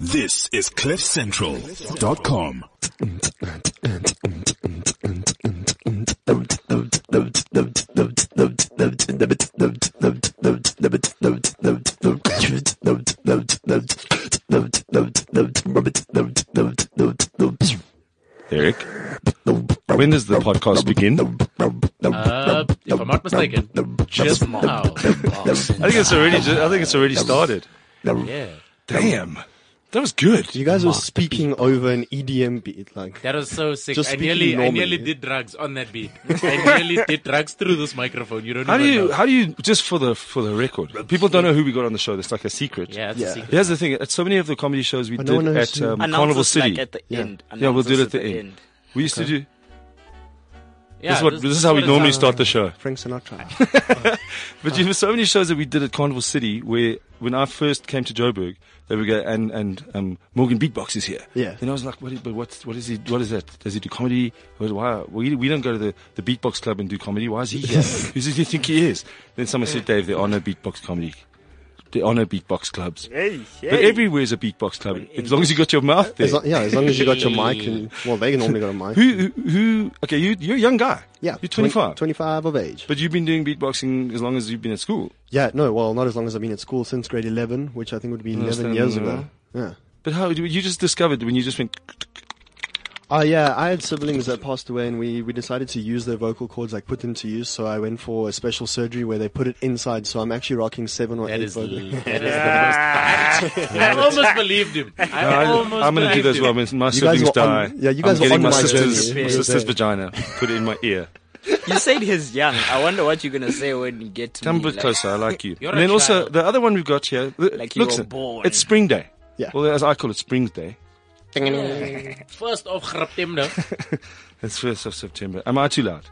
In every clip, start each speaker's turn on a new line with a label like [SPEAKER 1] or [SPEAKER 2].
[SPEAKER 1] This is CliffCentral.com.
[SPEAKER 2] Eric, when does the podcast begin?
[SPEAKER 3] Uh, if I'm not mistaken, just now.
[SPEAKER 2] I think it's already. Just, I think it's already started.
[SPEAKER 3] yeah,
[SPEAKER 2] Damn, that was good.
[SPEAKER 4] You guys were speaking over an EDM beat, like
[SPEAKER 3] that was so sick.
[SPEAKER 4] Just
[SPEAKER 3] I
[SPEAKER 4] speaking
[SPEAKER 3] nearly, I
[SPEAKER 4] normally.
[SPEAKER 3] nearly did drugs on that beat. I nearly did drugs through this microphone. You don't
[SPEAKER 2] How do
[SPEAKER 3] even
[SPEAKER 2] you?
[SPEAKER 3] know.
[SPEAKER 2] How do you? Just for the for the record, people don't know who we got on the show. That's like a secret.
[SPEAKER 3] Yeah, it's a
[SPEAKER 4] Yeah.
[SPEAKER 3] secret.
[SPEAKER 2] Here's the thing: at so many of the comedy shows we
[SPEAKER 4] I don't
[SPEAKER 2] did
[SPEAKER 4] wanna
[SPEAKER 2] at
[SPEAKER 4] assume.
[SPEAKER 2] um,
[SPEAKER 5] Announce
[SPEAKER 2] Carnival
[SPEAKER 5] us,
[SPEAKER 2] City,
[SPEAKER 5] Like at the
[SPEAKER 4] Yeah.
[SPEAKER 5] end.
[SPEAKER 2] yeah, we'll
[SPEAKER 5] Announce
[SPEAKER 2] do it
[SPEAKER 5] us
[SPEAKER 2] at the end. We used to do.
[SPEAKER 3] Yeah,
[SPEAKER 2] this is what this, is how we
[SPEAKER 3] what it
[SPEAKER 2] normally
[SPEAKER 3] sounds-
[SPEAKER 2] start the show.
[SPEAKER 4] Frank Sinatra.
[SPEAKER 2] But you know, so many shows that we did at Carnival City where when I first came to Joburg, they would go and and um, Morgan Beatbox is here.
[SPEAKER 4] Yeah.
[SPEAKER 2] Then I was like, what? Is, but what's what is he? What is that? Does he do comedy? What, why we we don't go to the, the Beatbox Club and do comedy? Why is he here? Who does he think he is? Then someone said, Dave, there are no Beatbox comedy. There are no Beatbox clubs.
[SPEAKER 5] Hey, hey.
[SPEAKER 2] But everywhere's a beatbox club as long as you got your mouth there.
[SPEAKER 4] As long, yeah, as long as you got your mic and well, they normally got a mic.
[SPEAKER 2] who, who who? Okay, you you're a young guy.
[SPEAKER 4] Yeah,
[SPEAKER 2] you're 25.
[SPEAKER 4] 25 of age.
[SPEAKER 2] But you've been doing beatboxing as long as you've been at school.
[SPEAKER 4] Yeah, no, well, not as long as I've been at school since grade 11, which I think would be 11
[SPEAKER 2] Understand,
[SPEAKER 4] years
[SPEAKER 2] yeah.
[SPEAKER 4] ago. Yeah.
[SPEAKER 2] But how you just discovered when you just went
[SPEAKER 4] Oh yeah, I had siblings that passed away, and we, we decided to use their vocal cords, like put them to use. So I went for a special surgery where they put it inside. So I'm actually rocking seven or
[SPEAKER 3] That
[SPEAKER 4] eight
[SPEAKER 3] is, that
[SPEAKER 4] vocal.
[SPEAKER 3] is the most. I almost believed him. I
[SPEAKER 2] Uh, I,
[SPEAKER 3] almost
[SPEAKER 2] am going to do
[SPEAKER 3] believed
[SPEAKER 2] this
[SPEAKER 3] him.
[SPEAKER 2] well. When my
[SPEAKER 4] guys
[SPEAKER 2] siblings
[SPEAKER 4] were
[SPEAKER 2] die,
[SPEAKER 4] on- yeah, you guys
[SPEAKER 2] I'm
[SPEAKER 4] were
[SPEAKER 2] getting
[SPEAKER 4] on
[SPEAKER 2] my
[SPEAKER 4] my
[SPEAKER 2] sister's,
[SPEAKER 4] journey.
[SPEAKER 2] my sister's vagina put it in my ear.
[SPEAKER 5] You said he's young. I wonder what you're gonna say when you get to
[SPEAKER 2] Come a
[SPEAKER 5] me,
[SPEAKER 2] bit
[SPEAKER 5] like-
[SPEAKER 2] closer. I like you.
[SPEAKER 3] You're
[SPEAKER 2] and
[SPEAKER 3] a
[SPEAKER 2] then also
[SPEAKER 3] child.
[SPEAKER 2] the other one we've got here. the-
[SPEAKER 5] Like you
[SPEAKER 2] looks-
[SPEAKER 5] were born.
[SPEAKER 2] It's spring day.
[SPEAKER 4] Yeah.
[SPEAKER 2] Well, as I call it, spring day.
[SPEAKER 3] First of September,
[SPEAKER 2] It's first of September. Am I too loud?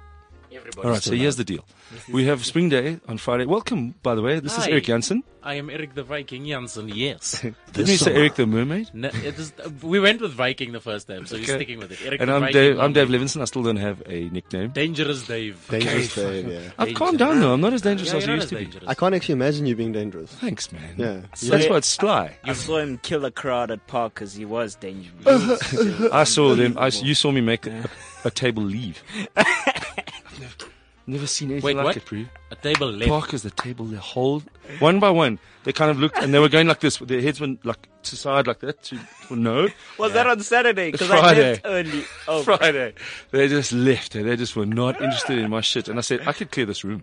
[SPEAKER 3] everybody.
[SPEAKER 2] All right. So here's the deal. We have spring day on Friday. Welcome, by the way. This is
[SPEAKER 3] Hi.
[SPEAKER 2] Eric Jansen.
[SPEAKER 3] I am Eric the Viking Jansen. Yes.
[SPEAKER 2] Didn't we say Eric the Mermaid?
[SPEAKER 3] No, it is, we went with Viking the first time, so
[SPEAKER 2] Okay.
[SPEAKER 3] you're sticking with it. Eric
[SPEAKER 2] And
[SPEAKER 3] the
[SPEAKER 2] I'm
[SPEAKER 3] Viking
[SPEAKER 2] Dave, I'm
[SPEAKER 3] Jansen.
[SPEAKER 2] Dave Levinson. I still don't have a nickname.
[SPEAKER 3] Dangerous Dave.
[SPEAKER 4] Dangerous babe, yeah.
[SPEAKER 2] I've calmed down though. I'm not as dangerous
[SPEAKER 3] Yeah,
[SPEAKER 2] as
[SPEAKER 3] you're
[SPEAKER 2] I
[SPEAKER 3] not
[SPEAKER 2] used
[SPEAKER 3] as
[SPEAKER 2] to be.
[SPEAKER 3] dangerous.
[SPEAKER 4] I can't actually imagine you being dangerous.
[SPEAKER 2] Thanks, man.
[SPEAKER 4] Yeah.
[SPEAKER 2] That's why it's sly.
[SPEAKER 5] I saw him kill a crowd at park because he was dangerous.
[SPEAKER 2] I saw them. I, you saw me make a, a table leave. I've never, never seen anything
[SPEAKER 3] Wait,
[SPEAKER 2] like
[SPEAKER 3] what?
[SPEAKER 2] it, bro.
[SPEAKER 3] A table left.
[SPEAKER 2] Parkers, the table, the whole one by one, they kind of looked and they were going like this. with Their heads went like to side like that to for no.
[SPEAKER 5] was that on Saturday? Because I
[SPEAKER 2] Friday.
[SPEAKER 5] left early. Oh,
[SPEAKER 2] Friday, they just left. eh? They just were not interested in my shit. And I said, I could clear this room.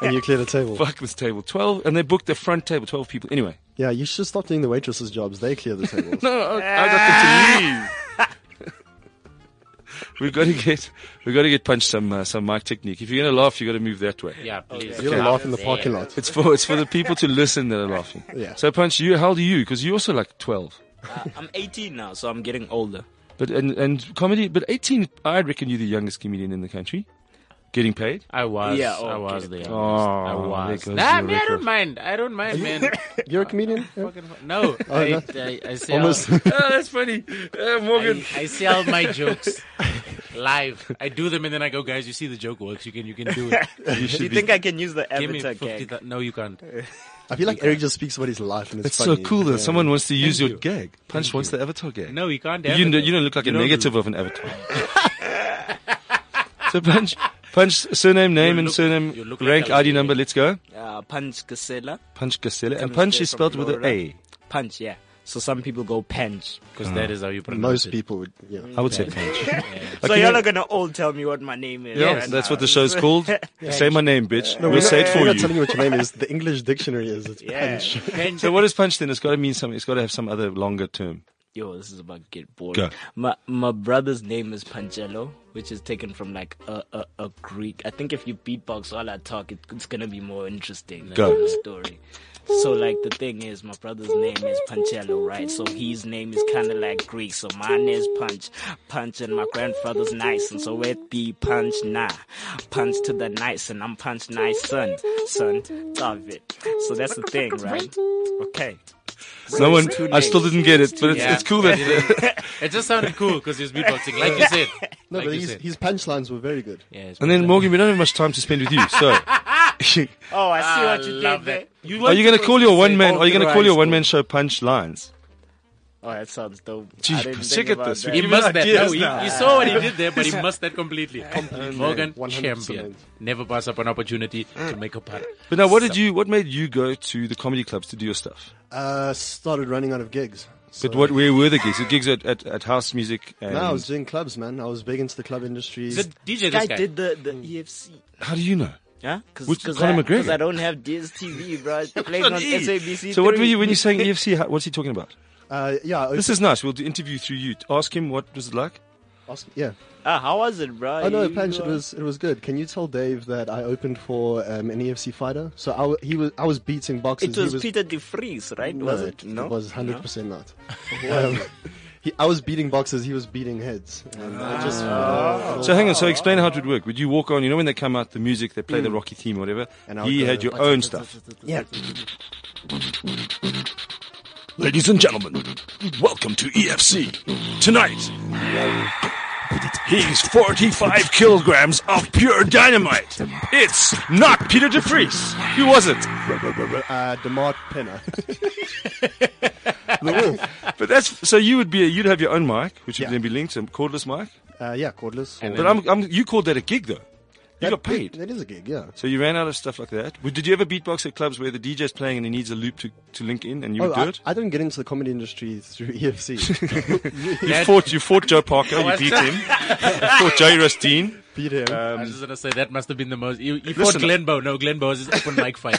[SPEAKER 4] And you clear the table.
[SPEAKER 2] Fuck this table. Twelve, and they booked the front table. Twelve people. Anyway,
[SPEAKER 4] Yeah, you should stop doing the waitresses' jobs. They clear the tables.
[SPEAKER 2] no, I, I got them to leave. We've got to get, we've got to get punched some, uh, some mic technique. If you're gonna laugh, you've got to move that way.
[SPEAKER 3] Yeah, please.
[SPEAKER 4] You're gonna laugh in the parking lot.
[SPEAKER 2] It's for it's for the people to listen that are laughing.
[SPEAKER 4] Yeah.
[SPEAKER 2] So punch you. How old are you? Because you're also like twelve.
[SPEAKER 5] Uh, I'm 18 now, so I'm getting older.
[SPEAKER 2] But and and comedy. But eighteen. I reckon you're the youngest comedian in the country, getting paid.
[SPEAKER 3] I was.
[SPEAKER 5] Yeah,
[SPEAKER 3] I
[SPEAKER 5] okay.
[SPEAKER 3] was there.
[SPEAKER 2] Oh,
[SPEAKER 3] I was.
[SPEAKER 2] there goes
[SPEAKER 3] Nah,
[SPEAKER 2] your
[SPEAKER 3] man, I
[SPEAKER 2] record.
[SPEAKER 3] don't mind. I don't mind, man.
[SPEAKER 4] You're a comedian. Yeah.
[SPEAKER 3] Fucking fu- no, I, I, I sell.
[SPEAKER 4] Almost.
[SPEAKER 2] oh, that's funny, uh, Morgan.
[SPEAKER 3] I, I sell my jokes live. I do them and then I go, guys. You see the joke works. You can you can do it.
[SPEAKER 2] you should
[SPEAKER 5] Do you
[SPEAKER 2] be-
[SPEAKER 5] think I can use the
[SPEAKER 3] Give me
[SPEAKER 5] avatar
[SPEAKER 3] fifty.
[SPEAKER 5] gag?
[SPEAKER 3] thou- no, you can't.
[SPEAKER 4] I feel like Eric just speaks about his life, and it's,
[SPEAKER 2] It's so
[SPEAKER 4] funny.
[SPEAKER 2] cool that
[SPEAKER 4] Yeah.
[SPEAKER 2] someone wants to use your
[SPEAKER 3] you.
[SPEAKER 2] gag. Punch wants the avatar gag.
[SPEAKER 3] No, you can't. Have
[SPEAKER 2] you
[SPEAKER 3] it,
[SPEAKER 2] know,
[SPEAKER 3] though.
[SPEAKER 2] you don't look like
[SPEAKER 3] You
[SPEAKER 2] a
[SPEAKER 3] don't
[SPEAKER 2] negative of an avatar. so punch, punch surname, name,
[SPEAKER 3] You
[SPEAKER 2] and
[SPEAKER 3] look-
[SPEAKER 2] surname,
[SPEAKER 3] you look like
[SPEAKER 2] rank,
[SPEAKER 3] a-
[SPEAKER 2] ID number. Let's go.
[SPEAKER 5] Uh, punch Casella.
[SPEAKER 2] Punch Casella, and
[SPEAKER 5] Comes
[SPEAKER 2] punch
[SPEAKER 5] straight
[SPEAKER 2] is spelled
[SPEAKER 5] from
[SPEAKER 2] with an
[SPEAKER 5] Florida.
[SPEAKER 2] A.
[SPEAKER 5] Punch, yeah. So some people go punch.
[SPEAKER 3] because that is how you pronounce
[SPEAKER 4] Most
[SPEAKER 3] it.
[SPEAKER 4] people would. Yeah.
[SPEAKER 2] I would say punch.
[SPEAKER 5] So y'all are gonna all tell me what my name is. Uh,
[SPEAKER 2] Yeah,
[SPEAKER 5] right
[SPEAKER 2] that's
[SPEAKER 5] now.
[SPEAKER 2] what the show's called. Say my name, bitch. we'll say it
[SPEAKER 4] I'm
[SPEAKER 2] for
[SPEAKER 4] not telling
[SPEAKER 2] you.
[SPEAKER 4] you what your name is. The English dictionary is. It's
[SPEAKER 5] Yeah.
[SPEAKER 4] punch.
[SPEAKER 3] Punch.
[SPEAKER 2] So what is punch then? It's got to mean something. It's got to have some other longer term.
[SPEAKER 5] Yo, this is about to get bored.
[SPEAKER 2] Go.
[SPEAKER 5] My my brother's name is Pangello, which is taken from like a, a, a Greek. I think if you beatbox while I talk, it, it's gonna be more interesting.
[SPEAKER 2] Go.
[SPEAKER 5] The story. So like the thing is, my brother's name is Panchello, right? So his name is kind of like Greek. So mine is Punch, Punch, and my grandfather's nice, and so it be Punch Nah, Punch to the nice, and I'm Punch Nice son, son, love it. So that's the thing, right? Okay.
[SPEAKER 2] No one. I still didn't get it, but it's,
[SPEAKER 3] Yeah.
[SPEAKER 2] it's cool that
[SPEAKER 3] It just sounded cool because he was beatboxing, like you said.
[SPEAKER 4] No,
[SPEAKER 3] like
[SPEAKER 4] but
[SPEAKER 3] you
[SPEAKER 4] his,
[SPEAKER 3] said.
[SPEAKER 4] his punchlines were very good.
[SPEAKER 3] Yeah, it's
[SPEAKER 2] And then Morgan, we don't have much time to spend with you. So,
[SPEAKER 5] Oh, I see
[SPEAKER 3] I
[SPEAKER 5] what you
[SPEAKER 3] love
[SPEAKER 5] did there.
[SPEAKER 3] it. You
[SPEAKER 2] are
[SPEAKER 3] were
[SPEAKER 2] you going to
[SPEAKER 3] supposed
[SPEAKER 2] call your
[SPEAKER 3] say
[SPEAKER 2] one man? Are you going to call your
[SPEAKER 5] authorized
[SPEAKER 2] one man show punch lines?
[SPEAKER 6] Oh, that sounds dope. I
[SPEAKER 2] Jeez,
[SPEAKER 6] didn't think
[SPEAKER 2] sick at
[SPEAKER 6] about
[SPEAKER 2] this.
[SPEAKER 6] that.
[SPEAKER 3] He
[SPEAKER 2] Give me
[SPEAKER 3] must that.
[SPEAKER 2] ideas
[SPEAKER 3] No, he,
[SPEAKER 2] now.
[SPEAKER 3] he saw what he did there, but he must that completely. Morgan,
[SPEAKER 4] 100%.
[SPEAKER 3] champion. Never pass up an opportunity to make a putt.
[SPEAKER 2] But now, what did you? What made you go to the comedy clubs to do your stuff?
[SPEAKER 4] Uh, started running out of gigs. So-
[SPEAKER 2] But what? Where were the gigs? The gigs at, at, at house music. And
[SPEAKER 4] No, I was doing clubs, man. I was big into the club industry.
[SPEAKER 3] He's a DJ,
[SPEAKER 6] Guy
[SPEAKER 3] this guy.
[SPEAKER 6] did the, the EFC.
[SPEAKER 2] how do you know?
[SPEAKER 6] Yeah? Cause,
[SPEAKER 2] Which-
[SPEAKER 6] 'cause
[SPEAKER 2] Conor
[SPEAKER 6] I, 'cause
[SPEAKER 2] McGregor.
[SPEAKER 6] I don't have DSTV, bro. It's playing on
[SPEAKER 2] Bloody-
[SPEAKER 6] SABC.
[SPEAKER 2] So what were
[SPEAKER 6] 3.
[SPEAKER 2] you when you saying EFC? How, what's he talking about?
[SPEAKER 4] Uh, yeah, I
[SPEAKER 2] This is nice. We'll do interview through you. Ask him what was it like.
[SPEAKER 4] asked- yeah.
[SPEAKER 6] Ah, how was it, bro?
[SPEAKER 4] Oh no,
[SPEAKER 6] You-
[SPEAKER 4] Panch, it was it was good. Can you tell Dave that I opened for um, an EFC fighter? So I, w- he was I was beating boxers.
[SPEAKER 6] It was,
[SPEAKER 4] he was
[SPEAKER 6] Peter DeFries, right?
[SPEAKER 4] No,
[SPEAKER 6] was it?
[SPEAKER 4] it, was hundred percent not. Um, he, I was beating boxers. He was beating heads. And
[SPEAKER 2] Ah.
[SPEAKER 4] I just
[SPEAKER 2] So hang on. So explain how it would work. Would you walk on? You know when they come out, the music they play the Rocky theme, or whatever.
[SPEAKER 4] And
[SPEAKER 2] Mm. And
[SPEAKER 4] I would
[SPEAKER 2] he
[SPEAKER 4] go-
[SPEAKER 2] had your own stuff.
[SPEAKER 4] yeah.
[SPEAKER 1] Ladies and gentlemen, welcome to
[SPEAKER 2] E
[SPEAKER 1] EFC. Tonight, he's 45 kilograms of pure dynamite. It's
[SPEAKER 2] Not Peter DeFries. Who was it?
[SPEAKER 4] Uh, Demar Penner.
[SPEAKER 2] But that's so you would be you'd have your own mic, which would
[SPEAKER 4] Yeah.
[SPEAKER 2] then be linked, a cordless mic.
[SPEAKER 4] Uh, yeah, cordless.
[SPEAKER 2] But I'm, I'm you called that a gig though. You got paid.
[SPEAKER 4] That is a gig. Yeah.
[SPEAKER 2] So you ran out of stuff like that. Well, Did you ever beatbox at clubs where the DJ's playing and he needs a loop to, to link in and you
[SPEAKER 4] Oh,
[SPEAKER 2] would do
[SPEAKER 4] I,
[SPEAKER 2] it?
[SPEAKER 4] I didn't get into the comedy industry through E EFC.
[SPEAKER 2] You fought, you fought Joe Parker, you beat him. you fought Joey Rustin.
[SPEAKER 4] Beat him.
[SPEAKER 2] Um,
[SPEAKER 3] I was just gonna say that must have been the most. You, you fought
[SPEAKER 2] Listen.
[SPEAKER 3] Glenbow. No, Glenbow was his open mic fight.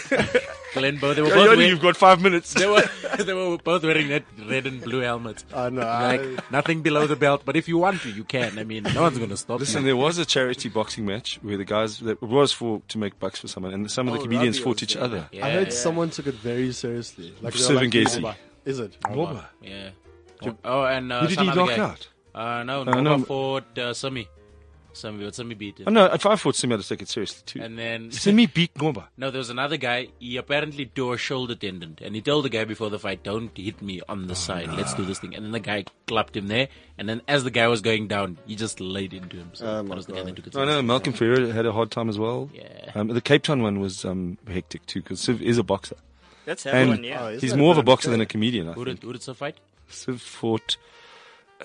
[SPEAKER 3] Glenbow. They were both
[SPEAKER 2] Only you've
[SPEAKER 3] wearing,
[SPEAKER 2] got five minutes.
[SPEAKER 3] they were they were both wearing that red and blue helmet.
[SPEAKER 4] I know.
[SPEAKER 3] Like
[SPEAKER 4] I,
[SPEAKER 3] nothing below the belt, but if you want to, you can. I mean, no one's gonna stop
[SPEAKER 2] Listen,
[SPEAKER 3] you.
[SPEAKER 2] there was a charity boxing match where the guys that was for to make bucks for someone, and some of the
[SPEAKER 6] Oh,
[SPEAKER 2] comedians
[SPEAKER 6] Robbie
[SPEAKER 2] fought
[SPEAKER 6] was
[SPEAKER 2] each
[SPEAKER 6] there.
[SPEAKER 2] other.
[SPEAKER 4] I
[SPEAKER 3] Yeah,
[SPEAKER 4] heard
[SPEAKER 3] yeah.
[SPEAKER 4] someone took it very seriously. Like they were
[SPEAKER 2] Seven
[SPEAKER 4] like,
[SPEAKER 2] Gacy.
[SPEAKER 4] "Wobba." Is it?
[SPEAKER 2] Wobba.
[SPEAKER 3] Yeah. Oh, and uh,
[SPEAKER 2] Who did
[SPEAKER 3] some
[SPEAKER 2] he
[SPEAKER 3] other
[SPEAKER 2] knock
[SPEAKER 3] guy.
[SPEAKER 2] out?
[SPEAKER 3] Uh, no,
[SPEAKER 2] Uh,
[SPEAKER 3] Nova
[SPEAKER 2] no.
[SPEAKER 3] fought uh, Sami. Sami, but Sami beat him.
[SPEAKER 2] Oh, no, if I fought Simi, I'd take it seriously too.
[SPEAKER 3] And then
[SPEAKER 2] Simi beat Ngomba.
[SPEAKER 3] no, there was another guy. He apparently tore a shoulder tendon, and he told the guy before the fight, "Don't hit me on
[SPEAKER 2] Oh,
[SPEAKER 3] the side. Let's do this thing." And then the guy clapped him there, and then as the guy was going down, he just laid into him. So
[SPEAKER 4] Oh,
[SPEAKER 3] that
[SPEAKER 4] my
[SPEAKER 3] was the guy
[SPEAKER 4] God.
[SPEAKER 3] that took it.
[SPEAKER 2] I know Malcolm Ferreira had a hard time as well.
[SPEAKER 3] Yeah.
[SPEAKER 2] Um, the Cape Town one was um, hectic too because Siv is a boxer.
[SPEAKER 6] That's
[SPEAKER 2] And
[SPEAKER 6] everyone, yeah.
[SPEAKER 4] Oh, isn't
[SPEAKER 2] he's
[SPEAKER 4] that
[SPEAKER 2] more of a
[SPEAKER 4] bit
[SPEAKER 2] boxer than
[SPEAKER 4] unfair?
[SPEAKER 2] a comedian. I
[SPEAKER 3] Who
[SPEAKER 2] think.
[SPEAKER 3] did who did Siv fight?
[SPEAKER 2] Siv fought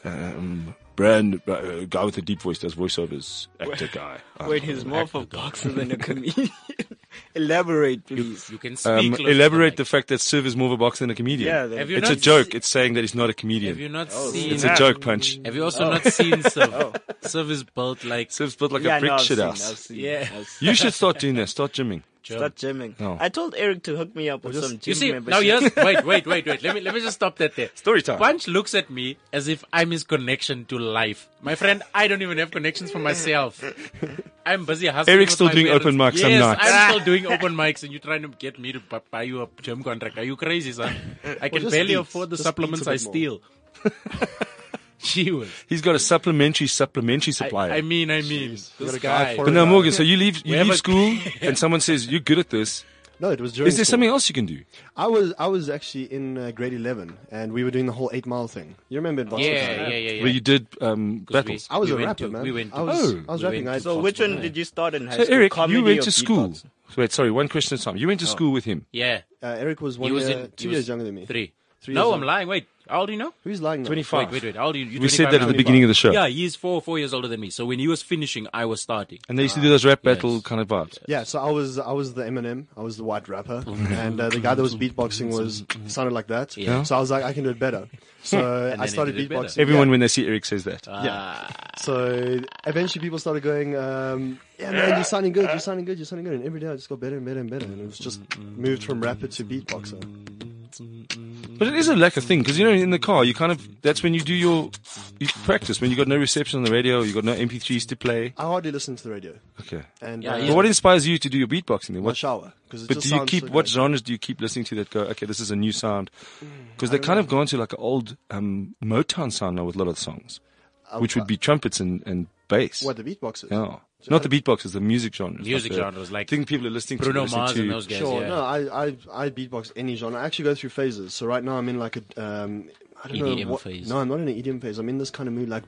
[SPEAKER 2] um, brand uh, guy with a deep voice does voiceovers actor guy. Um,
[SPEAKER 6] Oh. Wait, he's more of a boxer than a comedian. Elaborate, please.
[SPEAKER 3] You can speak.
[SPEAKER 2] um,
[SPEAKER 3] close to the
[SPEAKER 2] elaborate
[SPEAKER 3] mic.
[SPEAKER 2] the fact that Siv is more of a boxer than a comedian.
[SPEAKER 6] Yeah, then-
[SPEAKER 3] Have you
[SPEAKER 2] it's a
[SPEAKER 3] not
[SPEAKER 2] joke.
[SPEAKER 3] se-
[SPEAKER 2] it's saying that he's not a comedian.
[SPEAKER 3] Have you not
[SPEAKER 4] Oh,
[SPEAKER 3] seen?
[SPEAKER 2] it's a joke punch.
[SPEAKER 3] Have you also not seen Siv? Siv is built like
[SPEAKER 2] Siv's built like
[SPEAKER 6] yeah,
[SPEAKER 2] a brick
[SPEAKER 6] no, I've
[SPEAKER 2] shit
[SPEAKER 6] seen, I've
[SPEAKER 2] house.
[SPEAKER 6] seen,
[SPEAKER 3] Yeah.
[SPEAKER 6] I've seen.
[SPEAKER 2] You should start doing that. Start gymming.
[SPEAKER 3] Joe.
[SPEAKER 6] Stop jamming.
[SPEAKER 2] No.
[SPEAKER 6] I told Eric to hook me up with some gym
[SPEAKER 3] You see,
[SPEAKER 6] membership.
[SPEAKER 3] now here's wait, wait, wait, wait. Let me let me just stop that there.
[SPEAKER 2] Story time.
[SPEAKER 3] Punch looks at me as if I'm his connection to life. My friend, I don't even have connections for myself. I'm busy hustling.
[SPEAKER 2] Eric's
[SPEAKER 3] with
[SPEAKER 2] still
[SPEAKER 3] my
[SPEAKER 2] doing open
[SPEAKER 3] parents.
[SPEAKER 2] mics, I'm
[SPEAKER 3] Yes,
[SPEAKER 2] not.
[SPEAKER 3] I'm still doing open mics, and you're trying to get me to bu- buy you a gym contract. Are you crazy, son? I can
[SPEAKER 4] just
[SPEAKER 3] barely
[SPEAKER 4] eat.
[SPEAKER 3] afford the
[SPEAKER 4] Just eat a
[SPEAKER 3] supplements I
[SPEAKER 4] bit more.
[SPEAKER 3] steal. she was.
[SPEAKER 2] He's got a supplementary supplementary
[SPEAKER 3] I,
[SPEAKER 2] supplier.
[SPEAKER 3] I mean, I mean, this
[SPEAKER 4] gotta guide
[SPEAKER 3] guy.
[SPEAKER 4] for
[SPEAKER 2] but
[SPEAKER 4] it.
[SPEAKER 2] now Morgan, so you leave you
[SPEAKER 3] have
[SPEAKER 2] leave
[SPEAKER 3] a-
[SPEAKER 2] school and someone says you're good at this.
[SPEAKER 4] No, it was during.
[SPEAKER 2] Is there
[SPEAKER 4] school.
[SPEAKER 2] something else you can do?
[SPEAKER 4] I was I was actually in uh, grade eleven, and we were doing the whole eight mile thing. You remember in
[SPEAKER 3] Yeah,
[SPEAKER 4] Boston?
[SPEAKER 3] yeah, yeah, yeah.
[SPEAKER 2] Where you did um, battles.
[SPEAKER 4] I was
[SPEAKER 3] We
[SPEAKER 4] a
[SPEAKER 3] went
[SPEAKER 4] rapper,
[SPEAKER 3] to-
[SPEAKER 4] man.
[SPEAKER 3] we went
[SPEAKER 4] I
[SPEAKER 3] to-
[SPEAKER 4] was,
[SPEAKER 2] Oh.
[SPEAKER 4] I was
[SPEAKER 3] we
[SPEAKER 4] rapping.
[SPEAKER 3] went
[SPEAKER 4] I
[SPEAKER 3] to
[SPEAKER 6] so, which one did you start in high
[SPEAKER 2] So
[SPEAKER 6] school?
[SPEAKER 2] Eric,
[SPEAKER 6] Comedy
[SPEAKER 2] you went
[SPEAKER 6] or
[SPEAKER 2] to school.
[SPEAKER 6] beatbox?
[SPEAKER 2] Wait, sorry, one question at a time. You went
[SPEAKER 3] Oh.
[SPEAKER 2] to school with him.
[SPEAKER 3] yeah,
[SPEAKER 4] uh, Eric was one
[SPEAKER 3] he was
[SPEAKER 4] year,
[SPEAKER 3] in
[SPEAKER 4] two
[SPEAKER 3] he was
[SPEAKER 4] years younger than me.
[SPEAKER 3] Three.
[SPEAKER 4] Three
[SPEAKER 3] no,
[SPEAKER 4] years
[SPEAKER 3] I'm
[SPEAKER 4] young-
[SPEAKER 3] lying. Wait, how old do you know?
[SPEAKER 4] Who's lying? now?
[SPEAKER 3] Wait, wait, wait. How old are you? You're
[SPEAKER 2] We said
[SPEAKER 3] 25
[SPEAKER 2] that at
[SPEAKER 3] now?
[SPEAKER 2] the beginning of the show.
[SPEAKER 3] Yeah, he's four, four years older than me. So when he was finishing, I was starting.
[SPEAKER 2] And they used to do those rap battle kind of vibes.
[SPEAKER 4] Yeah, so I was I was the Eminem, I was the white rapper, and uh, the guy that was beatboxing was sounded like that.
[SPEAKER 3] Yeah.
[SPEAKER 4] So I was like, I can do it better. So
[SPEAKER 3] then
[SPEAKER 4] I
[SPEAKER 3] he
[SPEAKER 4] started
[SPEAKER 3] did it better.
[SPEAKER 4] beatboxing.
[SPEAKER 2] Everyone, when they see Eric, says that.
[SPEAKER 4] Yeah. So eventually people started going, um, yeah, man, you're sounding good, you're sounding good, you're sounding good. And every day I just got better and better and better. And it was just moved from rapper to beatboxer.
[SPEAKER 2] But it is a lack of thing because you know in the car you kind of that's when you do your you practice when you got no reception on the radio you got no MP3s to play.
[SPEAKER 4] I hardly listen to the radio.
[SPEAKER 2] Okay.
[SPEAKER 4] And
[SPEAKER 3] Yeah,
[SPEAKER 4] uh,
[SPEAKER 3] yeah.
[SPEAKER 2] But what inspires you to do your beatboxing then?
[SPEAKER 4] my
[SPEAKER 2] What,
[SPEAKER 4] shower. Cause it
[SPEAKER 2] but do
[SPEAKER 4] just
[SPEAKER 2] you
[SPEAKER 4] sounds
[SPEAKER 2] keep
[SPEAKER 4] so
[SPEAKER 2] what
[SPEAKER 4] good.
[SPEAKER 2] genres do you keep listening to that go okay this is a new sound because they kind of gone to like an old um, Motown sound now with a lot of songs, which would be trumpets and and bass.
[SPEAKER 4] What, the beatboxers?
[SPEAKER 2] Yeah. Not the beatboxes, the music genres.
[SPEAKER 3] Music
[SPEAKER 2] the
[SPEAKER 3] genres, like
[SPEAKER 2] thing people are listening to.
[SPEAKER 3] Bruno
[SPEAKER 2] listen
[SPEAKER 3] Mars
[SPEAKER 2] to.
[SPEAKER 3] and those guys.
[SPEAKER 4] Sure,
[SPEAKER 3] yeah.
[SPEAKER 4] no, I, I I beatbox any genre. I actually go through phases. So right now I'm in like a um, I don't
[SPEAKER 3] EDM
[SPEAKER 4] know what,
[SPEAKER 3] phase.
[SPEAKER 4] No, I'm not in an EDM phase. I'm in this kind of mood like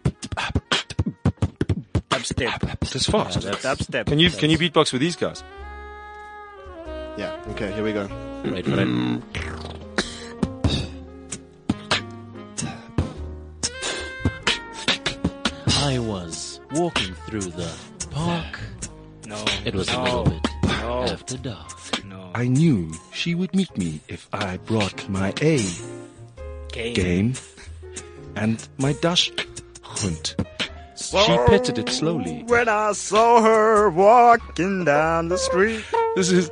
[SPEAKER 6] Dubstep.
[SPEAKER 2] That's fast.
[SPEAKER 6] Dubstep.
[SPEAKER 2] can you can you beatbox with these guys?
[SPEAKER 4] yeah. Okay, here we go.
[SPEAKER 3] Wait for it. I was walking through the park.
[SPEAKER 6] No.
[SPEAKER 3] It was a little
[SPEAKER 6] no,
[SPEAKER 3] bit after dark.
[SPEAKER 6] no.
[SPEAKER 2] I knew she would meet me if I brought my A
[SPEAKER 6] Game.
[SPEAKER 2] game and my dash hunt. She petted it slowly.
[SPEAKER 7] When I saw her walking down the street.
[SPEAKER 2] This is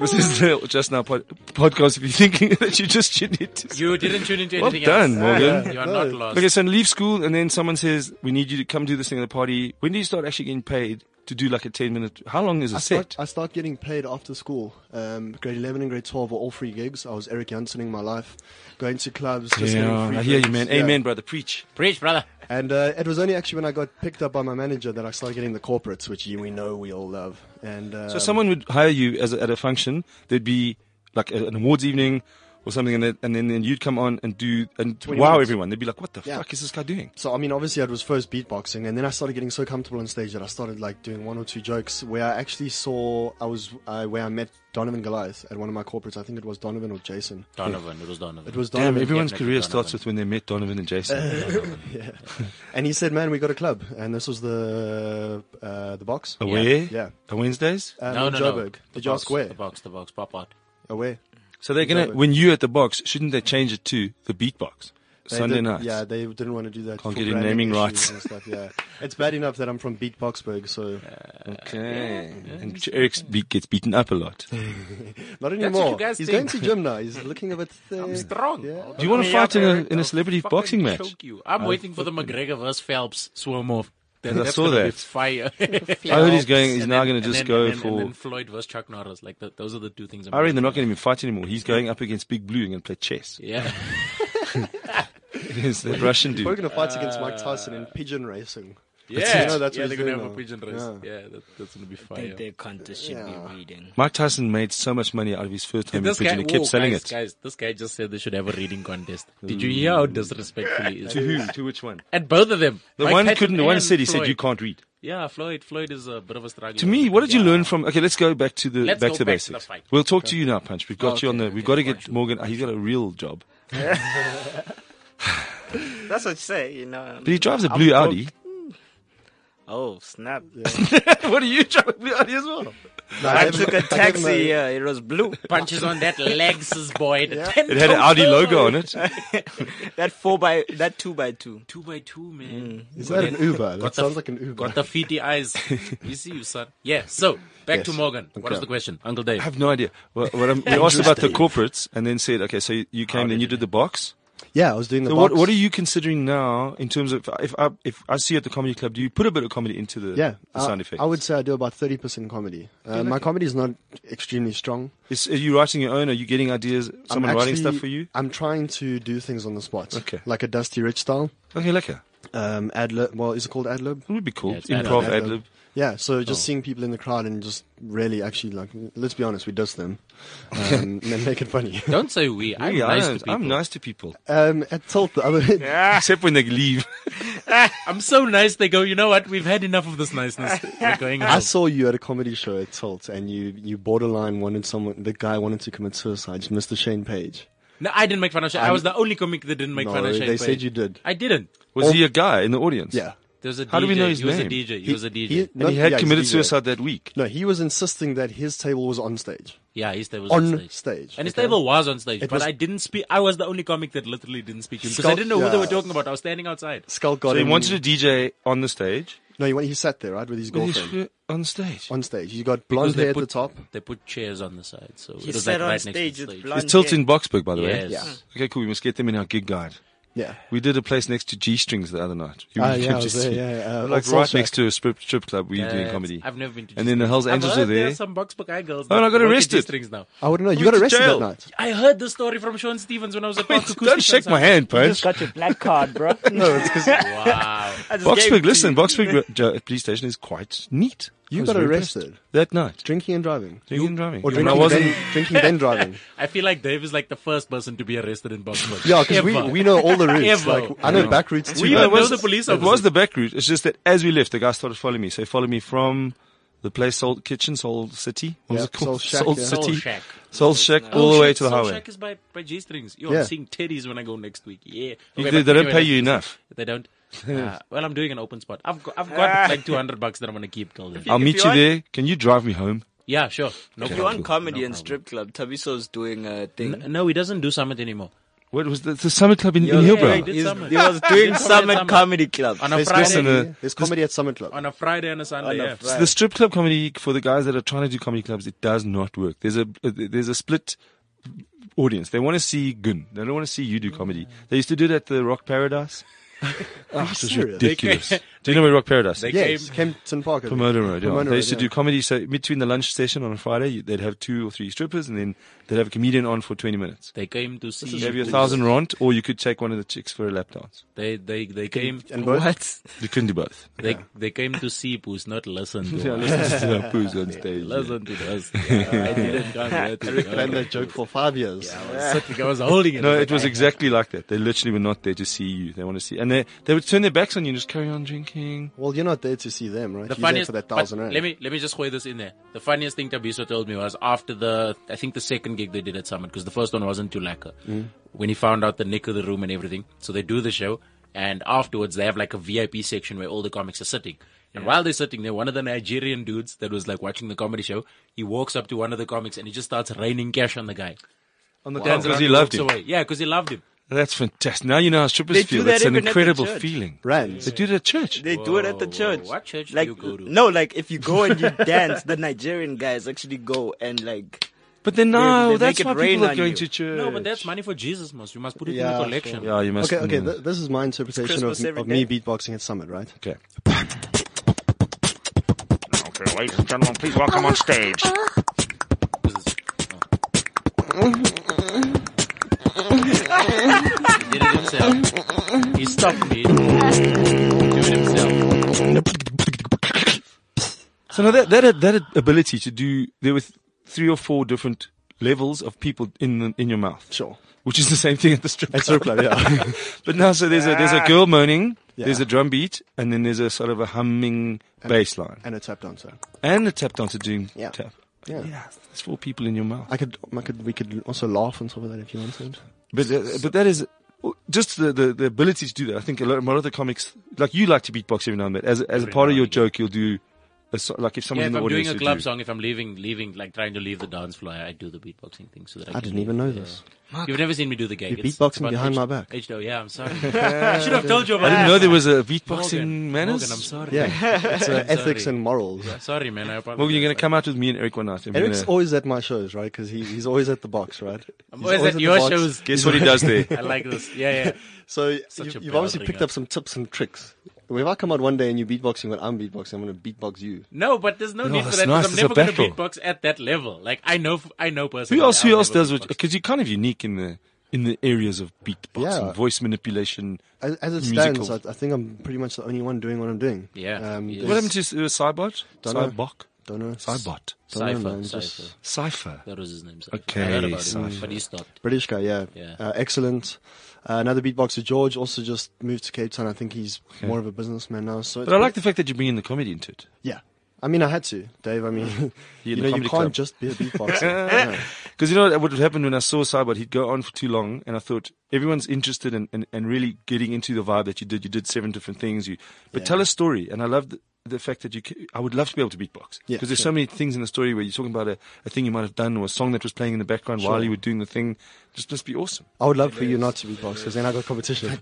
[SPEAKER 2] this is the just now pod- podcast. If you're thinking that you just should need to.
[SPEAKER 3] You didn't tune into
[SPEAKER 2] Well
[SPEAKER 3] anything
[SPEAKER 2] done,
[SPEAKER 3] else.
[SPEAKER 2] Morgan.
[SPEAKER 3] You are not lost.
[SPEAKER 2] Okay, so leave school and then someone says we need you to come do this thing at the party. When do you start actually getting paid to do like a ten minute? How long is a
[SPEAKER 4] I
[SPEAKER 2] set?
[SPEAKER 4] start, I start getting paid after school. Um, grade 11 and grade 12 were all free gigs. I was Eric Jansening my life. Going to clubs, just getting free
[SPEAKER 2] I hear you,
[SPEAKER 4] gigs.
[SPEAKER 2] man.
[SPEAKER 4] Yeah.
[SPEAKER 2] Amen, brother. Preach.
[SPEAKER 3] Preach, brother.
[SPEAKER 4] And uh, it was only actually when I got picked up by my manager that I started getting the corporates, which you, we know we all love. And um,
[SPEAKER 2] So someone would hire you as a, at a function. There'd be like a, an awards evening or something, and then, and then then you'd come on and do and wow
[SPEAKER 4] minutes.
[SPEAKER 2] everyone. They'd be like, "What the
[SPEAKER 4] Yeah.
[SPEAKER 2] fuck is this guy doing?"
[SPEAKER 4] So I mean, obviously, it was first beatboxing, and then I started getting so comfortable on stage that I started like doing one or two jokes. Where I actually saw I was I, where I met Donovan Goliath at one of my corporates. I think it was Donovan or Jason.
[SPEAKER 3] Donovan. It was Donovan.
[SPEAKER 4] It was
[SPEAKER 2] Damn,
[SPEAKER 4] Donovan.
[SPEAKER 2] everyone's
[SPEAKER 3] Yeah,
[SPEAKER 2] career
[SPEAKER 3] Donovan.
[SPEAKER 2] starts with when they met Donovan and Jason.
[SPEAKER 4] And he said, "Man, we got a club," and this was the uh, the box.
[SPEAKER 2] Away,
[SPEAKER 4] Yeah.
[SPEAKER 2] on Wednesdays.
[SPEAKER 4] Um,
[SPEAKER 3] no,
[SPEAKER 4] in
[SPEAKER 3] no, no.
[SPEAKER 4] Joburg. The Jar
[SPEAKER 3] box,
[SPEAKER 4] Square.
[SPEAKER 3] The box, the box, pop out.
[SPEAKER 4] Away.
[SPEAKER 2] So they're gonna when you at the box, shouldn't they change it to the beatbox
[SPEAKER 4] They
[SPEAKER 2] Sunday
[SPEAKER 4] did-
[SPEAKER 2] nights?
[SPEAKER 4] Yeah, they didn't want to do that.
[SPEAKER 2] Can't
[SPEAKER 4] for
[SPEAKER 2] get your
[SPEAKER 4] branding
[SPEAKER 2] naming
[SPEAKER 4] issues
[SPEAKER 2] rights.
[SPEAKER 4] and Stuff, yeah, it's bad enough that I'm from Beatboxburg, so
[SPEAKER 2] Okay. And Eric's beat gets beaten up a lot. Do
[SPEAKER 4] not
[SPEAKER 3] what
[SPEAKER 4] anymore.
[SPEAKER 3] you guys
[SPEAKER 4] He's
[SPEAKER 3] think.
[SPEAKER 4] going to gym now. He's looking a bit uh,
[SPEAKER 3] I'm
[SPEAKER 4] thick.
[SPEAKER 3] strong.
[SPEAKER 4] Yeah.
[SPEAKER 2] you want to
[SPEAKER 3] Yeah,
[SPEAKER 2] fight in a
[SPEAKER 3] Eric,
[SPEAKER 2] in a
[SPEAKER 3] I'll
[SPEAKER 2] celebrity
[SPEAKER 3] fucking
[SPEAKER 2] boxing match?
[SPEAKER 3] choke you. I'm waiting for the McGregor versus Phelps swarm off. Then
[SPEAKER 2] I
[SPEAKER 3] that's
[SPEAKER 2] saw
[SPEAKER 3] gonna be
[SPEAKER 2] that.
[SPEAKER 3] Fire.
[SPEAKER 2] I heard he's going. He's
[SPEAKER 3] And
[SPEAKER 2] now
[SPEAKER 3] then-
[SPEAKER 2] going
[SPEAKER 3] and
[SPEAKER 2] to just
[SPEAKER 3] then-
[SPEAKER 2] go
[SPEAKER 3] and then-
[SPEAKER 2] for.
[SPEAKER 3] And then Floyd versus Chuck Norris. Like th those are the two things. I'm
[SPEAKER 2] I reckon they're not going to even fight anymore. He's going up against Big Blue and going to play chess.
[SPEAKER 3] Yeah.
[SPEAKER 2] It's that Russian
[SPEAKER 4] We're
[SPEAKER 2] dude.
[SPEAKER 4] going to
[SPEAKER 3] Uh,
[SPEAKER 4] fight against Mike Tyson in pigeon racing.
[SPEAKER 3] Yeah,
[SPEAKER 4] you know, that's
[SPEAKER 3] yeah they're
[SPEAKER 4] what
[SPEAKER 3] gonna
[SPEAKER 4] he's doing
[SPEAKER 3] have a
[SPEAKER 4] now.
[SPEAKER 3] pigeon race.
[SPEAKER 4] Yeah.
[SPEAKER 3] Yeah, that, that's gonna be
[SPEAKER 6] I think
[SPEAKER 3] fire.
[SPEAKER 6] their contest should be reading.
[SPEAKER 2] Mike Tyson made so much money out of his first home in
[SPEAKER 3] This guy,
[SPEAKER 2] pigeon. He kept
[SPEAKER 3] whoa,
[SPEAKER 2] selling
[SPEAKER 3] guys,
[SPEAKER 2] it.
[SPEAKER 3] guys, this guy just said they should have a reading contest. Did you hear how disrespectful he
[SPEAKER 2] Mm. To
[SPEAKER 3] is?
[SPEAKER 2] who? To which one?
[SPEAKER 3] At both of them.
[SPEAKER 2] The
[SPEAKER 3] Mike
[SPEAKER 2] one
[SPEAKER 3] Patton
[SPEAKER 2] couldn't. The one
[SPEAKER 3] and
[SPEAKER 2] said he
[SPEAKER 3] Floyd.
[SPEAKER 2] said you can't read.
[SPEAKER 3] Yeah, Floyd. Floyd is a bit of a struggle.
[SPEAKER 2] To me, what did you learn from? Okay, let's go back to the
[SPEAKER 3] Let's
[SPEAKER 2] back
[SPEAKER 3] go
[SPEAKER 2] to the
[SPEAKER 3] back to the
[SPEAKER 2] basics.
[SPEAKER 3] fight.
[SPEAKER 2] we'll talk to you now, Punch. We've got you on the. We've got to
[SPEAKER 3] okay,
[SPEAKER 2] get Morgan. He's got a real job,
[SPEAKER 7] That's what you say, you know.
[SPEAKER 2] but he drives a blue
[SPEAKER 7] I'm
[SPEAKER 2] Audi.
[SPEAKER 6] Oh, snap.
[SPEAKER 2] what do you drive a blue Audi as well?
[SPEAKER 4] No,
[SPEAKER 7] I
[SPEAKER 4] gave him-
[SPEAKER 7] took a
[SPEAKER 4] I gave him
[SPEAKER 7] taxi. Yeah, it was blue.
[SPEAKER 3] Punches on that Lexus boy. The
[SPEAKER 2] It had an Audi logo on it.
[SPEAKER 6] That four by, that two by two.
[SPEAKER 3] two by two, man.
[SPEAKER 4] Is that an Uber? That sounds like an Uber.
[SPEAKER 3] Got the feety eyes. we see you, son. Yeah. So back to Morgan. What is the question, Uncle Dave?
[SPEAKER 2] I have no idea. Well, what I'm, we asked about the corporates and then said, okay, so you- you came, then you did the box.
[SPEAKER 4] yeah, I was doing the.
[SPEAKER 2] So what,
[SPEAKER 4] box.
[SPEAKER 2] what are you considering now in terms of if I, if I see you at the comedy club, do you put a bit of comedy into the,
[SPEAKER 4] Yeah, Uh,
[SPEAKER 2] the
[SPEAKER 4] I-
[SPEAKER 2] sound effects?
[SPEAKER 4] I would say I do about thirty percent comedy. Uh, my comedy is not extremely strong.
[SPEAKER 2] Is, are you writing your own? Are you getting ideas?
[SPEAKER 4] I'm
[SPEAKER 2] Someone writing
[SPEAKER 4] actually-
[SPEAKER 2] stuff for you?
[SPEAKER 4] I'm trying to do things on the spot.
[SPEAKER 2] Okay.
[SPEAKER 4] Like a Dusty Rich style.
[SPEAKER 2] Okay, lekker.
[SPEAKER 4] Um, ad lib. Well, is it called ad lib?
[SPEAKER 2] It would be cool.
[SPEAKER 3] Yeah, it's
[SPEAKER 2] Improv,
[SPEAKER 4] ad-lib.
[SPEAKER 2] ad lib.
[SPEAKER 4] Yeah, so
[SPEAKER 2] Oh.
[SPEAKER 4] just seeing people in the crowd and just really actually like, let's be honest, we dust them um, and then make it funny.
[SPEAKER 3] Don't say we. I'm
[SPEAKER 2] Yeah, I
[SPEAKER 3] nice
[SPEAKER 2] don't-
[SPEAKER 3] to people.
[SPEAKER 2] I'm nice to people.
[SPEAKER 4] Um, at Tilt, the other,
[SPEAKER 2] Except when they leave.
[SPEAKER 3] I'm so nice. They go. You know what? We've had enough of this niceness. We're going
[SPEAKER 4] I
[SPEAKER 3] home.
[SPEAKER 4] saw you at a comedy show at Tilt, and you you borderline wanted someone. The guy wanted to commit suicide, Mr. Shane Page.
[SPEAKER 3] No, I didn't make fun of Shane. I was the only comic that didn't make
[SPEAKER 4] no,
[SPEAKER 3] fun of Shane.
[SPEAKER 4] they said you did.
[SPEAKER 3] I didn't.
[SPEAKER 2] Was he a guy in the audience?
[SPEAKER 4] Yeah.
[SPEAKER 3] There was a
[SPEAKER 2] How
[SPEAKER 3] DJ.
[SPEAKER 2] do we know his
[SPEAKER 3] he
[SPEAKER 2] name?
[SPEAKER 3] was a DJ. He, was a DJ.
[SPEAKER 2] And he had
[SPEAKER 4] yeah, he's a
[SPEAKER 2] committed
[SPEAKER 4] DJ.
[SPEAKER 2] suicide that week.
[SPEAKER 4] No, he was insisting that his table was on stage.
[SPEAKER 3] yeah, his table was
[SPEAKER 4] On
[SPEAKER 3] on stage.
[SPEAKER 4] stage,
[SPEAKER 3] And his
[SPEAKER 4] okay.
[SPEAKER 3] table was on stage, but
[SPEAKER 4] was-
[SPEAKER 3] I didn't speak. I was the only comic that literally didn't speak to him because I
[SPEAKER 4] Skulk-
[SPEAKER 3] didn't know who they were
[SPEAKER 4] yeah.
[SPEAKER 3] talking about. I was standing outside.
[SPEAKER 4] Skull got
[SPEAKER 2] So he
[SPEAKER 4] him.
[SPEAKER 2] wanted a DJ on the stage.
[SPEAKER 4] no, he, went- he sat there right with his girlfriend
[SPEAKER 2] On stage.
[SPEAKER 4] on stage. He
[SPEAKER 3] Because
[SPEAKER 4] got blonde
[SPEAKER 3] they
[SPEAKER 4] hair
[SPEAKER 3] put,
[SPEAKER 4] at the top.
[SPEAKER 3] They put chairs on the side, so
[SPEAKER 6] He
[SPEAKER 3] it was
[SPEAKER 6] sat
[SPEAKER 3] like
[SPEAKER 6] on
[SPEAKER 3] right next
[SPEAKER 6] stage
[SPEAKER 3] to the
[SPEAKER 6] with
[SPEAKER 3] stage.
[SPEAKER 6] blonde
[SPEAKER 2] It's Tilt in Boxburg, by the way.
[SPEAKER 3] Yes.
[SPEAKER 2] Okay, cool. We must get them in our gig guide.
[SPEAKER 4] Yeah.
[SPEAKER 2] We did a place next to G Strings the other night. You
[SPEAKER 4] Ah,
[SPEAKER 2] would
[SPEAKER 4] yeah, I
[SPEAKER 2] have
[SPEAKER 4] was
[SPEAKER 2] just
[SPEAKER 4] there,
[SPEAKER 2] seen-
[SPEAKER 4] yeah, uh,
[SPEAKER 2] like
[SPEAKER 4] old
[SPEAKER 2] right
[SPEAKER 4] Soulshack.
[SPEAKER 2] next to a strip, strip club. We doing
[SPEAKER 3] That's-
[SPEAKER 2] comedy.
[SPEAKER 3] I've never been to.
[SPEAKER 2] And then the Hell's
[SPEAKER 3] I've
[SPEAKER 2] Angels
[SPEAKER 3] heard
[SPEAKER 2] were
[SPEAKER 3] there
[SPEAKER 2] there.
[SPEAKER 3] some Boxburg High girls.
[SPEAKER 2] Oh, and I got
[SPEAKER 3] that work at
[SPEAKER 2] arrested.
[SPEAKER 3] G-strings now.
[SPEAKER 4] I wouldn't know. You
[SPEAKER 2] went
[SPEAKER 4] got
[SPEAKER 2] to
[SPEAKER 4] arrested
[SPEAKER 2] jail.
[SPEAKER 4] that night.
[SPEAKER 3] I heard this story from Sean Stevens when I was at Park Acoustic
[SPEAKER 2] Don't shake my
[SPEAKER 3] Concert.
[SPEAKER 2] hand,
[SPEAKER 6] You
[SPEAKER 2] Punch.
[SPEAKER 6] just got your black card, bro.
[SPEAKER 4] No, it's because
[SPEAKER 3] Wow.
[SPEAKER 6] I just gave it
[SPEAKER 2] Boxburg,
[SPEAKER 6] to
[SPEAKER 2] listen,
[SPEAKER 6] you.
[SPEAKER 2] Boxburg uh, jo- police station is quite neat. I
[SPEAKER 4] You
[SPEAKER 2] was
[SPEAKER 4] got
[SPEAKER 2] very
[SPEAKER 4] arrested?
[SPEAKER 2] impressed. that night.
[SPEAKER 4] drinking and driving.
[SPEAKER 2] Drinking and driving.
[SPEAKER 4] Or
[SPEAKER 2] And I
[SPEAKER 4] drinking,
[SPEAKER 2] wasn't.
[SPEAKER 4] then, drinking then driving.
[SPEAKER 3] I feel like Dave is like the first person to be arrested in Boxburg.
[SPEAKER 4] Yeah, because we,
[SPEAKER 3] Ever.
[SPEAKER 4] we know all the routes.
[SPEAKER 3] Ever.
[SPEAKER 4] Like I know back routes too.
[SPEAKER 3] We
[SPEAKER 4] but
[SPEAKER 3] don't
[SPEAKER 2] it was
[SPEAKER 3] know the police
[SPEAKER 2] It was
[SPEAKER 3] officers.
[SPEAKER 2] the back route. It's just that as we left, the guy started following me. So he followed me from the place Soul Kitchen, Soul City. What was
[SPEAKER 4] Yeah,
[SPEAKER 2] it called?
[SPEAKER 4] Soul Shack, yeah.
[SPEAKER 3] Soul
[SPEAKER 2] City.
[SPEAKER 3] Shack.
[SPEAKER 2] Soul Shack, all the way to the
[SPEAKER 3] Soul
[SPEAKER 2] highway.
[SPEAKER 3] Shack Oh, is by, by G strings. Yo,
[SPEAKER 4] Yeah.
[SPEAKER 3] I'm seeing titties when I go next week. Yeah.
[SPEAKER 2] You- they,
[SPEAKER 3] Okay, but
[SPEAKER 2] they don't
[SPEAKER 3] anyway,
[SPEAKER 2] pay
[SPEAKER 3] that's-
[SPEAKER 2] you enough.
[SPEAKER 3] They don't. Uh, well, I'm doing an open spot. I've got, I've got like 200 bucks that I'm gonna keep till then.
[SPEAKER 2] I'll
[SPEAKER 5] If
[SPEAKER 2] meet
[SPEAKER 5] you
[SPEAKER 2] you
[SPEAKER 5] want-
[SPEAKER 2] there. Can you drive me home?
[SPEAKER 3] Yeah, sure. No
[SPEAKER 5] If you want
[SPEAKER 2] cool.
[SPEAKER 5] comedy and strip club, Tabiso's doing a thing.
[SPEAKER 3] problem. No, he doesn't do summit anymore.
[SPEAKER 2] What was the, the Summit Club in, in
[SPEAKER 5] yeah,
[SPEAKER 2] Hillbrow?
[SPEAKER 3] he did
[SPEAKER 5] He's-
[SPEAKER 3] Summit.
[SPEAKER 5] he was doing
[SPEAKER 3] Summit,
[SPEAKER 5] Summit
[SPEAKER 3] Summit.
[SPEAKER 5] Comedy Club.
[SPEAKER 3] On a
[SPEAKER 4] There's
[SPEAKER 3] Friday,
[SPEAKER 2] listen, uh,
[SPEAKER 4] There's comedy at Summit Club.
[SPEAKER 3] on a Friday and a Sunday.
[SPEAKER 5] On a
[SPEAKER 3] yeah.
[SPEAKER 5] Friday.
[SPEAKER 2] The strip club comedy for the guys that are trying to do comedy clubs, it does not work. There's a uh, there's a split audience. They want to see Gun. They don't want to see you do comedy. They used to do it at the Rock Paradise.
[SPEAKER 4] Are you serious?
[SPEAKER 2] Ridiculous. do you know where Rock Paradise? is?
[SPEAKER 3] They
[SPEAKER 4] Yes, Kempton Park. I think.
[SPEAKER 2] Pomona Road. Yeah.
[SPEAKER 4] Pomona
[SPEAKER 2] they used to
[SPEAKER 4] Road,
[SPEAKER 2] do comedy. So between the lunch session on a Friday, you- they'd have two or three strippers, and then they'd have a comedian on for 20 minutes.
[SPEAKER 3] They came to see.
[SPEAKER 2] Maybe a thousand rand, or you could take one of the chicks for a lap dance.
[SPEAKER 3] They they they came.
[SPEAKER 4] And both?
[SPEAKER 5] what?
[SPEAKER 2] You couldn't do both.
[SPEAKER 3] They they came to see Poos, not listen to.
[SPEAKER 2] Yeah,
[SPEAKER 3] us.
[SPEAKER 2] listen to the poos on stage. yeah.
[SPEAKER 3] Listen to us. Yeah, I didn't come here to
[SPEAKER 4] I planned that joke for five years.
[SPEAKER 3] I was holding it.
[SPEAKER 2] No, it was exactly like that. They literally were not there to see you. They want to see, and they they would turn their backs on you and just carry on drinking.
[SPEAKER 4] Well, you're not there to see them, right?
[SPEAKER 3] the
[SPEAKER 4] you're there
[SPEAKER 3] funniest
[SPEAKER 4] for that
[SPEAKER 3] but
[SPEAKER 4] thousand rand.
[SPEAKER 3] Let me let me just weigh this in there. The funniest thing Tabiso told me was after the I think the second gig they did at Summit because the first one wasn't too lacquer.
[SPEAKER 4] Mm.
[SPEAKER 3] When he found out the nick of the room and everything, so they do the show and afterwards they have like a VIP section where all the comics are sitting. And while they're sitting there, one of the Nigerian dudes that was like watching the comedy show, he walks up to one of the comics and he just starts raining cash on the guy.
[SPEAKER 2] On the dance
[SPEAKER 3] Turns
[SPEAKER 2] because Oh,
[SPEAKER 3] around
[SPEAKER 2] he
[SPEAKER 3] and
[SPEAKER 2] loved
[SPEAKER 3] walks
[SPEAKER 2] him.
[SPEAKER 3] away. Yeah, because he loved him.
[SPEAKER 2] That's fantastic. Now you know how strippers
[SPEAKER 5] They do
[SPEAKER 2] feel.
[SPEAKER 5] that
[SPEAKER 2] It's an
[SPEAKER 5] even at the
[SPEAKER 2] incredible
[SPEAKER 5] church.
[SPEAKER 2] feeling.
[SPEAKER 4] Rands.
[SPEAKER 2] They do it at church.
[SPEAKER 5] They do it at the
[SPEAKER 3] Whoa,
[SPEAKER 5] church.
[SPEAKER 3] what church do
[SPEAKER 5] like,
[SPEAKER 3] you go to?
[SPEAKER 5] No, like if you go and you dance, the Nigerian guys actually go and like.
[SPEAKER 2] But then
[SPEAKER 5] they
[SPEAKER 2] now
[SPEAKER 5] make
[SPEAKER 2] that's
[SPEAKER 5] it
[SPEAKER 2] why
[SPEAKER 5] rain
[SPEAKER 2] people are
[SPEAKER 5] on
[SPEAKER 2] going
[SPEAKER 5] you.
[SPEAKER 2] to church.
[SPEAKER 3] No, but that's money for Jesus, most. You must put it in
[SPEAKER 4] Yeah,
[SPEAKER 3] the collection.
[SPEAKER 2] yeah, you must.
[SPEAKER 4] Okay, okay.
[SPEAKER 2] mm.
[SPEAKER 4] Th- this is my interpretation of,
[SPEAKER 5] Christmas every
[SPEAKER 4] of me
[SPEAKER 5] day.
[SPEAKER 4] beatboxing at Summit, right?
[SPEAKER 2] okay.
[SPEAKER 7] Okay, ladies and gentlemen, please welcome on stage.
[SPEAKER 3] He did it himself. He stopped me. Do it himself.
[SPEAKER 2] So now that that that ability to do there were th- three or four different levels of people in the, in your mouth.
[SPEAKER 4] Sure.
[SPEAKER 2] Which is the same thing at the strip
[SPEAKER 4] At strip club, yeah.
[SPEAKER 2] But now, so there's a there's
[SPEAKER 5] Ah.
[SPEAKER 2] a girl moaning,
[SPEAKER 4] Yeah.
[SPEAKER 2] there's a drum beat, and then there's a sort of a humming bass line,
[SPEAKER 4] and a tap dancer.
[SPEAKER 2] and a tap dancer doing
[SPEAKER 4] Yeah.
[SPEAKER 2] tap.
[SPEAKER 4] Yeah.
[SPEAKER 2] Yeah, there's four people in your mouth.
[SPEAKER 4] I could, I could, we could also laugh on top of that if you wanted.
[SPEAKER 2] But uh, but that is oh, just the, the the ability to do that. I think a lot, a lot of the comics, like you, like to beatbox every now and then. As as a part of your joke, you'll do. A, so- like if someone
[SPEAKER 3] Yeah,
[SPEAKER 2] in
[SPEAKER 3] if
[SPEAKER 2] the
[SPEAKER 3] I'm
[SPEAKER 2] audience
[SPEAKER 3] doing a
[SPEAKER 2] would
[SPEAKER 3] club
[SPEAKER 2] do-
[SPEAKER 3] song, if I'm leaving, leaving, like trying to leave the dance floor, I do the beatboxing thing so that I,
[SPEAKER 4] I
[SPEAKER 3] can
[SPEAKER 4] didn't even know this.
[SPEAKER 3] leave. You've never seen me do the gig.
[SPEAKER 4] You're
[SPEAKER 3] It's- it's
[SPEAKER 4] beatboxing
[SPEAKER 3] about
[SPEAKER 4] behind
[SPEAKER 3] H-
[SPEAKER 4] my back.
[SPEAKER 3] H- oh, yeah, I'm sorry. I should have told you about
[SPEAKER 2] I didn't
[SPEAKER 3] that.
[SPEAKER 2] know there was a
[SPEAKER 3] Morgan,
[SPEAKER 2] beatboxing
[SPEAKER 3] Morgan, I'm
[SPEAKER 2] manners.
[SPEAKER 3] sorry.
[SPEAKER 4] Yeah, it's uh, ethics
[SPEAKER 3] sorry.
[SPEAKER 4] and morals.
[SPEAKER 3] Sorry, man. I apologize.
[SPEAKER 2] Morgan, you're going to come out with me and Eric one night. and we're
[SPEAKER 4] Eric's
[SPEAKER 2] gonna-
[SPEAKER 4] always at my shows, right? Because he, he's always at the box, right?
[SPEAKER 3] I'm
[SPEAKER 4] He's
[SPEAKER 3] always at
[SPEAKER 4] the
[SPEAKER 3] your
[SPEAKER 4] box.
[SPEAKER 3] shows.
[SPEAKER 2] guess what he does there.
[SPEAKER 3] I like this. Yeah, yeah.
[SPEAKER 4] So
[SPEAKER 3] Such a
[SPEAKER 4] you, you've
[SPEAKER 3] bell
[SPEAKER 4] obviously picked
[SPEAKER 3] ringer.
[SPEAKER 4] up some tips and tricks. If I come out one day and you beatboxing when I'm beatboxing, I'm going to beatbox you.
[SPEAKER 3] No, but there's no, need for
[SPEAKER 2] that's
[SPEAKER 3] that
[SPEAKER 2] nice.
[SPEAKER 3] because I'm
[SPEAKER 2] It's a
[SPEAKER 3] never going to
[SPEAKER 2] battle.
[SPEAKER 3] beatbox at that level. Like I know, I know personally.
[SPEAKER 2] Who else?
[SPEAKER 3] I'll
[SPEAKER 2] Who else
[SPEAKER 3] never
[SPEAKER 2] does what?
[SPEAKER 3] beatbox.
[SPEAKER 2] Because you're kind of unique in the in the areas of beatboxing,
[SPEAKER 4] Yeah.
[SPEAKER 2] voice manipulation.
[SPEAKER 4] As, as it
[SPEAKER 2] Musical.
[SPEAKER 4] stands, I, I think I'm pretty much the only one doing what I'm doing.
[SPEAKER 3] Yeah.
[SPEAKER 4] Um,
[SPEAKER 3] Yeah.
[SPEAKER 4] there's-
[SPEAKER 2] What happened to uh, Cybot?
[SPEAKER 4] Don't know.
[SPEAKER 2] Cybok?
[SPEAKER 4] Don't know.
[SPEAKER 2] Cybot.
[SPEAKER 4] Don't know, man,
[SPEAKER 3] Cipher,
[SPEAKER 4] just-
[SPEAKER 3] Cipher.
[SPEAKER 2] Cipher.
[SPEAKER 3] That was his name. so
[SPEAKER 2] Okay,
[SPEAKER 3] I heard about
[SPEAKER 2] so-
[SPEAKER 3] him, but he stopped.
[SPEAKER 4] British guy, yeah.
[SPEAKER 3] Yeah.
[SPEAKER 4] Uh, excellent. Uh, another beatboxer, George, also just moved to Cape Town. I think he's more of a businessman now. So
[SPEAKER 2] But I like the fact that you're bringing the comedy into it.
[SPEAKER 4] Yeah. I mean, I had to, Dave. I mean, you
[SPEAKER 2] the
[SPEAKER 4] know, you
[SPEAKER 2] comedy
[SPEAKER 4] can't
[SPEAKER 2] club.
[SPEAKER 4] just be a beatboxer. Yeah.
[SPEAKER 2] Because you know what would happen when I saw Cybot? He'd go on for too long, and I thought everyone's interested in, in, and really getting into the vibe that you did. You did seven different things. You, but tell a story, and I love the, the fact that you. c- I would love to be able to beatbox because
[SPEAKER 4] Yeah,
[SPEAKER 2] there's
[SPEAKER 4] sure.
[SPEAKER 2] so many things in the story where you're talking about a, a thing you might have done or a song that was playing in the background while you were doing the thing. Just must be awesome.
[SPEAKER 4] I would love for you not to beatbox because then I got competition.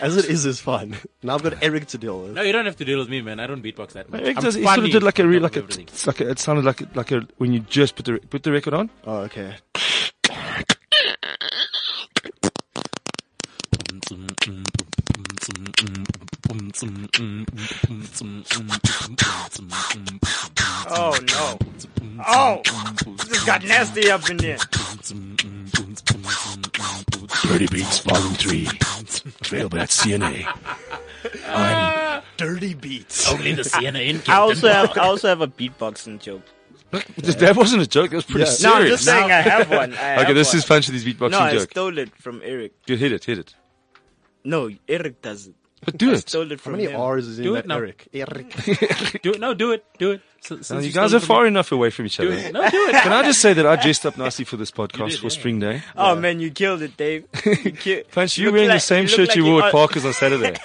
[SPEAKER 4] As it is, it's fun. Now I've got Eric to deal with.
[SPEAKER 3] No, you don't have to deal with me, man. I don't beatbox that much.
[SPEAKER 2] Eric
[SPEAKER 3] I'm
[SPEAKER 2] does, he sort of
[SPEAKER 3] funny
[SPEAKER 2] did like a
[SPEAKER 3] on
[SPEAKER 2] re,
[SPEAKER 3] top
[SPEAKER 2] like a,
[SPEAKER 3] of everything.
[SPEAKER 2] it's like a, it sounded like a, like a when you just put the put the record on.
[SPEAKER 4] Oh, okay.
[SPEAKER 7] Oh no. Oh! This got nasty up in here.
[SPEAKER 1] Dirty Beats Volume 3. Available at CNA.
[SPEAKER 4] Dirty beats.
[SPEAKER 3] Only the CNN in
[SPEAKER 5] I
[SPEAKER 3] Cape
[SPEAKER 5] also
[SPEAKER 3] Town.
[SPEAKER 5] have I also have a beatboxing joke.
[SPEAKER 2] That wasn't a joke. That was pretty
[SPEAKER 4] Yeah.
[SPEAKER 2] serious.
[SPEAKER 5] No, I'm just saying I have one. I
[SPEAKER 2] okay,
[SPEAKER 5] have
[SPEAKER 2] this
[SPEAKER 5] one.
[SPEAKER 2] is punch of these beatboxing
[SPEAKER 5] No, I
[SPEAKER 2] joke.
[SPEAKER 5] stole it from Eric.
[SPEAKER 2] you hit it, hit it.
[SPEAKER 5] No, Eric does it.
[SPEAKER 2] But do
[SPEAKER 5] I
[SPEAKER 2] it.
[SPEAKER 5] stole it
[SPEAKER 4] How
[SPEAKER 5] from
[SPEAKER 4] many
[SPEAKER 5] him.
[SPEAKER 4] R's is in
[SPEAKER 3] Do it
[SPEAKER 4] that
[SPEAKER 3] now.
[SPEAKER 4] Eric? Eric.
[SPEAKER 3] Do it. No, do it. Do it. S-
[SPEAKER 2] Now,
[SPEAKER 3] since
[SPEAKER 2] you
[SPEAKER 3] stole
[SPEAKER 2] guys
[SPEAKER 3] it
[SPEAKER 2] are
[SPEAKER 3] from
[SPEAKER 2] far
[SPEAKER 3] me.
[SPEAKER 2] enough away from each other.
[SPEAKER 3] No, do it.
[SPEAKER 2] Can I just say that I dressed up nicely for this podcast for Spring Day?
[SPEAKER 5] Oh man, you killed it, Dave. You ki-
[SPEAKER 2] Punch, you
[SPEAKER 5] look
[SPEAKER 2] wearing
[SPEAKER 5] like-
[SPEAKER 2] the same
[SPEAKER 5] look
[SPEAKER 2] shirt
[SPEAKER 5] like
[SPEAKER 2] you wore at
[SPEAKER 5] are-
[SPEAKER 2] Parker's on Saturday.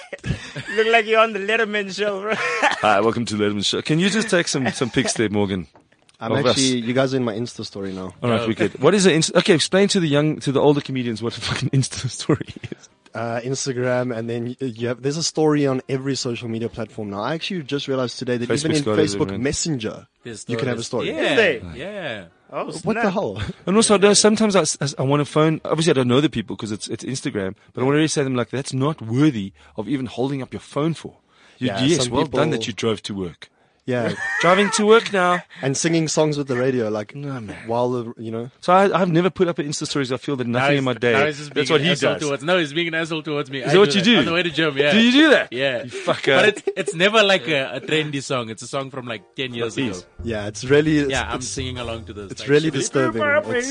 [SPEAKER 7] Look like you're on the Letterman show, bro.
[SPEAKER 2] Hi, welcome to Letterman's show. Can you just take some, some pics there, Morgan?
[SPEAKER 4] I'm
[SPEAKER 2] Of us.
[SPEAKER 4] actually. You guys are in my Insta story now.
[SPEAKER 2] All right, we could. What is an Insta? Okay, explain to the young, to the older comedians what a fucking Insta story is.
[SPEAKER 4] uh, Instagram, and then you, you have, there's a story on every social media platform now. I actually just realized today that even
[SPEAKER 2] Facebook's
[SPEAKER 4] in
[SPEAKER 2] got it,
[SPEAKER 4] Facebook
[SPEAKER 2] man.
[SPEAKER 4] Messenger,
[SPEAKER 3] There's
[SPEAKER 4] you can have a story.
[SPEAKER 3] Yeah,
[SPEAKER 7] Is
[SPEAKER 3] yeah.
[SPEAKER 7] Oh,
[SPEAKER 4] What
[SPEAKER 7] snap.
[SPEAKER 4] the hell?
[SPEAKER 2] And also, there's sometimes I, s- I want to phone. Obviously, I don't know the people because it's it's Instagram, but I want to really say to them like, that's not worthy of even holding up your phone for. You,
[SPEAKER 4] Yeah,
[SPEAKER 2] yes,
[SPEAKER 4] some
[SPEAKER 2] well done
[SPEAKER 4] people-
[SPEAKER 2] that you drove to work.
[SPEAKER 4] yeah,
[SPEAKER 2] Driving to work now.
[SPEAKER 4] and singing songs with the radio, like
[SPEAKER 2] No, man.
[SPEAKER 4] while the you know.
[SPEAKER 2] So I, I've never put up an Insta stories. I feel that
[SPEAKER 3] Now
[SPEAKER 2] nothing in
[SPEAKER 3] he's-
[SPEAKER 2] my day.
[SPEAKER 3] now he's just being
[SPEAKER 2] That's what
[SPEAKER 3] an
[SPEAKER 2] he
[SPEAKER 3] asshole
[SPEAKER 2] does.
[SPEAKER 3] Towards, no, he's being an asshole towards me.
[SPEAKER 2] Is that what you do?
[SPEAKER 3] On the way to gym, yeah.
[SPEAKER 2] Do you do that?
[SPEAKER 3] Yeah.
[SPEAKER 2] You fucker.
[SPEAKER 3] But it's, it's never like a, a trendy song. It's a song from like 10 years ago.
[SPEAKER 4] Yeah, it's really. It's,
[SPEAKER 3] Yeah, I'm
[SPEAKER 4] it's,
[SPEAKER 3] singing along to this.
[SPEAKER 4] it's
[SPEAKER 3] like,
[SPEAKER 4] really
[SPEAKER 3] should we-
[SPEAKER 4] disturbing.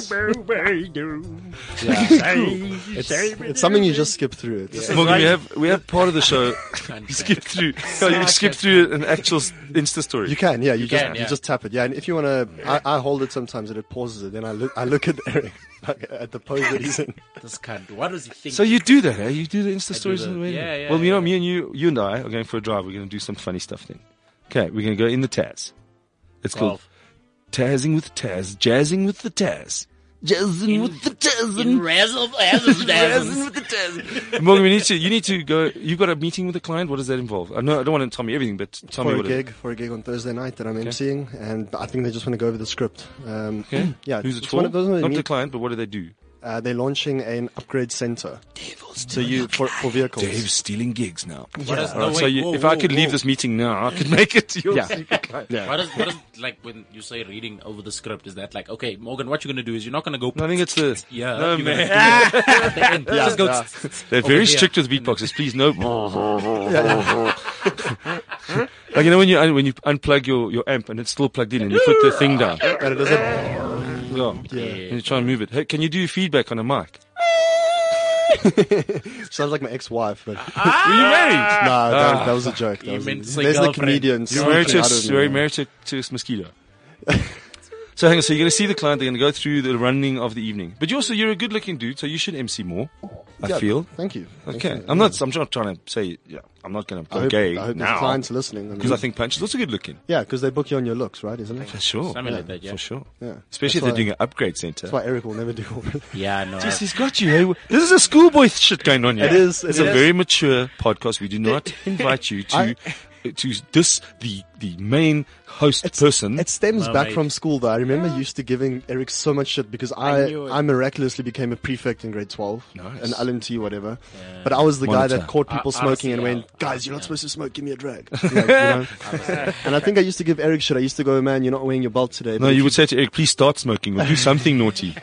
[SPEAKER 4] It's, it's, it's something you just skip through. It's,
[SPEAKER 2] Morgan, we have we have part of the show. skip through. Can you skip through an actual s- Insta story?
[SPEAKER 4] You can, yeah. You, just
[SPEAKER 3] can, yeah.
[SPEAKER 4] you just tap it, yeah. And if you want to, I, I hold it sometimes and it pauses it. Then I look I look at Eric like, at the pose that he's in.
[SPEAKER 3] This cunt. What does he think?
[SPEAKER 2] So you do that, eh? You do the Insta stories
[SPEAKER 3] that.
[SPEAKER 2] on the radio.
[SPEAKER 3] Yeah, yeah,
[SPEAKER 2] well, you know,
[SPEAKER 3] yeah.
[SPEAKER 2] me and you, you and I are going for a drive. We're going to do some funny stuff then. Okay, we're going to go in the Taz. It's called
[SPEAKER 3] Golf.
[SPEAKER 2] Tazzing with Taz, Jazzing with the Taz. Jazzing with the Taz.
[SPEAKER 3] Razzle, razzle, dazzle.
[SPEAKER 2] Morgan, we need to, you need to go. You've got a meeting with a client. What does that involve? I know I don't want to tell me everything, but tell me
[SPEAKER 4] for a
[SPEAKER 2] what it
[SPEAKER 4] gig for a gig on Thursday night that I'm emceeing, and I think they just want to go over the script. Um,
[SPEAKER 2] Okay.
[SPEAKER 4] yeah,
[SPEAKER 2] Who's it
[SPEAKER 4] it's
[SPEAKER 2] for?
[SPEAKER 4] one of those ones
[SPEAKER 2] Not
[SPEAKER 4] you
[SPEAKER 2] the
[SPEAKER 4] meet-
[SPEAKER 2] client, but what do they do?
[SPEAKER 4] uh, they're launching an upgrade center. so you for, for vehicles.
[SPEAKER 2] Dave's stealing gigs now.
[SPEAKER 3] What does-
[SPEAKER 2] All
[SPEAKER 3] no,
[SPEAKER 2] right, Oh, so
[SPEAKER 3] wait,
[SPEAKER 2] you,
[SPEAKER 3] whoa,
[SPEAKER 2] if
[SPEAKER 3] whoa,
[SPEAKER 2] I could leave
[SPEAKER 3] whoa.
[SPEAKER 2] this meeting now, I could make it to your
[SPEAKER 4] Yeah.
[SPEAKER 2] secret client.
[SPEAKER 3] What is, what is, like when you say reading over the script, is that like, okay, Morgan, what you're going to do is you're not going to go.
[SPEAKER 2] No, I think it's the.
[SPEAKER 3] Yeah.
[SPEAKER 2] No,
[SPEAKER 3] you're
[SPEAKER 2] man.
[SPEAKER 3] Gonna, just go.
[SPEAKER 2] They're very
[SPEAKER 3] here.
[SPEAKER 2] strict with beatboxers. Please, no. like you know when you un- when you unplug your, your amp and it's still plugged in, and you put the thing down.
[SPEAKER 4] And it doesn't.
[SPEAKER 2] Yeah. And you try and move it. Hey, can you do feedback on a mic?
[SPEAKER 4] Sounds like my ex-wife, but
[SPEAKER 2] Were you married?
[SPEAKER 4] nah, that, that
[SPEAKER 2] Ah.
[SPEAKER 4] was a joke. That
[SPEAKER 3] You
[SPEAKER 4] was a-
[SPEAKER 3] meant to say
[SPEAKER 4] there's the
[SPEAKER 3] girlfriend.
[SPEAKER 4] comedian.
[SPEAKER 2] You're married to
[SPEAKER 4] snarking
[SPEAKER 2] a,
[SPEAKER 4] out of
[SPEAKER 2] s-
[SPEAKER 4] me,
[SPEAKER 2] you're
[SPEAKER 4] man.
[SPEAKER 2] married to, to a mosquito. so hang on. So you're going to see the client. They're going to go through the running of the evening. But you also you're a good looking dude, so you should MC more. I
[SPEAKER 4] Yeah,
[SPEAKER 2] feel.
[SPEAKER 4] Thank you. Thank
[SPEAKER 2] Okay.
[SPEAKER 4] you.
[SPEAKER 2] I'm not. I'm not trying to say. Yeah. I'm not going to
[SPEAKER 4] I
[SPEAKER 2] go
[SPEAKER 4] hope,
[SPEAKER 2] gay
[SPEAKER 4] I hope there's
[SPEAKER 2] now.
[SPEAKER 4] clients listening. I mean,
[SPEAKER 2] Because I think Punch is also good looking.
[SPEAKER 4] yeah, because they book you on your looks, right? Isn't it?
[SPEAKER 2] For Uh, sure.
[SPEAKER 3] Something like that, yeah.
[SPEAKER 2] For sure.
[SPEAKER 4] Yeah.
[SPEAKER 2] Especially
[SPEAKER 4] That's
[SPEAKER 2] if
[SPEAKER 4] why-
[SPEAKER 2] they're doing an upgrade center.
[SPEAKER 4] That's why Eric will never do corporate.
[SPEAKER 3] Yeah, no.
[SPEAKER 2] Yes, he's got you. Hey? This is a schoolboy shit going on here.
[SPEAKER 4] It is, it
[SPEAKER 2] it's a
[SPEAKER 4] is.
[SPEAKER 2] very mature podcast. We do not invite you to to diss the the main host person.
[SPEAKER 4] It stems back
[SPEAKER 3] mate.
[SPEAKER 4] from school though. I remember used to giving Eric so much shit because I
[SPEAKER 6] knew it.
[SPEAKER 4] I, miraculously became a prefect in grade 12
[SPEAKER 2] Nice.
[SPEAKER 4] an LMT whatever. But I was the guy
[SPEAKER 2] Monitor.
[SPEAKER 4] that caught people
[SPEAKER 3] I- I
[SPEAKER 4] smoking and
[SPEAKER 3] see,
[SPEAKER 4] went,
[SPEAKER 3] yeah.
[SPEAKER 4] "Guys, you're not supposed to smoke. Give me a drag." Like, you know? and I think I used to give Eric shit. I used to go, "Man, you're not wearing your belt today."
[SPEAKER 2] no, you would say to Eric, please start smoking or do something naughty.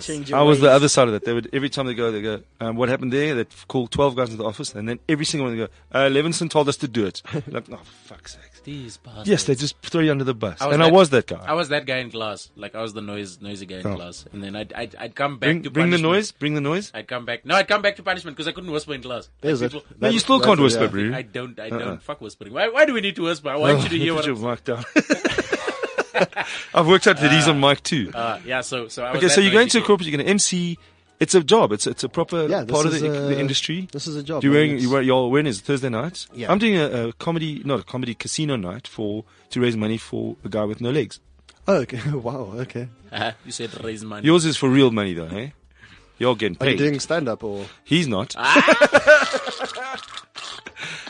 [SPEAKER 6] Change your
[SPEAKER 2] I was the
[SPEAKER 6] ways.
[SPEAKER 2] other side of that. They would every time they go, they go, um, what happened there? They call twelve guys into the office, and then every single one they go, uh, Levinson told us to do it. like, oh fuck's sake.
[SPEAKER 3] These bastards.
[SPEAKER 2] Yes, they just throw you under the bus,
[SPEAKER 3] I was
[SPEAKER 2] and I
[SPEAKER 3] that-
[SPEAKER 2] was that guy.
[SPEAKER 3] I was that guy in class. Like I was the noise, noisy guy in
[SPEAKER 2] Oh.
[SPEAKER 3] class, and then I'd, I'd, I'd come back
[SPEAKER 2] bring
[SPEAKER 3] to
[SPEAKER 2] bring the
[SPEAKER 3] punishment.
[SPEAKER 2] noise, bring the noise.
[SPEAKER 3] I'd come back. No, I'd come back to punishment because I couldn't whisper in class. Like,
[SPEAKER 4] There's it.
[SPEAKER 3] people-
[SPEAKER 2] No, you Uh-uh. Oh,
[SPEAKER 4] That's-
[SPEAKER 2] still
[SPEAKER 4] that's
[SPEAKER 2] can't
[SPEAKER 4] it,
[SPEAKER 2] whisper,
[SPEAKER 4] yeah.
[SPEAKER 2] bro.
[SPEAKER 3] I don't. I don't fuck whispering. Why, why do we need to whisper? I want you to hear
[SPEAKER 2] Put
[SPEAKER 3] what.
[SPEAKER 2] your
[SPEAKER 3] I'm,
[SPEAKER 2] mic down. I've worked out that he's on mic too.
[SPEAKER 3] uh, yeah. So so. I was
[SPEAKER 2] okay,
[SPEAKER 3] that
[SPEAKER 2] so you're going
[SPEAKER 3] noisy
[SPEAKER 2] to a
[SPEAKER 3] kid.
[SPEAKER 2] corporate, you're going to MC. It's a job. It's it's a proper
[SPEAKER 4] Yeah, this
[SPEAKER 2] part of
[SPEAKER 4] is
[SPEAKER 2] the, the
[SPEAKER 4] a-
[SPEAKER 2] industry.
[SPEAKER 4] this is a job,
[SPEAKER 2] You're
[SPEAKER 4] man.
[SPEAKER 2] wearing
[SPEAKER 4] It's-
[SPEAKER 2] you wear, your awareness Thursday night.
[SPEAKER 4] Yeah.
[SPEAKER 2] I'm doing a, a comedy, not a comedy casino night for to raise money for a guy with no legs.
[SPEAKER 4] Oh, okay. wow. Okay.
[SPEAKER 3] Uh-huh. You said raise money.
[SPEAKER 2] Yours is for real money though, hey? You're getting
[SPEAKER 4] Are
[SPEAKER 2] paid.
[SPEAKER 4] you doing stand up or
[SPEAKER 2] He's not.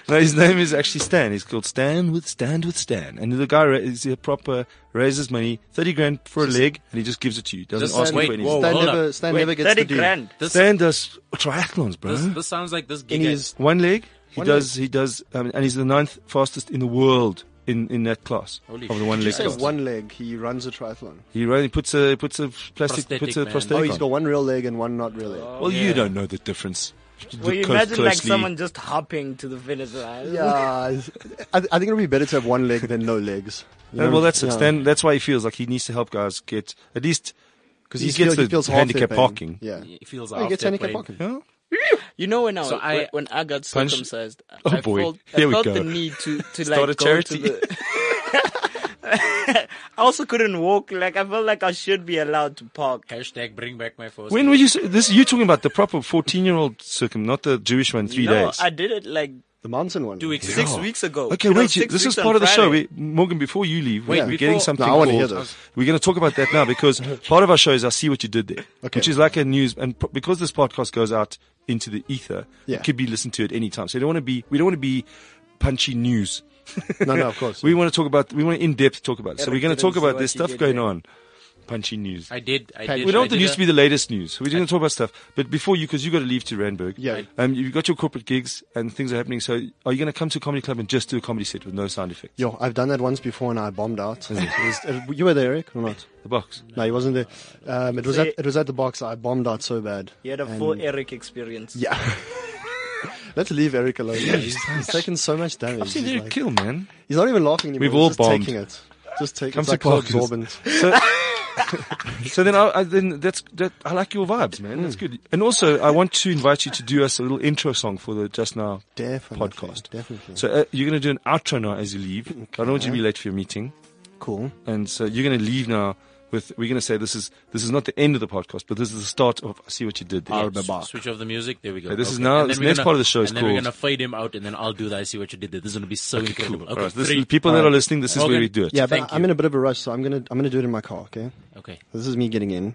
[SPEAKER 2] no, his name is actually Stan. He's called Stan with Stand with Stan, and the guy ra- is a proper raises money, thirty grand for a leg, and he just gives it to you. Doesn't
[SPEAKER 3] Just
[SPEAKER 2] ask
[SPEAKER 3] wait,
[SPEAKER 2] you for anything.
[SPEAKER 3] whoa,
[SPEAKER 4] Stan
[SPEAKER 3] hold
[SPEAKER 4] never
[SPEAKER 3] up.
[SPEAKER 4] Stan
[SPEAKER 3] Wait,
[SPEAKER 4] never gets
[SPEAKER 7] Thirty
[SPEAKER 4] to do
[SPEAKER 7] grand.
[SPEAKER 3] This,
[SPEAKER 2] Stan does triathlons, bro.
[SPEAKER 3] this this sounds like this gig.
[SPEAKER 4] And
[SPEAKER 3] I-
[SPEAKER 4] he's-
[SPEAKER 2] One leg. He
[SPEAKER 4] One
[SPEAKER 2] does. He does, um, and he's the ninth fastest in the world in, in that class
[SPEAKER 3] Holy
[SPEAKER 2] of the
[SPEAKER 3] shit.
[SPEAKER 2] one
[SPEAKER 3] Did you
[SPEAKER 2] leg
[SPEAKER 4] Say
[SPEAKER 2] class.
[SPEAKER 4] one leg. He runs a triathlon.
[SPEAKER 2] He really puts a puts a plastic
[SPEAKER 3] Prosthetic,
[SPEAKER 2] puts a
[SPEAKER 3] man.
[SPEAKER 2] prosthetic
[SPEAKER 4] Oh, he's
[SPEAKER 2] on.
[SPEAKER 4] got one real leg and one not real leg.
[SPEAKER 2] well, you don't know the difference.
[SPEAKER 6] Well, you
[SPEAKER 2] Look close-
[SPEAKER 6] imagine like
[SPEAKER 2] closely.
[SPEAKER 6] someone just hopping to the finish line.
[SPEAKER 4] Yeah, I, I think it'd be better to have one leg than no legs. You
[SPEAKER 2] Yeah,
[SPEAKER 4] know?
[SPEAKER 2] well, that's it.
[SPEAKER 4] Yeah.
[SPEAKER 2] Stan, that's why he feels like he needs to help guys get at least because he,
[SPEAKER 4] He
[SPEAKER 2] gets
[SPEAKER 4] feel-
[SPEAKER 2] the
[SPEAKER 4] he feels half
[SPEAKER 2] handicap
[SPEAKER 4] their pain.
[SPEAKER 2] parking.
[SPEAKER 4] Yeah.
[SPEAKER 3] It feels
[SPEAKER 4] Oh, he
[SPEAKER 3] off
[SPEAKER 4] gets
[SPEAKER 3] their
[SPEAKER 4] handicap
[SPEAKER 3] plane.
[SPEAKER 4] parking.
[SPEAKER 2] Yeah.
[SPEAKER 6] You know when I,
[SPEAKER 3] So I-
[SPEAKER 6] when, when I got
[SPEAKER 2] Punch-
[SPEAKER 6] circumcised,
[SPEAKER 2] Oh,
[SPEAKER 6] I
[SPEAKER 2] boy.
[SPEAKER 6] felt,
[SPEAKER 2] Here
[SPEAKER 6] I
[SPEAKER 2] we
[SPEAKER 6] felt
[SPEAKER 2] go.
[SPEAKER 6] the need to to
[SPEAKER 2] Start a
[SPEAKER 6] like go
[SPEAKER 2] charity.
[SPEAKER 6] to the.
[SPEAKER 5] I also couldn't walk. Like I felt like I should be allowed to park.
[SPEAKER 3] Hashtag bring back my first.
[SPEAKER 2] When were you? s- This you talking about the proper fourteen-year-old circum, not the Jewish one. Three
[SPEAKER 5] no,
[SPEAKER 2] days.
[SPEAKER 5] I did it like
[SPEAKER 4] The mountain one.
[SPEAKER 3] two weeks ago.
[SPEAKER 5] six weeks ago.
[SPEAKER 2] Okay,
[SPEAKER 5] It was
[SPEAKER 2] wait.
[SPEAKER 5] six
[SPEAKER 2] This is
[SPEAKER 5] weeks on
[SPEAKER 2] part of the show.
[SPEAKER 5] Friday.
[SPEAKER 2] We, Morgan, before you leave,
[SPEAKER 3] Wait,
[SPEAKER 2] we're
[SPEAKER 3] before-
[SPEAKER 2] getting something.
[SPEAKER 4] No, I wanna hear
[SPEAKER 2] called-
[SPEAKER 4] this.
[SPEAKER 2] We're going to talk about that now because part of our show is I see what you did there,
[SPEAKER 4] Okay.
[SPEAKER 2] which is like a news. And pro- because this podcast goes out into the ether,
[SPEAKER 4] Yeah.
[SPEAKER 2] it could be listened to at any time. So you don't want to be. We don't want to be punchy news.
[SPEAKER 4] No, no, of course.
[SPEAKER 2] We want to talk about. We want to in depth talk about. It. So
[SPEAKER 5] Eric
[SPEAKER 2] we're going to
[SPEAKER 5] didn't
[SPEAKER 2] talk
[SPEAKER 5] see
[SPEAKER 2] about
[SPEAKER 5] what
[SPEAKER 2] this
[SPEAKER 5] he
[SPEAKER 2] stuff
[SPEAKER 5] did
[SPEAKER 2] going
[SPEAKER 5] there.
[SPEAKER 2] on. Punchy news.
[SPEAKER 3] I did. I
[SPEAKER 4] Pat-
[SPEAKER 3] did.
[SPEAKER 2] We
[SPEAKER 3] I
[SPEAKER 2] don't
[SPEAKER 3] did
[SPEAKER 2] used
[SPEAKER 3] a-
[SPEAKER 2] to be the latest news. We're going to talk about stuff. But before you, because you got to leave to Randburg.
[SPEAKER 4] Yeah.
[SPEAKER 2] Um, you've got your corporate gigs and things are happening. So are you going to come to a comedy club and just do a comedy set with no sound effects?
[SPEAKER 4] Yo, I've done that once before and I bombed out. It was- it- you were there, Eric, or not?
[SPEAKER 2] The box.
[SPEAKER 4] No, he wasn't there.
[SPEAKER 2] Uh,
[SPEAKER 4] Um, it was
[SPEAKER 5] So
[SPEAKER 4] at
[SPEAKER 5] you-
[SPEAKER 4] it was at the box. I bombed out so bad.
[SPEAKER 5] You had a
[SPEAKER 4] And-
[SPEAKER 5] full Eric experience.
[SPEAKER 4] Yeah. Let's leave Eric alone. he's, he's taken so much damage.
[SPEAKER 2] I've seen
[SPEAKER 4] he's,
[SPEAKER 2] you
[SPEAKER 4] like-
[SPEAKER 2] kill, man.
[SPEAKER 4] he's not even laughing anymore.
[SPEAKER 2] We've
[SPEAKER 4] he's
[SPEAKER 2] all
[SPEAKER 4] just
[SPEAKER 2] bombed.
[SPEAKER 4] taking it. Just taking.
[SPEAKER 2] Come
[SPEAKER 4] It's
[SPEAKER 2] to
[SPEAKER 4] like Clark
[SPEAKER 2] Parker's.
[SPEAKER 4] Sorbent.
[SPEAKER 2] So, so then, I, I, then that's that. I like your vibes, man. That's good. And also, I want to invite you to do us a little intro song for the Just Now
[SPEAKER 4] Definitely,
[SPEAKER 2] podcast.
[SPEAKER 4] definitely.
[SPEAKER 2] So uh, you're going to do an outro now as you leave. I don't want you to be late for your meeting.
[SPEAKER 4] Cool.
[SPEAKER 2] And so you're going to leave now with we're going to say this is this is not the end of the podcast, but this is the start of I see what you did. There.
[SPEAKER 3] Yeah, s- Switch off the music. There we go.
[SPEAKER 2] Okay, this is now-
[SPEAKER 3] And then
[SPEAKER 2] this
[SPEAKER 3] we're
[SPEAKER 2] next
[SPEAKER 3] gonna-
[SPEAKER 2] part of the show is
[SPEAKER 3] And then we're
[SPEAKER 2] called-
[SPEAKER 3] gonna fade him out, and then I'll do that. I see what you did there. This is gonna be so incredible.
[SPEAKER 2] Cool.
[SPEAKER 3] Okay,
[SPEAKER 2] Alright, this
[SPEAKER 3] three.
[SPEAKER 2] is, people that are listening, this is
[SPEAKER 3] Morgan.
[SPEAKER 2] where we do it.
[SPEAKER 4] Yeah, but
[SPEAKER 3] Thank
[SPEAKER 4] I'm
[SPEAKER 3] you.
[SPEAKER 4] in a bit of a rush, so I'm gonna I'm gonna do it in my car. Okay.
[SPEAKER 3] okay.
[SPEAKER 4] This is me getting in.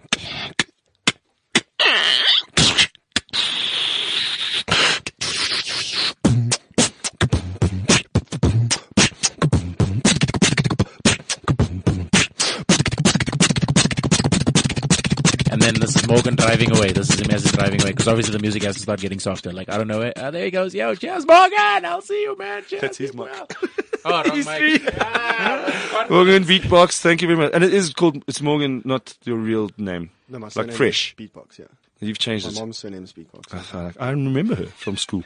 [SPEAKER 3] And then this is Morgan driving away. This is him as he's driving away because obviously the music has to start getting softer. Like I don't know. Uh, there he goes. Yo, cheers, Morgan. I'll see you, man. Cheers.
[SPEAKER 2] That's his
[SPEAKER 3] keep
[SPEAKER 2] mic.
[SPEAKER 3] well. Oh, wrong mic. Ah,
[SPEAKER 2] Morgan Beatbox, thank you very much. And it is called it's Morgan, not your real name.
[SPEAKER 4] No, my
[SPEAKER 2] like
[SPEAKER 4] surname is
[SPEAKER 2] fresh.
[SPEAKER 4] Beatbox. Yeah.
[SPEAKER 2] You've changed
[SPEAKER 4] My
[SPEAKER 2] it.
[SPEAKER 4] mom's surname is Beatbox.
[SPEAKER 2] Ah, I remember her from school.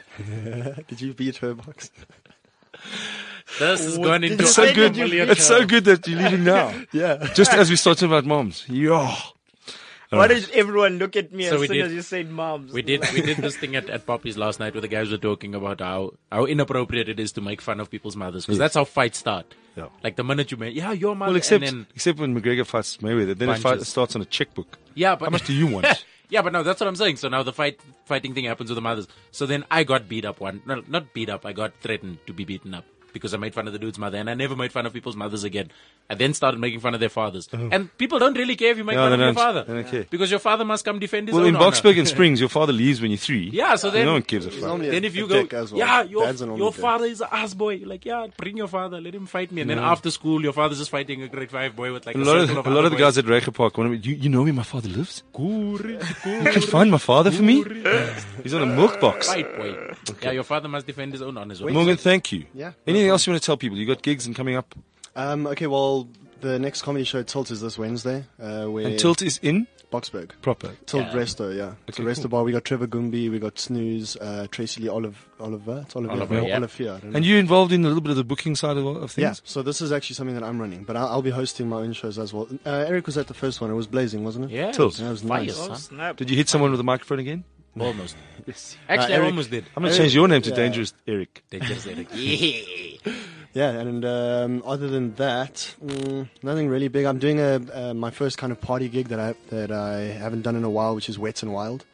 [SPEAKER 4] Did you beat her box?
[SPEAKER 3] This is going into
[SPEAKER 2] It's so good. It's so good that you're leaving now.
[SPEAKER 4] Yeah.
[SPEAKER 2] Just as we started about moms. Yeah.
[SPEAKER 5] Why did everyone look at me
[SPEAKER 3] So
[SPEAKER 5] as
[SPEAKER 3] we
[SPEAKER 5] soon
[SPEAKER 3] did-
[SPEAKER 5] as you said moms?
[SPEAKER 3] We did we did this thing at, at Poppy's last night where the guys were talking about how, how inappropriate it is to make fun of people's mothers because that's how fights start.
[SPEAKER 2] Yeah.
[SPEAKER 3] Like the minute you make yeah your mother
[SPEAKER 2] Well, except
[SPEAKER 3] and then
[SPEAKER 2] except when McGregor fights Mayweather, then it fight,
[SPEAKER 3] Punches.
[SPEAKER 2] starts on a checkbook.
[SPEAKER 3] yeah but
[SPEAKER 2] How much do you want?
[SPEAKER 3] yeah but no that's what I'm saying. So now the fight fighting thing happens with the mothers. So then I got beat up one no, not beat up I got threatened to be beaten up because I made fun of the dude's mother and I never made fun of people's mothers again. I then started making fun of their fathers and people don't really care if you make
[SPEAKER 2] Oh. No,
[SPEAKER 3] fun
[SPEAKER 2] they
[SPEAKER 3] of
[SPEAKER 2] don't.
[SPEAKER 3] your father
[SPEAKER 2] They don't care.
[SPEAKER 3] because your father must come defend his
[SPEAKER 2] well,
[SPEAKER 3] own
[SPEAKER 2] in
[SPEAKER 3] honor.
[SPEAKER 2] Boxburg Springs, your father leaves when you're three.
[SPEAKER 3] Yeah, so then
[SPEAKER 2] no one gives a fuck.
[SPEAKER 4] normally a-
[SPEAKER 3] then if you
[SPEAKER 4] a
[SPEAKER 3] go,
[SPEAKER 4] dick as well.
[SPEAKER 3] yeah, your,
[SPEAKER 4] Dads are normally
[SPEAKER 3] your
[SPEAKER 4] dicks.
[SPEAKER 3] father is an ass boy. You're like, yeah, bring your father, let him fight me. And
[SPEAKER 4] Mm-hmm.
[SPEAKER 3] then after school, your father's just fighting a grade five boy with like
[SPEAKER 2] A
[SPEAKER 3] a,
[SPEAKER 2] lot
[SPEAKER 3] circle
[SPEAKER 2] of,
[SPEAKER 3] of
[SPEAKER 2] a lot
[SPEAKER 3] other
[SPEAKER 2] of the
[SPEAKER 3] boys.
[SPEAKER 2] guys at Reicher Park, one of them, you, you know where my father lives? You can find my father for me? He's on a milk box.
[SPEAKER 3] fight boy.
[SPEAKER 4] Uh,
[SPEAKER 3] Yeah, your father must defend his own honor. as well.
[SPEAKER 2] Morgan, thank you.
[SPEAKER 4] Yeah.
[SPEAKER 2] Anything else you want to tell people? You got gigs and coming up.
[SPEAKER 4] Um. Okay. Well, the next comedy show Tilt is this Wednesday. Uh, where
[SPEAKER 2] And Tilt is in
[SPEAKER 4] Boxburg.
[SPEAKER 2] proper.
[SPEAKER 4] Tilt Resto, yeah. It's
[SPEAKER 2] Okay,
[SPEAKER 4] a Resto
[SPEAKER 2] cool.
[SPEAKER 4] bar. We got Trevor Goombi, we got Snooze, uh, Tracy Lee Olive, Oliver, it's Oliver,
[SPEAKER 3] Oliver,
[SPEAKER 4] Oliver,
[SPEAKER 3] yeah.
[SPEAKER 4] Olivia, I don't know.
[SPEAKER 2] And you're involved in a little bit of the booking side of, of
[SPEAKER 4] yeah,
[SPEAKER 2] things.
[SPEAKER 4] so this is actually something that I'm running, but I'll, I'll be hosting my own shows as well. Uh, Eric was at the first one. It was blazing, wasn't it?
[SPEAKER 3] Yeah,
[SPEAKER 2] Tilt.
[SPEAKER 4] That was
[SPEAKER 3] fire,
[SPEAKER 4] nice.
[SPEAKER 3] son.
[SPEAKER 5] Snap.
[SPEAKER 2] Did you hit someone with a microphone again?
[SPEAKER 3] Almost. Actually, I
[SPEAKER 4] Eric-
[SPEAKER 3] almost did.
[SPEAKER 2] I'm going to change your name to
[SPEAKER 4] Oh, yeah.
[SPEAKER 2] Dangerous Eric.
[SPEAKER 3] They just did it. Yeah.
[SPEAKER 4] Yeah, and um, other than that, mm, nothing really big. I'm doing a, uh, my first kind of party gig that I that I haven't done in a while, which is Wet and Wild,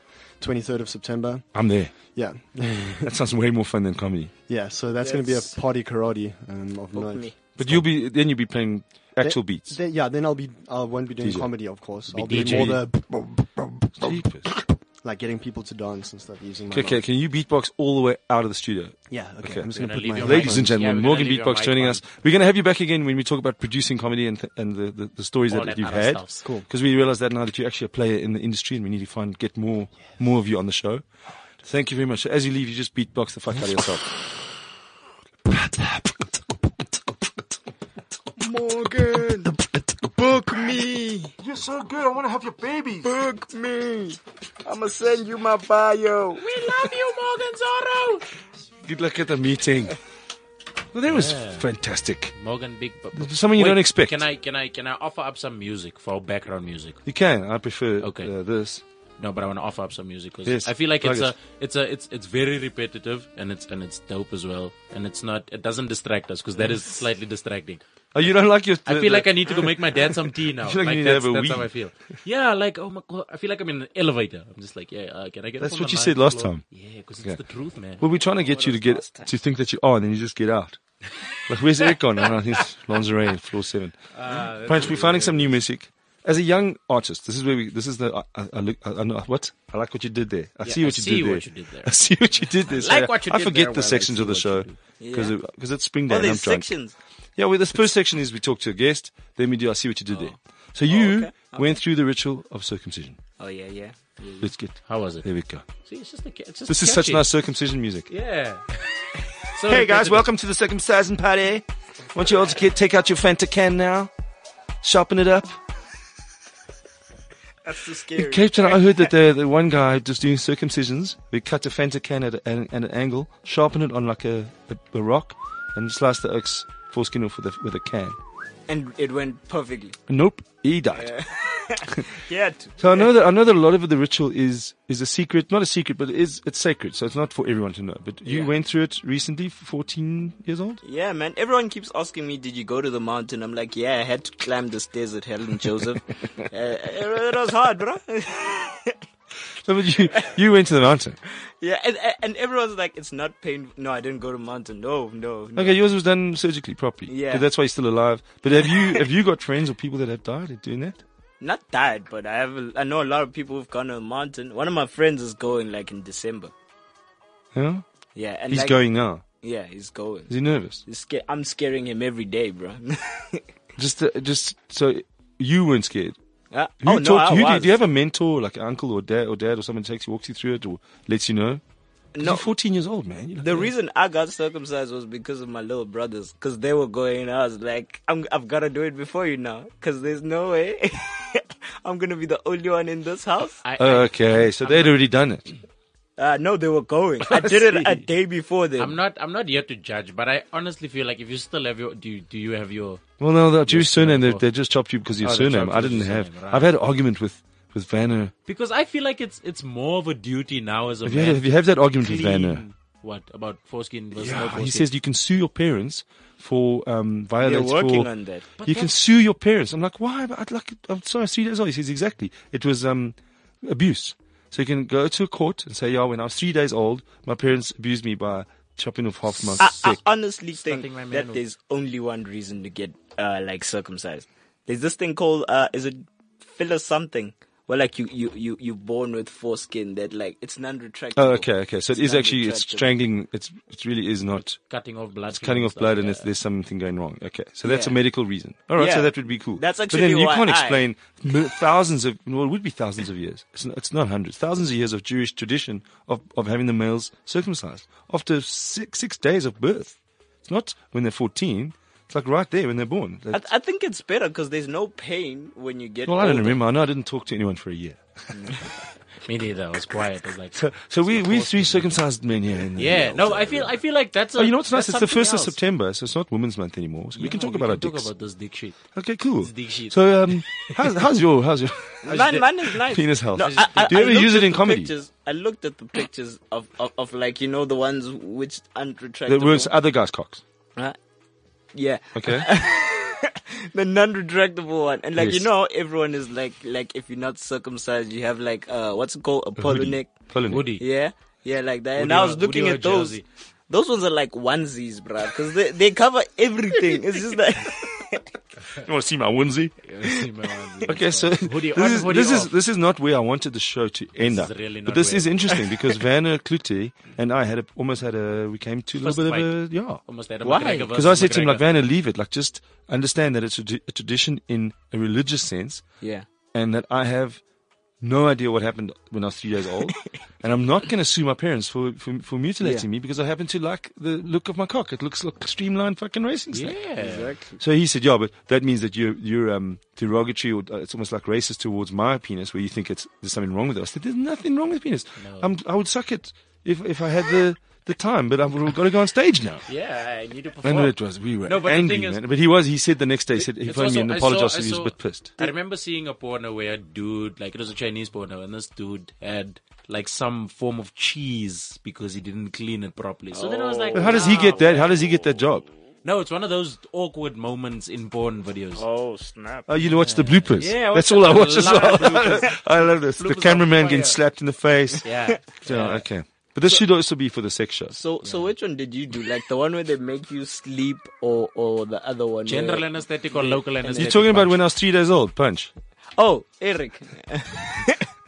[SPEAKER 4] 23rd of September.
[SPEAKER 2] I'm there.
[SPEAKER 4] Yeah,
[SPEAKER 2] That sounds way more fun than comedy.
[SPEAKER 4] yeah. So that's going to be a party karate um, of
[SPEAKER 5] Book
[SPEAKER 4] note.
[SPEAKER 5] me.
[SPEAKER 2] But you'll be then you'll be playing actual
[SPEAKER 4] Then-
[SPEAKER 2] beats.
[SPEAKER 4] then- yeah, then I'll be I won't be doing
[SPEAKER 2] DJ.
[SPEAKER 4] comedy, of course. I'll
[SPEAKER 2] DJ.
[SPEAKER 4] be more the
[SPEAKER 2] Jeepers.
[SPEAKER 4] like getting people to dance and stuff using my
[SPEAKER 2] Okay, okay,
[SPEAKER 4] mouth.
[SPEAKER 2] can you beatbox all the way out of the studio?
[SPEAKER 4] Yeah, okay.
[SPEAKER 2] Okay.
[SPEAKER 4] I'm just
[SPEAKER 3] We're gonna
[SPEAKER 4] gonna put
[SPEAKER 3] leave
[SPEAKER 4] my
[SPEAKER 3] your
[SPEAKER 2] Ladies and
[SPEAKER 3] Yeah, we're
[SPEAKER 2] gentlemen,
[SPEAKER 3] gonna
[SPEAKER 2] Morgan
[SPEAKER 3] leave your
[SPEAKER 2] Beatbox
[SPEAKER 3] mic
[SPEAKER 2] joining
[SPEAKER 3] on.
[SPEAKER 2] us. We're going to have you back again when we talk about producing comedy and, th- and the, the, the stories
[SPEAKER 3] All
[SPEAKER 2] that,
[SPEAKER 3] that
[SPEAKER 2] you've
[SPEAKER 3] other
[SPEAKER 2] had.
[SPEAKER 3] stuffs.
[SPEAKER 4] Cool.
[SPEAKER 2] Because we realize that now that you're actually a player in the industry and we need to find, get more, more of you on the show. Thank you very much. So As you leave, you just beatbox the fuck out of yourself.
[SPEAKER 5] Morgan, book me.
[SPEAKER 2] You're so good. I want to have your baby.
[SPEAKER 5] Book me. I'ma send you my bio.
[SPEAKER 2] Good luck at the meeting. Well, that was fantastic.
[SPEAKER 3] Morgan Big.
[SPEAKER 2] Something you
[SPEAKER 3] Wait,
[SPEAKER 2] don't expect.
[SPEAKER 3] Can I can I can I offer up some music for background music?
[SPEAKER 2] You can. I prefer
[SPEAKER 3] Okay.
[SPEAKER 2] uh, this.
[SPEAKER 3] No, but I want to offer up some music because
[SPEAKER 2] Yes,
[SPEAKER 3] I feel like
[SPEAKER 2] plug
[SPEAKER 3] it's
[SPEAKER 2] it.
[SPEAKER 3] a, it's a, it's, it's very repetitive and it's and it's dope as well, and it's not, it doesn't distract us because that is slightly distracting.
[SPEAKER 2] Oh, you don't like your.
[SPEAKER 3] I feel like I need to go make my dad some tea now.
[SPEAKER 2] feel like you need
[SPEAKER 3] like
[SPEAKER 2] to
[SPEAKER 3] that's,
[SPEAKER 2] have a
[SPEAKER 3] that's how
[SPEAKER 2] wee.
[SPEAKER 3] I feel. Yeah, like oh my god, I feel like I'm in an elevator. I'm just like, yeah, uh, can I get?
[SPEAKER 2] That's
[SPEAKER 3] up on
[SPEAKER 2] what
[SPEAKER 3] the
[SPEAKER 2] you
[SPEAKER 3] ninth
[SPEAKER 2] said last
[SPEAKER 3] floor?
[SPEAKER 2] time.
[SPEAKER 3] Yeah, because
[SPEAKER 2] Okay.
[SPEAKER 3] it's the truth, man.
[SPEAKER 2] Well, we're trying to get you to get to think that you are, and then you just get out. Like, where's Eric gone? And I think it's Lonzerain, floor seven. Punch, we're finding some new music. As a young artist, this is where we. This is the. I, I, I look. I, I know what. I like what you did there. I see what you did
[SPEAKER 3] see what
[SPEAKER 2] there.
[SPEAKER 3] you did there.
[SPEAKER 2] I see what you did there. Sorry,
[SPEAKER 3] what you
[SPEAKER 2] I
[SPEAKER 3] did
[SPEAKER 2] forget
[SPEAKER 3] there,
[SPEAKER 2] the
[SPEAKER 3] well, I
[SPEAKER 2] sections
[SPEAKER 3] see
[SPEAKER 2] of the show
[SPEAKER 3] what
[SPEAKER 2] because
[SPEAKER 6] Yeah.
[SPEAKER 2] because it's spring day
[SPEAKER 5] Oh,
[SPEAKER 2] and I'm
[SPEAKER 5] there's
[SPEAKER 2] drunk.
[SPEAKER 5] sections.
[SPEAKER 2] Yeah, well, this first section is we talk to a guest, then we do. I see what you did there.
[SPEAKER 3] Oh.
[SPEAKER 2] So you
[SPEAKER 6] okay,
[SPEAKER 2] went through the ritual of circumcision.
[SPEAKER 6] Oh yeah, yeah.
[SPEAKER 2] Let's get
[SPEAKER 3] How was it?
[SPEAKER 2] there. We go.
[SPEAKER 3] See, it's just a, ca- it's just
[SPEAKER 2] This is such
[SPEAKER 3] catchy.
[SPEAKER 2] nice circumcision music.
[SPEAKER 3] Yeah. So
[SPEAKER 2] Hey guys,
[SPEAKER 3] repetitive.
[SPEAKER 2] welcome to the circumcising party. Won't you all get, take out your Fanta can now? Sharpen it up.
[SPEAKER 5] That's too scary.
[SPEAKER 2] Cape Town, I heard that the, the one guy just doing circumcisions, we cut a Fanta can at, an at an angle, sharpen it on like a, a, a rock, and slice the ox foreskin off with a, with a can.
[SPEAKER 6] And it went perfectly.
[SPEAKER 2] Nope, he died.
[SPEAKER 7] Yet.
[SPEAKER 2] So I know that I know that a lot of the ritual is is a secret, not a secret, but it is it's sacred, so it's not for everyone to know. But you
[SPEAKER 6] Yeah.
[SPEAKER 2] went through it recently, fourteen years old.
[SPEAKER 5] Yeah, man. Everyone keeps asking me, "Did you go to the mountain?" I'm like, "Yeah, I had to climb the stairs at Helen Joseph. uh, it was hard, bro."
[SPEAKER 2] So but you you went to the mountain.
[SPEAKER 5] yeah, and and everyone's like, "It's not painful." No, I didn't go to mountain. No, no. no.
[SPEAKER 2] Okay, yours was done surgically properly.
[SPEAKER 5] Yeah.
[SPEAKER 2] But that's why you're still alive. But have you have you got friends or people that have died at doing that?
[SPEAKER 5] Not died, but I have. a- I know a lot of people who've gone to the mountain. One of my friends is going like in December.
[SPEAKER 2] Yeah.
[SPEAKER 5] Yeah, and
[SPEAKER 2] He's
[SPEAKER 5] like-
[SPEAKER 2] going now.
[SPEAKER 5] Yeah, he's going.
[SPEAKER 2] Is he nervous?
[SPEAKER 5] He's sca- I'm scaring him every day, bro.
[SPEAKER 2] Just uh, just so you weren't scared.
[SPEAKER 5] Uh,
[SPEAKER 2] Who
[SPEAKER 5] oh no,
[SPEAKER 2] taught-
[SPEAKER 5] I
[SPEAKER 2] who do,
[SPEAKER 5] was.
[SPEAKER 2] do you have a mentor, like an uncle or dad or dad or someone takes you walks you through it or lets you know? 'Cause
[SPEAKER 5] No.
[SPEAKER 2] You're fourteen years old, man. You're like,
[SPEAKER 5] The
[SPEAKER 2] yeah.
[SPEAKER 5] reason I got circumcised was because of my little brothers, because they were going. I was like, I'm, I've got to do it before you now, because there's no way I'm gonna be the only one in this house.
[SPEAKER 3] I,
[SPEAKER 2] Uh,
[SPEAKER 3] I,
[SPEAKER 2] Oh, Okay, so they'd already done it.
[SPEAKER 5] Uh, no, they were going. I did it a
[SPEAKER 2] see.
[SPEAKER 5] day before them.
[SPEAKER 3] I'm not. I'm not here to judge, but I honestly feel like if you still have your, do you, do you have your?
[SPEAKER 2] Well, no, the Jewish surname, they,
[SPEAKER 3] no.
[SPEAKER 2] they just chopped you because of your
[SPEAKER 3] Oh, they
[SPEAKER 2] surname.
[SPEAKER 3] chopped
[SPEAKER 2] I
[SPEAKER 3] you because
[SPEAKER 2] didn't
[SPEAKER 3] of your
[SPEAKER 2] have.
[SPEAKER 3] surname, right.
[SPEAKER 2] I've had an argument with, with Vanner.
[SPEAKER 3] Because I feel like it's it's more of a duty now as a
[SPEAKER 2] Have you,
[SPEAKER 3] man.
[SPEAKER 2] had, have you have that argument with
[SPEAKER 3] Clean-
[SPEAKER 2] Vanner?
[SPEAKER 3] What about foreskin versus no
[SPEAKER 2] Yeah,
[SPEAKER 3] foreskin?
[SPEAKER 2] he says you can sue your parents for um, violence.
[SPEAKER 5] working
[SPEAKER 2] for-
[SPEAKER 5] on that.
[SPEAKER 2] you can sue your parents. I'm like, why? But I'd like, I'm sorry, I was three days old. He says exactly. It was um, abuse. So you can go to a court and say, yeah, when I was three days old, my parents abused me by chopping off half my
[SPEAKER 5] I, I
[SPEAKER 2] dick.
[SPEAKER 5] honestly
[SPEAKER 3] Starting
[SPEAKER 5] think
[SPEAKER 3] my man
[SPEAKER 5] that
[SPEAKER 3] off.
[SPEAKER 5] there's only one reason to get uh, like circumcised. There's this thing called uh, is it filler something? Well, like you you you you born with foreskin that like it's non-retractable.
[SPEAKER 2] Oh, okay, okay. So it is
[SPEAKER 5] not
[SPEAKER 2] actually it's
[SPEAKER 5] retractable.
[SPEAKER 2] strangling. It's it really is not
[SPEAKER 3] cutting off blood. It's
[SPEAKER 2] cutting off blood, and it's, there's something going wrong. Okay, so that's a
[SPEAKER 5] Yeah.
[SPEAKER 2] medical reason. All right, so
[SPEAKER 5] Yeah.
[SPEAKER 2] that would be cool.
[SPEAKER 5] That's
[SPEAKER 2] But then
[SPEAKER 5] actually
[SPEAKER 2] you
[SPEAKER 5] why
[SPEAKER 2] can't
[SPEAKER 5] I-
[SPEAKER 2] explain mi- thousands of well, it would be thousands of years. It's not, it's not hundreds, thousands of years of Jewish tradition of of having the males circumcised after six six days of birth. It's not when they're fourteen. It's like right there when they're born.
[SPEAKER 5] I,
[SPEAKER 2] That's-
[SPEAKER 5] I think it's better because there's no pain when you get.
[SPEAKER 2] well, I don't
[SPEAKER 5] older.
[SPEAKER 2] remember. I know I didn't talk to anyone for a year.
[SPEAKER 3] Me neither. I was quiet. I was like,
[SPEAKER 2] So, so we we three circumcised men here. In the
[SPEAKER 3] yeah. No, I feel. I feel like that's. A,
[SPEAKER 2] Oh, you know what's nice?
[SPEAKER 3] that's
[SPEAKER 2] It's the
[SPEAKER 3] something
[SPEAKER 2] first of
[SPEAKER 3] else.
[SPEAKER 2] September, so it's not Women's Month anymore. So we can
[SPEAKER 3] Yeah,
[SPEAKER 2] talk about
[SPEAKER 3] can
[SPEAKER 2] our dicks.
[SPEAKER 3] Talk about this dick shit.
[SPEAKER 2] Okay, cool.
[SPEAKER 3] dick shit.
[SPEAKER 2] So, um, how's, how's your how's your
[SPEAKER 5] Man, man is nice.
[SPEAKER 2] penis health?
[SPEAKER 5] No, I- I-
[SPEAKER 2] Do you
[SPEAKER 5] I
[SPEAKER 2] ever
[SPEAKER 5] looked
[SPEAKER 2] use
[SPEAKER 5] at
[SPEAKER 2] it in
[SPEAKER 5] the
[SPEAKER 2] comedy?
[SPEAKER 5] Pictures, I looked at the pictures of, of, of like you know the ones which unretractable.
[SPEAKER 2] That works other guys' cocks.
[SPEAKER 5] Huh? Yeah,
[SPEAKER 2] Okay,
[SPEAKER 5] the non-retractable one, and like
[SPEAKER 2] Yes.
[SPEAKER 5] you know, how everyone is like like if you're not circumcised, you have like uh what's it called a polo neck.
[SPEAKER 2] Colony.
[SPEAKER 3] Woody.
[SPEAKER 5] Yeah, yeah, like that. And
[SPEAKER 3] Woody
[SPEAKER 5] I
[SPEAKER 3] or-
[SPEAKER 5] was looking
[SPEAKER 3] Woody or
[SPEAKER 5] at those.
[SPEAKER 3] Jersey?
[SPEAKER 5] Those ones are like onesies, bruh, because they they cover everything. it's just like
[SPEAKER 2] You want to see my onesie? Okay, so
[SPEAKER 3] Hoodie on,
[SPEAKER 2] this is
[SPEAKER 3] hoodie
[SPEAKER 2] this is
[SPEAKER 3] off.
[SPEAKER 2] this is not where I wanted the show to end
[SPEAKER 3] oh. This
[SPEAKER 2] up.
[SPEAKER 3] is really
[SPEAKER 2] but
[SPEAKER 3] not
[SPEAKER 2] this
[SPEAKER 3] where-
[SPEAKER 2] is interesting because Vanna Clute and I had a, almost had a we came to a little
[SPEAKER 3] Fist
[SPEAKER 2] bit of a yeah.
[SPEAKER 3] almost had a
[SPEAKER 5] Why?
[SPEAKER 3] McGregor
[SPEAKER 2] Because I
[SPEAKER 3] versus
[SPEAKER 2] said to him like
[SPEAKER 3] McGregor.
[SPEAKER 2] Vanna, leave it. Like just understand that it's a, trad- a tradition in a religious sense.
[SPEAKER 5] yeah.
[SPEAKER 2] and that I have no idea what happened when I was three years old. and I'm not going to sue my parents for, for, for mutilating me because I happen to like the look of my cock. It looks like streamlined fucking racing snake.
[SPEAKER 3] Yeah.
[SPEAKER 2] So he said, yeah, but that means that you're, you're um, derogatory or uh, it's almost like racist towards my penis where you think it's, there's something wrong with it. I said, there's nothing wrong with penis. I'm, I would suck it if, if I had the, the time, but I've got to go on stage now.
[SPEAKER 3] Yeah, I need to perform.
[SPEAKER 2] And it was, we were
[SPEAKER 3] No, but the
[SPEAKER 2] angry,
[SPEAKER 3] thing is-
[SPEAKER 2] man. But he was, he said the next day, he said, he
[SPEAKER 3] It's
[SPEAKER 2] phoned me
[SPEAKER 3] also-
[SPEAKER 2] and
[SPEAKER 3] I saw-
[SPEAKER 2] apologized,
[SPEAKER 3] I
[SPEAKER 2] so he was a
[SPEAKER 3] saw-
[SPEAKER 2] bit pissed.
[SPEAKER 3] I remember seeing a porno where a dude, like it was a Chinese porno, and this dude had like some form of cheese because he didn't clean it properly. So then I was like,
[SPEAKER 2] But how does he
[SPEAKER 3] nah,
[SPEAKER 2] get that? How does he get that job?
[SPEAKER 3] No, it's one of those awkward moments in porn videos.
[SPEAKER 7] Oh snap!
[SPEAKER 2] Oh, you watch the bloopers.
[SPEAKER 3] Yeah, I
[SPEAKER 2] that's
[SPEAKER 3] watch
[SPEAKER 2] all I
[SPEAKER 3] a
[SPEAKER 2] watch as
[SPEAKER 3] lot
[SPEAKER 2] well.
[SPEAKER 3] of bloopers.
[SPEAKER 2] I love this. The
[SPEAKER 7] Bloopers
[SPEAKER 2] cameraman
[SPEAKER 7] on
[SPEAKER 2] getting
[SPEAKER 7] fire.
[SPEAKER 2] slapped in the face.
[SPEAKER 3] Yeah.
[SPEAKER 2] Yeah, okay. But this should also be for the sex shows.
[SPEAKER 5] So, so which one did you do? Like the one where they make you sleep, or or the other one? where-
[SPEAKER 3] General anesthetic or local anesthetic.
[SPEAKER 2] You're talking about when I was three days old, punch.
[SPEAKER 5] Oh, Eric.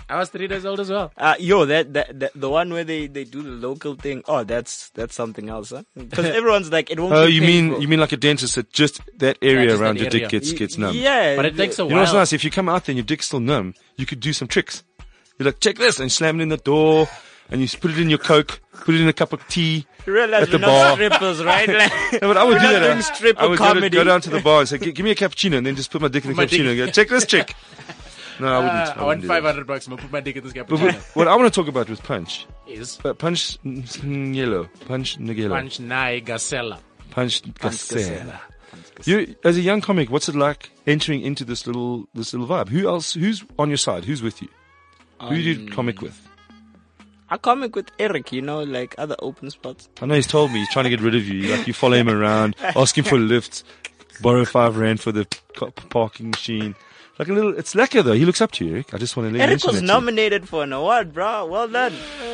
[SPEAKER 3] I was three days old as well.
[SPEAKER 5] Uh, yo, that, that that the one where they they do the local thing. Oh, that's that's something else, huh? Because everyone's like, it won't.
[SPEAKER 2] Oh,
[SPEAKER 5] be
[SPEAKER 2] you mean
[SPEAKER 5] painful.
[SPEAKER 2] you mean like a dentist that just that area
[SPEAKER 3] just that
[SPEAKER 2] around your
[SPEAKER 3] area.
[SPEAKER 2] dick gets gets numb.
[SPEAKER 5] Yeah,
[SPEAKER 3] But it
[SPEAKER 5] the-
[SPEAKER 3] takes a
[SPEAKER 2] You know
[SPEAKER 3] while.
[SPEAKER 2] what's nice? If you come out there and your dick's still numb, you could do some tricks. You're like, check this, and you slam it in the door, and you s- put it in your coke, put it in a cup of tea.
[SPEAKER 5] You realize
[SPEAKER 2] at the
[SPEAKER 5] we're not
[SPEAKER 2] bar.
[SPEAKER 5] strippers, right? Like,
[SPEAKER 2] No, but I would
[SPEAKER 5] We're
[SPEAKER 2] do
[SPEAKER 5] not
[SPEAKER 2] that.
[SPEAKER 5] doing
[SPEAKER 2] I-
[SPEAKER 5] stripper
[SPEAKER 2] I would go, to-
[SPEAKER 5] comedy.
[SPEAKER 2] go down to the bar and say, "Gi- give me a cappuccino, and then just put my dick in the
[SPEAKER 3] My dick-
[SPEAKER 2] cappuccino and go, check this chick. No, I wouldn't.
[SPEAKER 3] Uh, I
[SPEAKER 2] I
[SPEAKER 3] want
[SPEAKER 2] wouldn't do that.
[SPEAKER 3] 500 bucks. I'm going to put my dick in this
[SPEAKER 2] But
[SPEAKER 3] cappuccino.
[SPEAKER 2] what, what I want to talk about with Punch,
[SPEAKER 3] is
[SPEAKER 2] but Punch n- n- Yellow, Punch Nigelo,
[SPEAKER 3] Punch Nai Gasella.
[SPEAKER 2] Punch Gasela. You, as a young comic, what's it like entering into this little this little vibe? Who else? Who's on your side? Who's with you? Who do you comic with?
[SPEAKER 5] I comic with Eric, you know, like other open spots.
[SPEAKER 2] I know he's told me he's trying to get rid of you. Like you follow him around, ask him for lifts, borrow five rand for the co- parking machine. Like a little, it's lacquer though. He looks up to you, Eric. I just want to let
[SPEAKER 5] Eric
[SPEAKER 2] you
[SPEAKER 5] was
[SPEAKER 2] mention that to you.
[SPEAKER 5] nominated for an award, bro. Well done.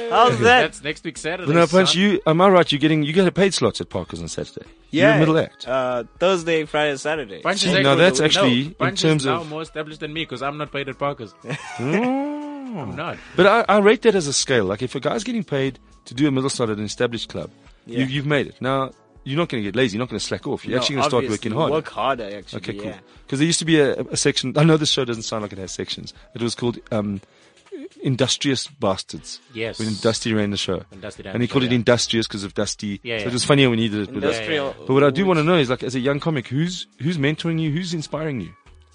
[SPEAKER 5] How's that?
[SPEAKER 3] That's next week Saturday.
[SPEAKER 2] But no, punch
[SPEAKER 3] son.
[SPEAKER 2] you. Am I right? You're getting you get a paid slots at Parkers on Saturday. You're a middle act.
[SPEAKER 5] Uh, Thursday, Friday, Saturday.
[SPEAKER 3] Punch
[SPEAKER 2] See,
[SPEAKER 3] is
[SPEAKER 2] now that's
[SPEAKER 3] no,
[SPEAKER 2] actually, in
[SPEAKER 3] Punch
[SPEAKER 2] terms
[SPEAKER 3] is now
[SPEAKER 2] of-
[SPEAKER 3] more established than me because I'm not paid at Parker's.
[SPEAKER 2] Oh.
[SPEAKER 3] I'm not.
[SPEAKER 2] But I, I rate that as a scale. Like if a guy's getting paid to do a middle slot at an established club, you, you've made it. Now you're not going to get lazy. You're not going to slack off. You're
[SPEAKER 5] No,
[SPEAKER 2] actually going to start
[SPEAKER 5] obviously,
[SPEAKER 2] working hard.
[SPEAKER 5] Work harder, actually.
[SPEAKER 2] Okay, cool.
[SPEAKER 5] yeah.
[SPEAKER 2] Because there used to be a, a section. I know this show doesn't sound like it has sections. It was called um, Industrious Bastards.
[SPEAKER 3] Yes.
[SPEAKER 2] When Dusty ran the show.
[SPEAKER 3] When Dusty ran
[SPEAKER 2] and he
[SPEAKER 3] the
[SPEAKER 2] called
[SPEAKER 3] show,
[SPEAKER 2] it
[SPEAKER 3] yeah.
[SPEAKER 2] Industrious because of Dusty.
[SPEAKER 3] Yeah,
[SPEAKER 2] so
[SPEAKER 3] yeah.
[SPEAKER 2] it was funnier when he did it with us.
[SPEAKER 5] Industrial.
[SPEAKER 2] But what I do want to know is, like, as a young comic, who's who's mentoring you? Who's inspiring you?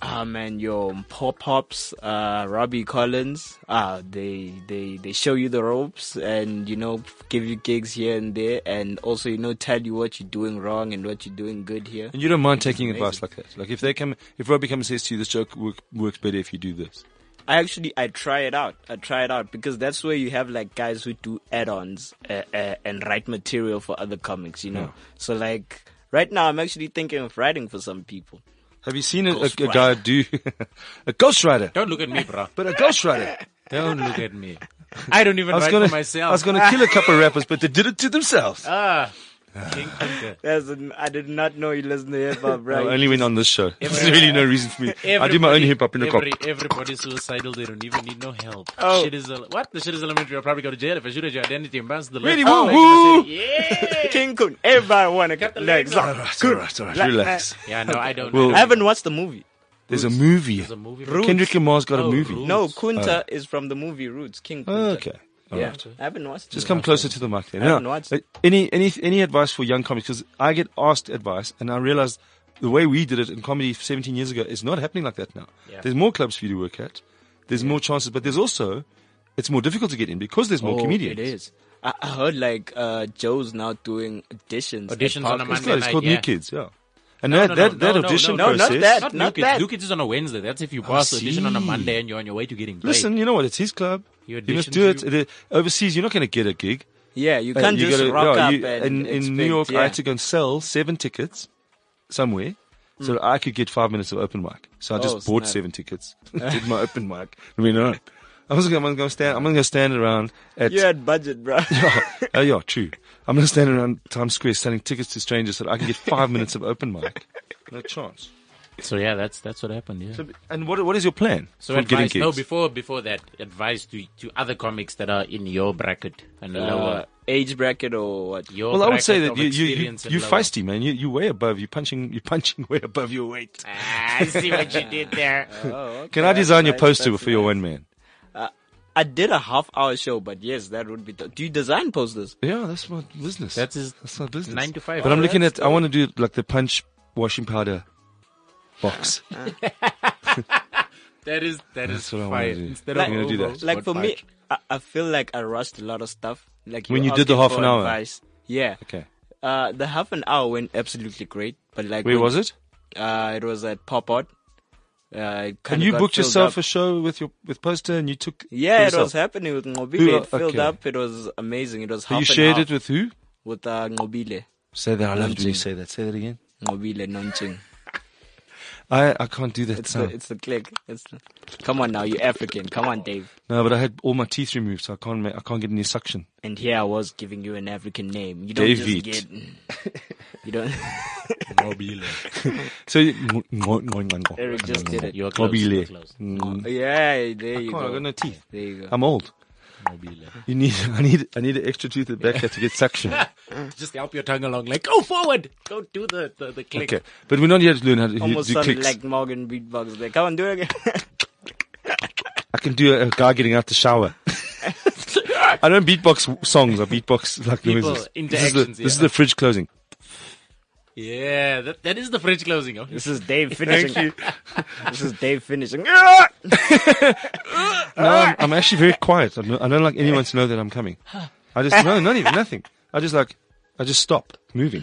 [SPEAKER 5] Ah man, yo, Pop Pops, uh, Robbie Collins, ah, they they they show you the ropes and you know give you gigs here and there, and also you know tell you what you're doing wrong and what you're doing good here.
[SPEAKER 2] And you don't mind taking advice like that. Like if they come, if Robbie comes and says to you, this joke work, works better if you do this.
[SPEAKER 5] I actually I try it out. I try it out because that's where you have like guys who do add-ons uh, uh, and write material for other comics, you know. So like right now, I'm actually thinking of writing for some people.
[SPEAKER 2] Have you seen a, a, a guy do a ghostwriter?
[SPEAKER 3] Don't look at me, bro.
[SPEAKER 2] But a ghostwriter.
[SPEAKER 3] Don't look at me. I don't even
[SPEAKER 2] I was
[SPEAKER 3] write
[SPEAKER 2] gonna,
[SPEAKER 3] for myself.
[SPEAKER 2] I was gonna kill a couple of rappers, but they did it to themselves.
[SPEAKER 3] Ah. King Kunta.
[SPEAKER 5] That's an, I did not know you listen to hip hop,
[SPEAKER 2] I
[SPEAKER 5] right?
[SPEAKER 2] only went on this show. There's really no reason for me. I do my own
[SPEAKER 3] Everybody-
[SPEAKER 2] hip hop in the cop.
[SPEAKER 3] every, Everybody's suicidal. They don't even need no help.
[SPEAKER 5] Oh.
[SPEAKER 3] Shit is el- what? The shit is elementary. I'll probably go to jail if I shoot at your identity and bounce the left.
[SPEAKER 2] Really?
[SPEAKER 3] Oh,
[SPEAKER 2] Woo,
[SPEAKER 3] like I said, Yeah.
[SPEAKER 5] King Kun, everybody wanna cut the legs off.
[SPEAKER 2] Alright, alright, alright. Relax.
[SPEAKER 3] yeah, no, I don't.
[SPEAKER 2] Well-
[SPEAKER 3] I
[SPEAKER 5] I
[SPEAKER 3] don't
[SPEAKER 5] haven't watched the movie.
[SPEAKER 2] There's a movie.
[SPEAKER 3] There's a movie.
[SPEAKER 2] Kendrick Lamar's got a
[SPEAKER 3] Oh,
[SPEAKER 2] movie.
[SPEAKER 3] Roots.
[SPEAKER 5] No, Kunta is from the movie Roots. King
[SPEAKER 2] Oh,
[SPEAKER 5] Kunta.
[SPEAKER 2] okay.
[SPEAKER 5] yeah, I haven't watched
[SPEAKER 2] Just
[SPEAKER 5] it.
[SPEAKER 2] come closer to the mic then.
[SPEAKER 5] I
[SPEAKER 2] No,
[SPEAKER 5] haven't watched
[SPEAKER 2] uh,
[SPEAKER 5] it.
[SPEAKER 2] any, any, any advice for young comics? Because I get asked advice and I realize the way we did it in comedy 17 years ago is not happening like that now.
[SPEAKER 3] Yeah.
[SPEAKER 2] There's more clubs for you to work at. There's more chances, but there's also, it's more difficult to get in because there's more
[SPEAKER 5] Oh,
[SPEAKER 2] comedians.
[SPEAKER 5] It is. I, I heard like uh, Joe's now doing auditions. at
[SPEAKER 3] Auditions on a
[SPEAKER 5] Parkers.
[SPEAKER 2] It's,
[SPEAKER 3] Monday
[SPEAKER 2] called- it's
[SPEAKER 3] night,
[SPEAKER 2] called
[SPEAKER 3] yeah.
[SPEAKER 2] New Kids, yeah. And
[SPEAKER 3] No,
[SPEAKER 2] that,
[SPEAKER 3] no, no,
[SPEAKER 2] that,
[SPEAKER 3] no,
[SPEAKER 2] that
[SPEAKER 3] no, no,
[SPEAKER 2] audition
[SPEAKER 3] no, not
[SPEAKER 2] process. Oh,
[SPEAKER 5] that.
[SPEAKER 3] Not
[SPEAKER 5] Not
[SPEAKER 3] New Kids.
[SPEAKER 5] that.
[SPEAKER 3] New Kids is on a Wednesday. That's if you pass the audition on a
[SPEAKER 2] see.
[SPEAKER 3] Monday and you're on your way to getting paid.
[SPEAKER 2] Listen, you know what? It's his club.
[SPEAKER 3] You
[SPEAKER 2] You, must
[SPEAKER 3] audition
[SPEAKER 2] do it.
[SPEAKER 3] to-
[SPEAKER 2] The- overseas, you're not going to get a gig.
[SPEAKER 5] Yeah, you
[SPEAKER 2] Uh,
[SPEAKER 5] can't
[SPEAKER 2] you
[SPEAKER 5] just
[SPEAKER 2] gotta-
[SPEAKER 5] rock
[SPEAKER 2] no,
[SPEAKER 5] up
[SPEAKER 2] you-
[SPEAKER 5] and
[SPEAKER 2] in, in New
[SPEAKER 5] expect-
[SPEAKER 2] York,
[SPEAKER 5] yeah.
[SPEAKER 2] I had to go and sell seven tickets somewhere. So I could get five minutes of open mic. So I just
[SPEAKER 5] Oh,
[SPEAKER 2] bought
[SPEAKER 5] snap.
[SPEAKER 2] seven tickets, did my open mic, and went on. I was going to stand. I'm going to stand around at.
[SPEAKER 5] You had budget, bro.
[SPEAKER 2] oh yeah, true. I'm going to stand around Times Square selling tickets to strangers so that I can get five minutes of open mic. No chance.
[SPEAKER 3] So yeah, that's that's what happened. Yeah.
[SPEAKER 2] So, and what what is your plan
[SPEAKER 3] So
[SPEAKER 2] for getting
[SPEAKER 3] advice,
[SPEAKER 2] gigs?
[SPEAKER 3] no, before before that, advice to to other comics that are in your bracket and
[SPEAKER 5] Uh,
[SPEAKER 3] lower.
[SPEAKER 5] age bracket or what?
[SPEAKER 3] Your
[SPEAKER 2] well, I would
[SPEAKER 3] bracket
[SPEAKER 2] say that
[SPEAKER 3] of
[SPEAKER 2] you you you
[SPEAKER 3] experience and
[SPEAKER 2] you're
[SPEAKER 3] lower.
[SPEAKER 2] feisty, man. You you way above. You punching you punching way above your weight.
[SPEAKER 3] Ah, I see what you did there.
[SPEAKER 5] Oh,
[SPEAKER 2] Can I design your poster for your one man?
[SPEAKER 5] I did a half hour show, but yes, that would be. Do you design posters?
[SPEAKER 2] Yeah, that's my business.
[SPEAKER 3] That's his
[SPEAKER 2] that's my business.
[SPEAKER 3] nine to five.
[SPEAKER 2] But I'm
[SPEAKER 3] Oh,
[SPEAKER 2] looking at. I want to do like the punch washing powder box.
[SPEAKER 3] That is that is
[SPEAKER 2] That's what I wanna
[SPEAKER 3] fire.
[SPEAKER 2] do.
[SPEAKER 3] Instead
[SPEAKER 2] Like-
[SPEAKER 3] of
[SPEAKER 2] I'm gonna do that.
[SPEAKER 3] Ovo,
[SPEAKER 5] Like for
[SPEAKER 3] what
[SPEAKER 5] me, I, I feel like I rushed a lot of stuff. Like
[SPEAKER 2] When you
[SPEAKER 5] were
[SPEAKER 2] did the
[SPEAKER 5] asking
[SPEAKER 2] half an
[SPEAKER 5] for
[SPEAKER 2] hour?
[SPEAKER 5] advice. yeah.
[SPEAKER 2] okay.
[SPEAKER 5] Uh, the half an hour went absolutely great, but like
[SPEAKER 2] Where was
[SPEAKER 5] when-
[SPEAKER 2] it?
[SPEAKER 5] Uh, it was at Pop Art. Uh, it
[SPEAKER 2] And
[SPEAKER 5] kinda
[SPEAKER 2] you
[SPEAKER 5] got
[SPEAKER 2] booked
[SPEAKER 5] filled
[SPEAKER 2] yourself a
[SPEAKER 5] up.
[SPEAKER 2] show with your with poster, and you took.
[SPEAKER 5] yeah, it
[SPEAKER 2] yourself.
[SPEAKER 5] was happening with Ngobile.
[SPEAKER 2] Who-
[SPEAKER 5] it filled
[SPEAKER 2] okay.
[SPEAKER 5] up. It was amazing. It was half
[SPEAKER 2] You
[SPEAKER 5] an
[SPEAKER 2] shared
[SPEAKER 5] hour
[SPEAKER 2] it with who?
[SPEAKER 5] with uh, Ngobile.
[SPEAKER 2] Say that I love you. when you
[SPEAKER 5] Nonching.
[SPEAKER 2] Say that. Say that again.
[SPEAKER 5] Ngobile Nonching.
[SPEAKER 2] I I can't do that
[SPEAKER 5] It's the
[SPEAKER 2] sound.
[SPEAKER 5] it's the click. It's the, come on now, you African. Come on, Dave.
[SPEAKER 2] no, but I had all my teeth removed, so I can't make, I can't get any suction.
[SPEAKER 5] And here I was giving you an African name. You don't
[SPEAKER 2] David.
[SPEAKER 5] just get. You don't.
[SPEAKER 2] So you- no, no, no, no.
[SPEAKER 5] Eric just did it.
[SPEAKER 3] You're close.
[SPEAKER 2] Mobile.
[SPEAKER 3] You're close.
[SPEAKER 5] Yeah, there
[SPEAKER 2] I
[SPEAKER 5] you
[SPEAKER 2] can't, Mm. I
[SPEAKER 5] go.
[SPEAKER 2] got no teeth.
[SPEAKER 5] There you go.
[SPEAKER 2] I'm old.
[SPEAKER 3] Mobile.
[SPEAKER 2] You need I need I need an extra tooth at the back here to get suction.
[SPEAKER 3] Just help your tongue along. Like, go forward. Go do the, the, the click.
[SPEAKER 2] Okay, but we're not here to learn how to how to
[SPEAKER 5] Almost
[SPEAKER 2] do
[SPEAKER 5] sounded
[SPEAKER 2] clicks.
[SPEAKER 5] like Morgan beatbox there. Come on, do it again.
[SPEAKER 2] I can do a, a guy getting out the shower. I don't beatbox w- songs. I beatbox like
[SPEAKER 3] People,
[SPEAKER 2] noises. This is, the,
[SPEAKER 3] interactions,
[SPEAKER 2] this is
[SPEAKER 3] yeah.
[SPEAKER 2] the fridge closing.
[SPEAKER 3] Yeah, that, that is the fridge closing. Oh.
[SPEAKER 5] This is Dave finishing. This is Dave finishing.
[SPEAKER 2] No, I'm, I'm actually very quiet. I'm not, I don't like anyone to know that I'm coming. I just no, not even nothing. I just like I just stop moving.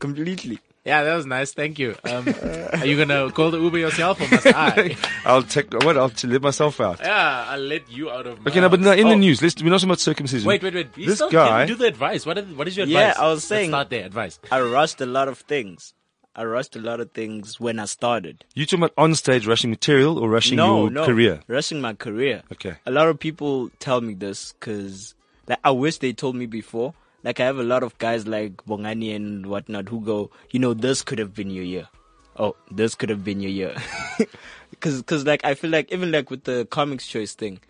[SPEAKER 5] Completely.
[SPEAKER 3] Yeah, that was nice. Thank you. Um, are you gonna call the Uber yourself or must I?
[SPEAKER 2] I'll take what I'll to let myself out.
[SPEAKER 3] yeah, I'll let you out of. My
[SPEAKER 2] Okay, no, but no, in
[SPEAKER 3] house.
[SPEAKER 2] the
[SPEAKER 3] Oh,
[SPEAKER 2] news, let's, we're not talking about circumcision.
[SPEAKER 3] Wait, wait, wait. You
[SPEAKER 2] This
[SPEAKER 3] still
[SPEAKER 2] guy-
[SPEAKER 3] can do the advice. What is, what is your
[SPEAKER 5] Yeah,
[SPEAKER 3] advice?
[SPEAKER 5] I was
[SPEAKER 3] Let's
[SPEAKER 5] saying-
[SPEAKER 3] start there. Advice.
[SPEAKER 5] I rushed a lot of things. I rushed a lot of things when I started.
[SPEAKER 2] You talking about on stage rushing material or rushing your career?
[SPEAKER 5] Rushing my career.
[SPEAKER 2] Okay.
[SPEAKER 5] A lot of people tell me this because like, I wish they told me before. Like I have a lot of guys like Bongani and whatnot who go, you know, this could have been your year. Oh, this could have been your year. Cause, cause like I feel like even like with the comics choice thing,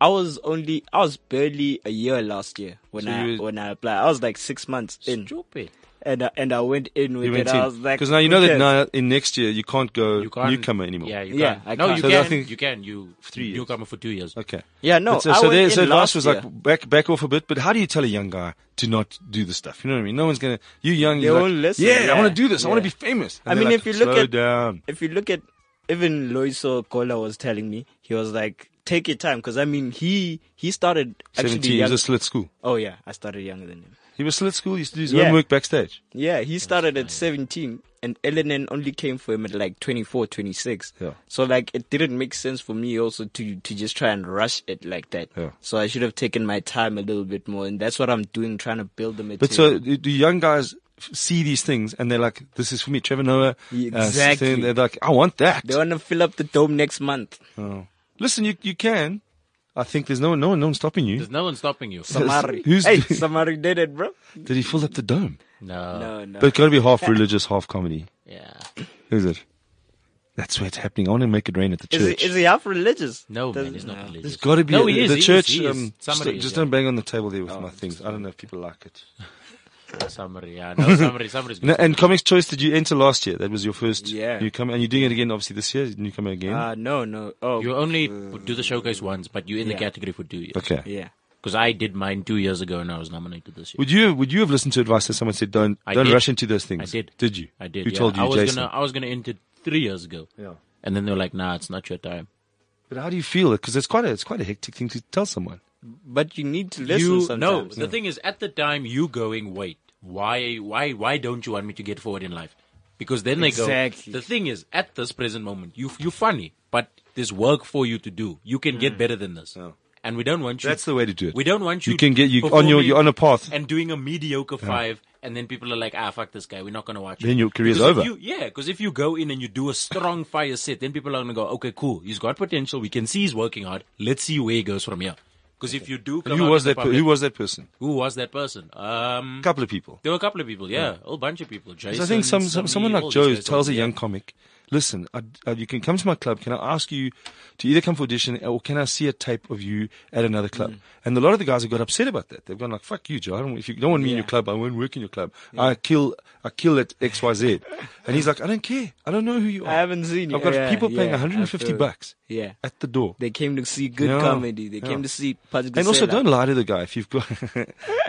[SPEAKER 5] I was only I was barely a year last year when
[SPEAKER 2] So
[SPEAKER 5] I
[SPEAKER 2] you were-
[SPEAKER 5] when I applied. I was like six months in,
[SPEAKER 3] Stupid.
[SPEAKER 5] and I, and I went in with
[SPEAKER 2] You
[SPEAKER 5] it.
[SPEAKER 2] went
[SPEAKER 5] I
[SPEAKER 2] in
[SPEAKER 5] was like,
[SPEAKER 2] because now you
[SPEAKER 5] who
[SPEAKER 2] know that
[SPEAKER 5] cares?
[SPEAKER 2] now in next year you can't go
[SPEAKER 3] You can't
[SPEAKER 2] newcomer anymore.
[SPEAKER 3] Yeah, you
[SPEAKER 5] Yeah,
[SPEAKER 3] can't.
[SPEAKER 5] I
[SPEAKER 3] no,
[SPEAKER 5] can't.
[SPEAKER 3] you
[SPEAKER 2] So
[SPEAKER 3] can.
[SPEAKER 2] I think-
[SPEAKER 3] you can. You
[SPEAKER 2] Three years.
[SPEAKER 3] newcomer for two years.
[SPEAKER 2] Okay.
[SPEAKER 5] Yeah, no,
[SPEAKER 2] But so
[SPEAKER 5] I
[SPEAKER 2] so,
[SPEAKER 5] went
[SPEAKER 2] there,
[SPEAKER 5] in
[SPEAKER 2] so advice
[SPEAKER 5] last
[SPEAKER 2] was
[SPEAKER 5] year.
[SPEAKER 2] like back back off a bit. But how do you tell a young guy to not do the stuff? You know what I mean? No one's gonna. You young,
[SPEAKER 5] They
[SPEAKER 2] you're like,
[SPEAKER 5] won't listen,
[SPEAKER 2] Yeah, I
[SPEAKER 5] yeah,
[SPEAKER 2] want to do this. I want to
[SPEAKER 5] yeah.
[SPEAKER 2] be famous.
[SPEAKER 5] I
[SPEAKER 2] they're
[SPEAKER 5] mean,
[SPEAKER 2] like,
[SPEAKER 5] if you look
[SPEAKER 2] slow
[SPEAKER 5] at-
[SPEAKER 2] down.
[SPEAKER 5] if you look at even Loiso Kola was telling me, he was like, take your time. Cause I mean, he, he started actually
[SPEAKER 2] Seventeen, he
[SPEAKER 5] young.
[SPEAKER 2] was a slit school.
[SPEAKER 5] oh yeah, I started younger than him.
[SPEAKER 2] He was slit school. He used to do his
[SPEAKER 5] Yeah.
[SPEAKER 2] homework backstage.
[SPEAKER 5] Yeah, he started at 17 and LNN only came for him at like 24, 26.
[SPEAKER 2] Yeah.
[SPEAKER 5] So like it didn't make sense for me also to, to just try and rush it like that.
[SPEAKER 2] Yeah.
[SPEAKER 5] So I should have taken my time a little bit more. And that's what I'm doing, trying to build the material.
[SPEAKER 2] But so the the young guys f- see these things and they're like, "This is for me." Trevor Noah.
[SPEAKER 5] Yeah,
[SPEAKER 2] uh,
[SPEAKER 5] exactly.
[SPEAKER 2] Stan, they're like, "I want that."
[SPEAKER 5] they want to fill up the dome next month.
[SPEAKER 2] Oh. Listen, you you can. I think there's no one, no one, no one stopping you.
[SPEAKER 3] There's no one stopping you.
[SPEAKER 5] Samari.
[SPEAKER 2] Who's-
[SPEAKER 5] hey, Samari did it, bro.
[SPEAKER 2] Did he fill up the dome?
[SPEAKER 3] No.
[SPEAKER 5] No, no.
[SPEAKER 2] Oh. But it's got to be half religious, half comedy.
[SPEAKER 3] Yeah.
[SPEAKER 2] Is it? That's where it's happening. I want to make it rain at the church.
[SPEAKER 5] is, he, is he half religious?
[SPEAKER 3] No,
[SPEAKER 5] Does-
[SPEAKER 3] man, he's not
[SPEAKER 2] There's
[SPEAKER 3] religious.
[SPEAKER 2] got to be
[SPEAKER 3] No,
[SPEAKER 2] a,
[SPEAKER 3] he is,
[SPEAKER 2] the
[SPEAKER 3] he is,
[SPEAKER 2] church.
[SPEAKER 3] he is.
[SPEAKER 2] um,
[SPEAKER 3] Somebody
[SPEAKER 2] just,
[SPEAKER 3] is,
[SPEAKER 2] just
[SPEAKER 3] yeah. Oh,
[SPEAKER 2] don't bang on the table there with my things. I don't know if people like it.
[SPEAKER 3] Summary. Yeah. No summary. Summary's good.
[SPEAKER 2] No, and Comics Choice, did you enter last year? That was your first
[SPEAKER 5] Yeah.
[SPEAKER 2] newcomer, and you're doing it again, obviously this year. Newcomer again.
[SPEAKER 5] Uh, no, no. Oh,
[SPEAKER 3] You only do the showcase once, but you're in the
[SPEAKER 5] Yeah.
[SPEAKER 3] category for two years.
[SPEAKER 2] okay.
[SPEAKER 5] yeah.
[SPEAKER 3] Because I did mine two years ago and I was nominated this year.
[SPEAKER 2] Would you Would you have listened to advice that someone said don't
[SPEAKER 3] I
[SPEAKER 2] don't
[SPEAKER 3] did.
[SPEAKER 2] rush into those things?
[SPEAKER 3] I did.
[SPEAKER 2] Did you?
[SPEAKER 3] I did.
[SPEAKER 2] Who
[SPEAKER 3] yeah.
[SPEAKER 2] told you,
[SPEAKER 3] I was
[SPEAKER 2] Jason?
[SPEAKER 3] Gonna, I was going to enter three years ago.
[SPEAKER 2] Yeah.
[SPEAKER 3] And then they were like, nah, it's not your time.
[SPEAKER 2] But how do you feel? Because it's quite a it's quite a hectic thing to tell someone.
[SPEAKER 5] But you need to listen
[SPEAKER 3] you no.
[SPEAKER 5] sometimes.
[SPEAKER 3] The thing is, at the time, you going, wait, why, why, why don't you want me to get forward in life? Because then they
[SPEAKER 5] Exactly.
[SPEAKER 3] go. The thing is, at this present moment, you you funny, but there's work for you to do. You can get better than this, and we don't want you.
[SPEAKER 2] Hmm. Oh. That's the way to do it.
[SPEAKER 3] We don't want you.
[SPEAKER 2] You can get- you- on your-
[SPEAKER 3] performing
[SPEAKER 2] you're on a path.
[SPEAKER 3] and doing a mediocre five, and then people are like, ah, fuck this guy. We're not gonna watch.
[SPEAKER 2] Then
[SPEAKER 3] him."
[SPEAKER 2] your career's
[SPEAKER 3] Because if
[SPEAKER 2] over.
[SPEAKER 3] you- yeah, because if you go in and you do a strong fire set, then people are gonna go, okay, cool. He's got potential. We can see he's working hard. Let's see where he goes from here. Because if you do, come
[SPEAKER 2] Who
[SPEAKER 3] out
[SPEAKER 2] was
[SPEAKER 3] in the
[SPEAKER 2] that? per-
[SPEAKER 3] public-
[SPEAKER 2] who was that person?
[SPEAKER 3] who was that person? Um,
[SPEAKER 2] A couple of people.
[SPEAKER 3] there were a couple of people. Yeah, a whole bunch of people.
[SPEAKER 2] Because
[SPEAKER 3] Jason,
[SPEAKER 2] I think some, some someone
[SPEAKER 3] all
[SPEAKER 2] like
[SPEAKER 3] these
[SPEAKER 2] Joe
[SPEAKER 3] guys
[SPEAKER 2] tells a
[SPEAKER 3] told me,
[SPEAKER 2] young comic, listen, I, I, you can come to my club. Can I ask you to either come for audition or can I see a tape of you at another
[SPEAKER 5] Mm.
[SPEAKER 2] club? And a lot of the guys have got upset about that. They've gone like, fuck you, Joe. I don't, if you don't want me in your club, I won't work in your club. I kill, I kill at X, Y, Z. and he's like, I don't care. I don't know who you are.
[SPEAKER 5] I haven't seen you.
[SPEAKER 2] I've got
[SPEAKER 5] Yeah,
[SPEAKER 2] people paying
[SPEAKER 5] yeah,
[SPEAKER 2] 150
[SPEAKER 5] I've heard.
[SPEAKER 2] bucks
[SPEAKER 5] Yeah.
[SPEAKER 2] at the door.
[SPEAKER 5] They came to see good
[SPEAKER 2] Yeah,
[SPEAKER 5] comedy. They came
[SPEAKER 2] yeah.
[SPEAKER 5] to see Punch
[SPEAKER 2] and also,
[SPEAKER 5] Gusella.
[SPEAKER 2] don't lie to the guy if you've got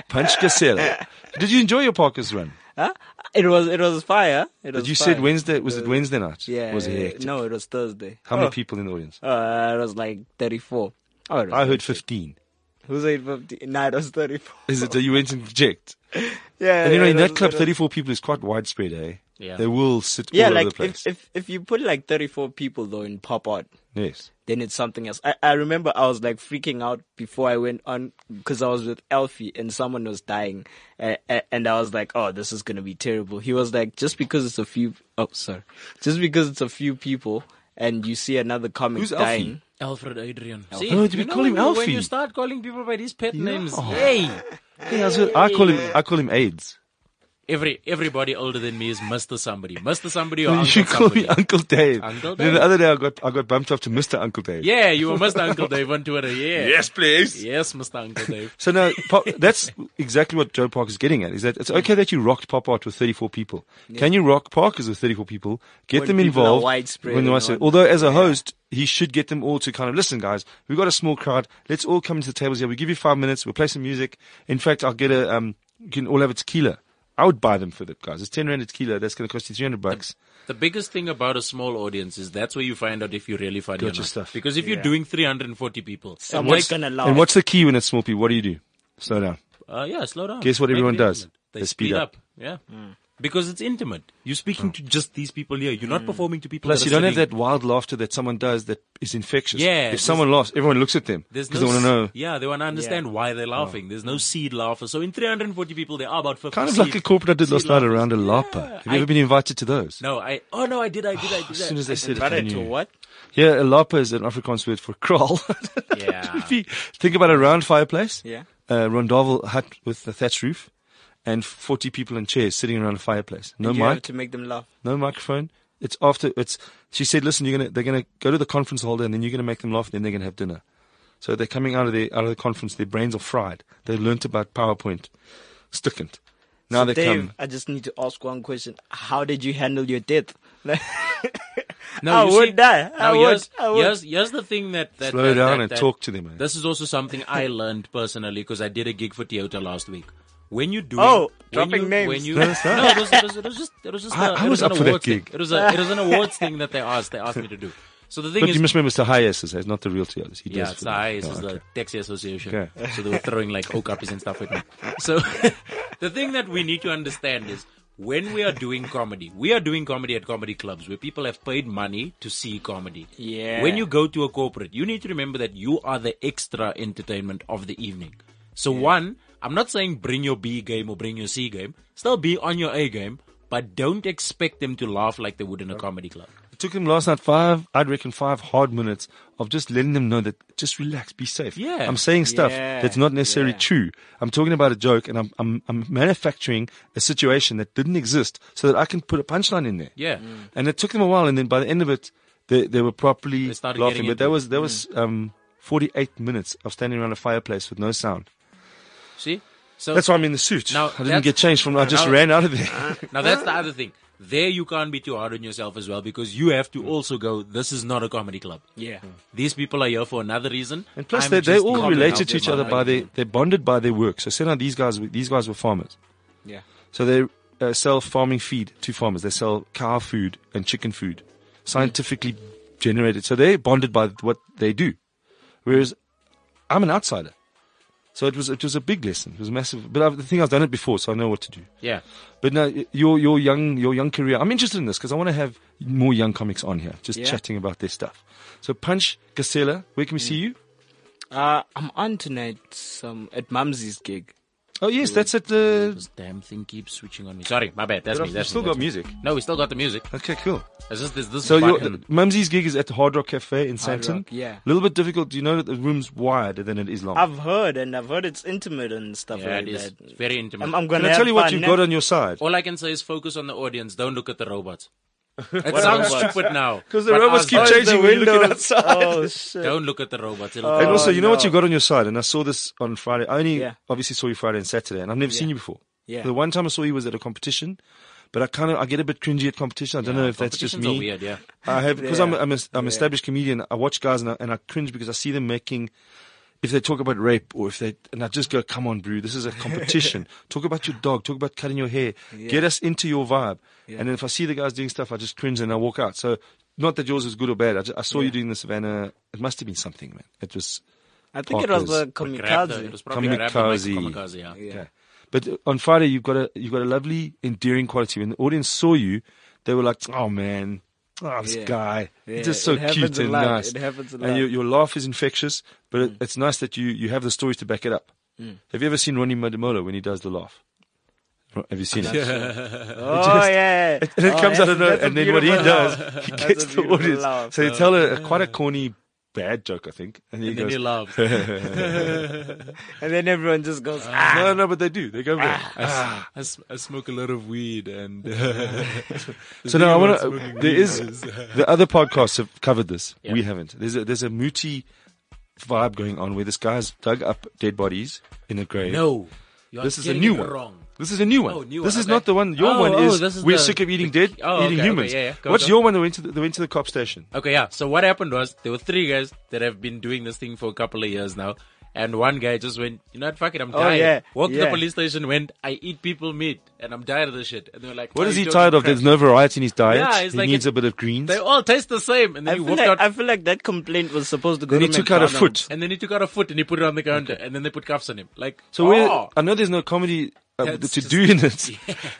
[SPEAKER 2] Punch Casella. Did you enjoy your Parker's run?
[SPEAKER 5] Huh? It was it was fire. It was
[SPEAKER 2] But you
[SPEAKER 5] fire. Uh,
[SPEAKER 2] said Wednesday, was it Wednesday night?
[SPEAKER 5] Yeah.
[SPEAKER 2] Was
[SPEAKER 5] yeah.
[SPEAKER 2] it?
[SPEAKER 5] No, it was Thursday.
[SPEAKER 2] How many people in the audience?
[SPEAKER 5] Uh, it was like 34. Oh, it was
[SPEAKER 2] I heard
[SPEAKER 5] 50.
[SPEAKER 2] 15.
[SPEAKER 5] Who's 850? Nah, it was 34.
[SPEAKER 2] Is it that you went and checked?
[SPEAKER 5] Yeah.
[SPEAKER 2] And you know,
[SPEAKER 5] yeah,
[SPEAKER 2] in
[SPEAKER 5] it
[SPEAKER 2] that
[SPEAKER 5] was-
[SPEAKER 2] club,
[SPEAKER 5] it was-
[SPEAKER 2] 34 people is quite widespread, eh?
[SPEAKER 3] Yeah.
[SPEAKER 2] They will sit
[SPEAKER 5] Yeah,
[SPEAKER 2] all over the
[SPEAKER 5] like
[SPEAKER 2] place.
[SPEAKER 5] if, if if you put like 34 people though in pop art,
[SPEAKER 2] yes.
[SPEAKER 5] then it's something else. I, I remember I was like freaking out before I went on because I was with Alfie and someone was dying, and, and I was like, "Oh, this is gonna be terrible." He was like, "Just because it's a few, oh sorry, just because it's a few people, and you see another comic
[SPEAKER 2] Who's Alfie?
[SPEAKER 5] dying."
[SPEAKER 3] Alfred Adrian. See,
[SPEAKER 2] No, we
[SPEAKER 3] you
[SPEAKER 2] call him
[SPEAKER 3] know, When
[SPEAKER 2] Alfie. Oh.
[SPEAKER 3] you start calling people by these pet names, hey,
[SPEAKER 2] Hey, I, was- I call him I call him AIDS.
[SPEAKER 3] every everybody older than me is Mister Somebody, Mister Somebody, or
[SPEAKER 2] You
[SPEAKER 3] Uncle
[SPEAKER 2] should call me
[SPEAKER 3] Somebody.
[SPEAKER 2] Uncle Dave.
[SPEAKER 3] Uncle
[SPEAKER 2] Then
[SPEAKER 3] Dave.
[SPEAKER 2] the other day I got I got bumped up to Mr. Uncle Dave.
[SPEAKER 3] Yeah, you were Mister Uncle Dave on Twitter. Yeah.
[SPEAKER 2] Yes, please.
[SPEAKER 3] Yes, Mister Uncle Dave.
[SPEAKER 2] So now pop, that's exactly what Joe Park is getting at. Is that it's okay that you rocked pop art with 34 people? Can you rock Parkers with 34 people? Get
[SPEAKER 5] When
[SPEAKER 2] them
[SPEAKER 5] people are
[SPEAKER 2] involved.
[SPEAKER 5] widespread
[SPEAKER 2] when
[SPEAKER 5] and
[SPEAKER 2] I say-
[SPEAKER 5] on-
[SPEAKER 2] although as a host, he should get them all to kind of listen, guys. We've got a small crowd. Let's all come to the tables here. We give you five minutes. We'll play some music. In fact, I'll get a um. You can all have a tequila. I would buy them for the guys. It's 10 rand a tequila. That's going to cost you 300 bucks.
[SPEAKER 3] The biggest thing about a small audience is that's where you find out if you're really funny or
[SPEAKER 2] Got your
[SPEAKER 3] not.
[SPEAKER 2] stuff.
[SPEAKER 3] Because if you're doing 340 people,
[SPEAKER 6] Someone's
[SPEAKER 3] like-
[SPEAKER 6] gonna laugh.
[SPEAKER 2] And what's the key when it's small people? What do you do? Slow down.
[SPEAKER 3] Uh, yeah, slow down.
[SPEAKER 2] Guess what
[SPEAKER 3] Make
[SPEAKER 2] everyone
[SPEAKER 3] an
[SPEAKER 2] does?
[SPEAKER 3] intimate. They,
[SPEAKER 2] They
[SPEAKER 3] speed,
[SPEAKER 2] speed Hmm.
[SPEAKER 3] up. Yeah. Because it's intimate. You're speaking to just these people here. You're not performing to people.
[SPEAKER 2] Plus,
[SPEAKER 3] that
[SPEAKER 2] you
[SPEAKER 3] are
[SPEAKER 2] don't have
[SPEAKER 3] sitting-
[SPEAKER 2] that wild laughter that someone does that is infectious. If
[SPEAKER 3] Yeah, there's-
[SPEAKER 2] someone laughs, everyone looks at them
[SPEAKER 3] There's
[SPEAKER 2] because
[SPEAKER 3] no
[SPEAKER 2] they want
[SPEAKER 3] s-
[SPEAKER 2] to know. Hmm.
[SPEAKER 3] Yeah, they want to understand why they're laughing. There's no seed laughter. So in 340 people, there are about 50.
[SPEAKER 2] Kind of like a corporate I did
[SPEAKER 3] see
[SPEAKER 2] last night
[SPEAKER 3] laughers.
[SPEAKER 2] around a LARPA. Have you
[SPEAKER 3] I-
[SPEAKER 2] ever been invited to those?
[SPEAKER 3] No, I. Oh no, I did. I did. I did.
[SPEAKER 2] As soon as they said it, I
[SPEAKER 5] But to
[SPEAKER 2] knew.
[SPEAKER 5] what?
[SPEAKER 2] Yeah, a LARPA is an Afrikaans word for kraal.
[SPEAKER 3] Yeah.
[SPEAKER 2] Think about a round fireplace.
[SPEAKER 5] Yeah.
[SPEAKER 2] A rondavel hut with a thatched roof and 40 people in chairs sitting around a fireplace. No
[SPEAKER 5] you have
[SPEAKER 2] mic,
[SPEAKER 5] to make them laugh.
[SPEAKER 2] no microphone. It's after, it's, she said, listen, you're going to, they're going to go to the conference holder and then you're going to make them laugh and then they're going to have dinner. So they're coming out of the, out of the conference, their brains are fried. They learnt about PowerPoint. Stickant. Now they
[SPEAKER 5] Dave,
[SPEAKER 2] come.
[SPEAKER 5] I just need to ask one question: How did you handle your death?
[SPEAKER 3] No,
[SPEAKER 5] I
[SPEAKER 3] you
[SPEAKER 5] would
[SPEAKER 3] see-
[SPEAKER 5] die. I
[SPEAKER 3] now,
[SPEAKER 5] would-
[SPEAKER 3] Here's,
[SPEAKER 5] I would.
[SPEAKER 3] Here's, here's the thing that, that
[SPEAKER 2] Slow
[SPEAKER 3] that-
[SPEAKER 2] down
[SPEAKER 3] that-
[SPEAKER 2] and
[SPEAKER 3] that-
[SPEAKER 2] talk to them, eh? man.
[SPEAKER 3] This is also something I learned personally because I did a gig for Toyota last week. When you do
[SPEAKER 7] Oh,
[SPEAKER 3] when
[SPEAKER 7] dropping
[SPEAKER 3] you,
[SPEAKER 7] names.
[SPEAKER 3] When you,
[SPEAKER 2] No,
[SPEAKER 3] no,
[SPEAKER 2] it's not.
[SPEAKER 3] it was, it was, it was just it was just
[SPEAKER 2] I-
[SPEAKER 3] a-
[SPEAKER 2] I
[SPEAKER 3] it
[SPEAKER 2] was
[SPEAKER 3] an
[SPEAKER 2] up for that
[SPEAKER 3] awards thing.
[SPEAKER 2] gig.
[SPEAKER 3] It was a it was an awards thing that they asked they asked me to do. So the thing
[SPEAKER 2] But
[SPEAKER 3] is,
[SPEAKER 2] you must remember, Mr. Hayes is not the real Toyotas. He
[SPEAKER 3] yeah,
[SPEAKER 2] does.
[SPEAKER 3] it's
[SPEAKER 2] for
[SPEAKER 3] the
[SPEAKER 2] them.
[SPEAKER 3] highest
[SPEAKER 2] Yeah,
[SPEAKER 3] is the
[SPEAKER 2] Oh, okay.
[SPEAKER 3] Taxi Association.
[SPEAKER 2] Okay.
[SPEAKER 3] So they were throwing like oak copies and stuff at me. So the thing that we need to understand is when we are doing comedy, we are doing comedy at comedy clubs where people have paid money to see comedy.
[SPEAKER 5] Yeah.
[SPEAKER 3] When you go to a corporate, you need to remember that you are the extra entertainment of the evening. So one, I'm not saying bring your B game or bring your C game. Still be on your A game, but don't expect them to laugh like they would in a comedy club.
[SPEAKER 2] It took him last night five, I'd reckon five hard minutes of just letting them know that just relax, be safe.
[SPEAKER 3] Yeah.
[SPEAKER 2] I'm saying stuff
[SPEAKER 5] Yeah.
[SPEAKER 2] that's not necessarily
[SPEAKER 5] Yeah.
[SPEAKER 2] true. I'm talking about a joke and I'm, I'm, I'm manufacturing a situation that didn't exist so that I can put a punchline in there.
[SPEAKER 3] Yeah.
[SPEAKER 2] Mm. And it took them a while. And then by the end of it, they, they were properly
[SPEAKER 3] They started
[SPEAKER 2] laughing.
[SPEAKER 3] getting
[SPEAKER 2] But
[SPEAKER 3] into
[SPEAKER 2] that
[SPEAKER 3] it. Mm.
[SPEAKER 2] was, that was, um, 48 minutes of standing around a fireplace with no sound.
[SPEAKER 3] See? So
[SPEAKER 2] That's why I'm in the suit.
[SPEAKER 3] Now,
[SPEAKER 2] I didn't
[SPEAKER 3] that's-
[SPEAKER 2] get changed from, I just
[SPEAKER 3] now-
[SPEAKER 2] ran out of there.
[SPEAKER 3] Now that's the other thing. There you can't be too hard on yourself as well because you have
[SPEAKER 2] Hmm.
[SPEAKER 3] to also go. This is not a comedy club.
[SPEAKER 5] Yeah.
[SPEAKER 3] These people are here for another reason.
[SPEAKER 2] And plus,
[SPEAKER 3] I'm
[SPEAKER 2] they, they're
[SPEAKER 3] just
[SPEAKER 2] all
[SPEAKER 3] coming
[SPEAKER 2] related
[SPEAKER 3] out
[SPEAKER 2] to each
[SPEAKER 3] with
[SPEAKER 2] other
[SPEAKER 3] my
[SPEAKER 2] by
[SPEAKER 3] idea.
[SPEAKER 2] their, they're bonded by their work. So, say now these guys, were- these guys were farmers.
[SPEAKER 5] Yeah.
[SPEAKER 2] So they uh, sell farming feed to farmers. They sell cow food and chicken food, scientifically generated. So they're bonded by what they do. Whereas I'm an outsider. So it was, it was a big lesson. It was massive. But I, the thing I've done it before, so I know what to do.
[SPEAKER 3] Yeah.
[SPEAKER 2] But now your your young your young career. I'm interested in this because I want to have more young comics on here, just
[SPEAKER 5] Yeah.
[SPEAKER 2] chatting about their stuff. So Punch Casella, where can we
[SPEAKER 3] Mm.
[SPEAKER 2] see you?
[SPEAKER 5] Uh, I'm on tonight. Some at Mumsy's gig.
[SPEAKER 2] Oh yes, that's at the.
[SPEAKER 3] This damn thing keeps switching on me. Sorry, my bad. That's me.
[SPEAKER 2] You've
[SPEAKER 3] That's
[SPEAKER 2] still
[SPEAKER 3] me, that's
[SPEAKER 2] got
[SPEAKER 3] me.
[SPEAKER 2] music.
[SPEAKER 3] No, we still got the music.
[SPEAKER 2] Okay, cool.
[SPEAKER 3] It's just this. this
[SPEAKER 2] So your
[SPEAKER 3] button.
[SPEAKER 2] Mumsy's gig is at the Hard Rock Cafe in
[SPEAKER 5] Hard
[SPEAKER 2] Santon.
[SPEAKER 5] Rock, yeah.
[SPEAKER 2] A little bit difficult. Do you know that the room's wider than it is long?
[SPEAKER 6] I've heard and I've heard it's intimate and stuff
[SPEAKER 3] yeah,
[SPEAKER 6] like
[SPEAKER 3] it is
[SPEAKER 6] that.
[SPEAKER 3] It's very intimate.
[SPEAKER 6] I'm, I'm
[SPEAKER 2] Can
[SPEAKER 6] gonna
[SPEAKER 2] I
[SPEAKER 6] have
[SPEAKER 2] tell you what
[SPEAKER 6] fun
[SPEAKER 2] you've
[SPEAKER 6] now.
[SPEAKER 2] got on your side?
[SPEAKER 3] all I can say is focus on the audience. Don't look at the robots. It sounds stupid now.
[SPEAKER 2] Because the
[SPEAKER 3] but
[SPEAKER 2] robots
[SPEAKER 3] ask
[SPEAKER 2] keep
[SPEAKER 3] them,
[SPEAKER 2] changing when you're looking
[SPEAKER 6] Windows.
[SPEAKER 2] outside.
[SPEAKER 6] Oh shit!
[SPEAKER 3] Don't look at the robots. It'll
[SPEAKER 2] and also, you know what
[SPEAKER 6] no.
[SPEAKER 2] you've got on your side? And I saw this on Friday. I only
[SPEAKER 5] Yeah.
[SPEAKER 2] obviously saw you Friday and Saturday, and I've never seen you before.
[SPEAKER 5] Yeah.
[SPEAKER 2] The one time I saw you was at a competition, but I kind of I get a bit cringy at competition. I don't know if that's just
[SPEAKER 3] competitions
[SPEAKER 2] me.
[SPEAKER 3] are weird, yeah.
[SPEAKER 2] I have because I'm a, I'm, a, I'm an established comedian. I watch guys and I, and I cringe because I see them making. If they talk about rape or if they, and I just go, come on, brew, this is a competition. talk about your dog, talk about cutting your hair, get us into your vibe. And then if I see the guys doing stuff, I just cringe and I walk out. So, not that yours is good or bad. I, ju- I saw you doing the Savannah. It must have been something, man. It was,
[SPEAKER 5] I think it was
[SPEAKER 2] Parkers.
[SPEAKER 5] the
[SPEAKER 3] But grabbed the- It
[SPEAKER 5] kamikaze.
[SPEAKER 3] was probably grabbed the mic-
[SPEAKER 2] Kamikaze.
[SPEAKER 3] kamikaze, yeah.
[SPEAKER 5] Yeah.
[SPEAKER 2] Okay. But on Friday, you've got a you've got a lovely endearing quality. When the audience saw you, they were like, "Oh man, oh this
[SPEAKER 5] Yeah.
[SPEAKER 2] guy,
[SPEAKER 5] Yeah,
[SPEAKER 2] he's just
[SPEAKER 5] it
[SPEAKER 2] so
[SPEAKER 5] happens
[SPEAKER 2] cute
[SPEAKER 5] a
[SPEAKER 2] and
[SPEAKER 5] lot.
[SPEAKER 2] nice."
[SPEAKER 5] It happens a
[SPEAKER 2] And
[SPEAKER 5] lot. Mm.
[SPEAKER 2] your, your laugh is infectious, but it, it's nice that you you have the stories to back it up. Have you ever seen Ronnie Madimolo when he does the laugh? Have you seen it?
[SPEAKER 7] Oh yeah.
[SPEAKER 2] And it
[SPEAKER 7] Oh,
[SPEAKER 2] comes out of
[SPEAKER 7] that's-
[SPEAKER 2] nowhere,
[SPEAKER 7] that's a
[SPEAKER 2] and then what he
[SPEAKER 7] beautiful
[SPEAKER 2] does, he gets the
[SPEAKER 7] beautiful
[SPEAKER 2] audience.
[SPEAKER 7] laugh.
[SPEAKER 2] So you tell a quite a corny, bad joke, I think, and, he
[SPEAKER 3] And then
[SPEAKER 2] goes,
[SPEAKER 3] he laughs.
[SPEAKER 5] And then everyone just goes, ah.
[SPEAKER 2] "No, no, but they do. They go." for it.
[SPEAKER 3] I, s- I s- I smoke a lot of weed and.
[SPEAKER 2] ah.
[SPEAKER 3] uh,
[SPEAKER 2] So now I want to. There is the other podcasts have covered this. We haven't. There's a there's a Muti vibe going on where this guy's dug up dead bodies in a grave.
[SPEAKER 3] No. You are
[SPEAKER 2] this is a
[SPEAKER 3] getting
[SPEAKER 2] new
[SPEAKER 3] it
[SPEAKER 2] one.
[SPEAKER 3] Wrong.
[SPEAKER 2] This is a new one.
[SPEAKER 3] Oh, new
[SPEAKER 2] this
[SPEAKER 3] one,
[SPEAKER 2] is
[SPEAKER 3] okay.
[SPEAKER 2] not the one. Your
[SPEAKER 3] Oh,
[SPEAKER 2] one
[SPEAKER 3] oh,
[SPEAKER 2] is,
[SPEAKER 3] this is
[SPEAKER 2] we're
[SPEAKER 3] the-
[SPEAKER 2] sick of eating
[SPEAKER 3] the-
[SPEAKER 2] dead, eating
[SPEAKER 3] oh, okay, okay,
[SPEAKER 2] humans.
[SPEAKER 3] yeah, yeah. Go,
[SPEAKER 2] What's
[SPEAKER 3] go. Oh,
[SPEAKER 2] your one that went to the, that went to the cop station?
[SPEAKER 3] Okay, yeah. So what happened was there were three guys that have been doing this thing for a couple of years now, and one guy just went, you know what, fuck it,
[SPEAKER 5] Oh,
[SPEAKER 3] I'm tired.
[SPEAKER 7] yeah,
[SPEAKER 3] Walked to the
[SPEAKER 7] yeah.
[SPEAKER 3] police station, went, I eat people meat, and I'm tired of this shit. And they were like,
[SPEAKER 2] What
[SPEAKER 3] "Why
[SPEAKER 2] is
[SPEAKER 3] are
[SPEAKER 2] he
[SPEAKER 3] you
[SPEAKER 2] tired
[SPEAKER 3] talking
[SPEAKER 2] of? There's
[SPEAKER 3] crap?"
[SPEAKER 2] no variety in his diet.
[SPEAKER 3] Yeah, it's
[SPEAKER 2] he
[SPEAKER 3] like
[SPEAKER 2] needs
[SPEAKER 3] a-
[SPEAKER 2] a bit of greens.
[SPEAKER 3] They all taste the same. And then
[SPEAKER 5] I
[SPEAKER 3] he
[SPEAKER 5] feel,
[SPEAKER 3] walked
[SPEAKER 5] like,
[SPEAKER 3] out.
[SPEAKER 5] I feel like that complaint was supposed to go
[SPEAKER 2] Then he
[SPEAKER 5] to
[SPEAKER 2] took out a
[SPEAKER 5] McDonald's.
[SPEAKER 2] foot.
[SPEAKER 3] And then he took out a foot and he put it on the counter, and then they put cuffs on him. Like,
[SPEAKER 2] So
[SPEAKER 3] oh,
[SPEAKER 2] we're- I know there's no comedy uh,
[SPEAKER 3] That's
[SPEAKER 2] to
[SPEAKER 3] just-
[SPEAKER 2] do in it,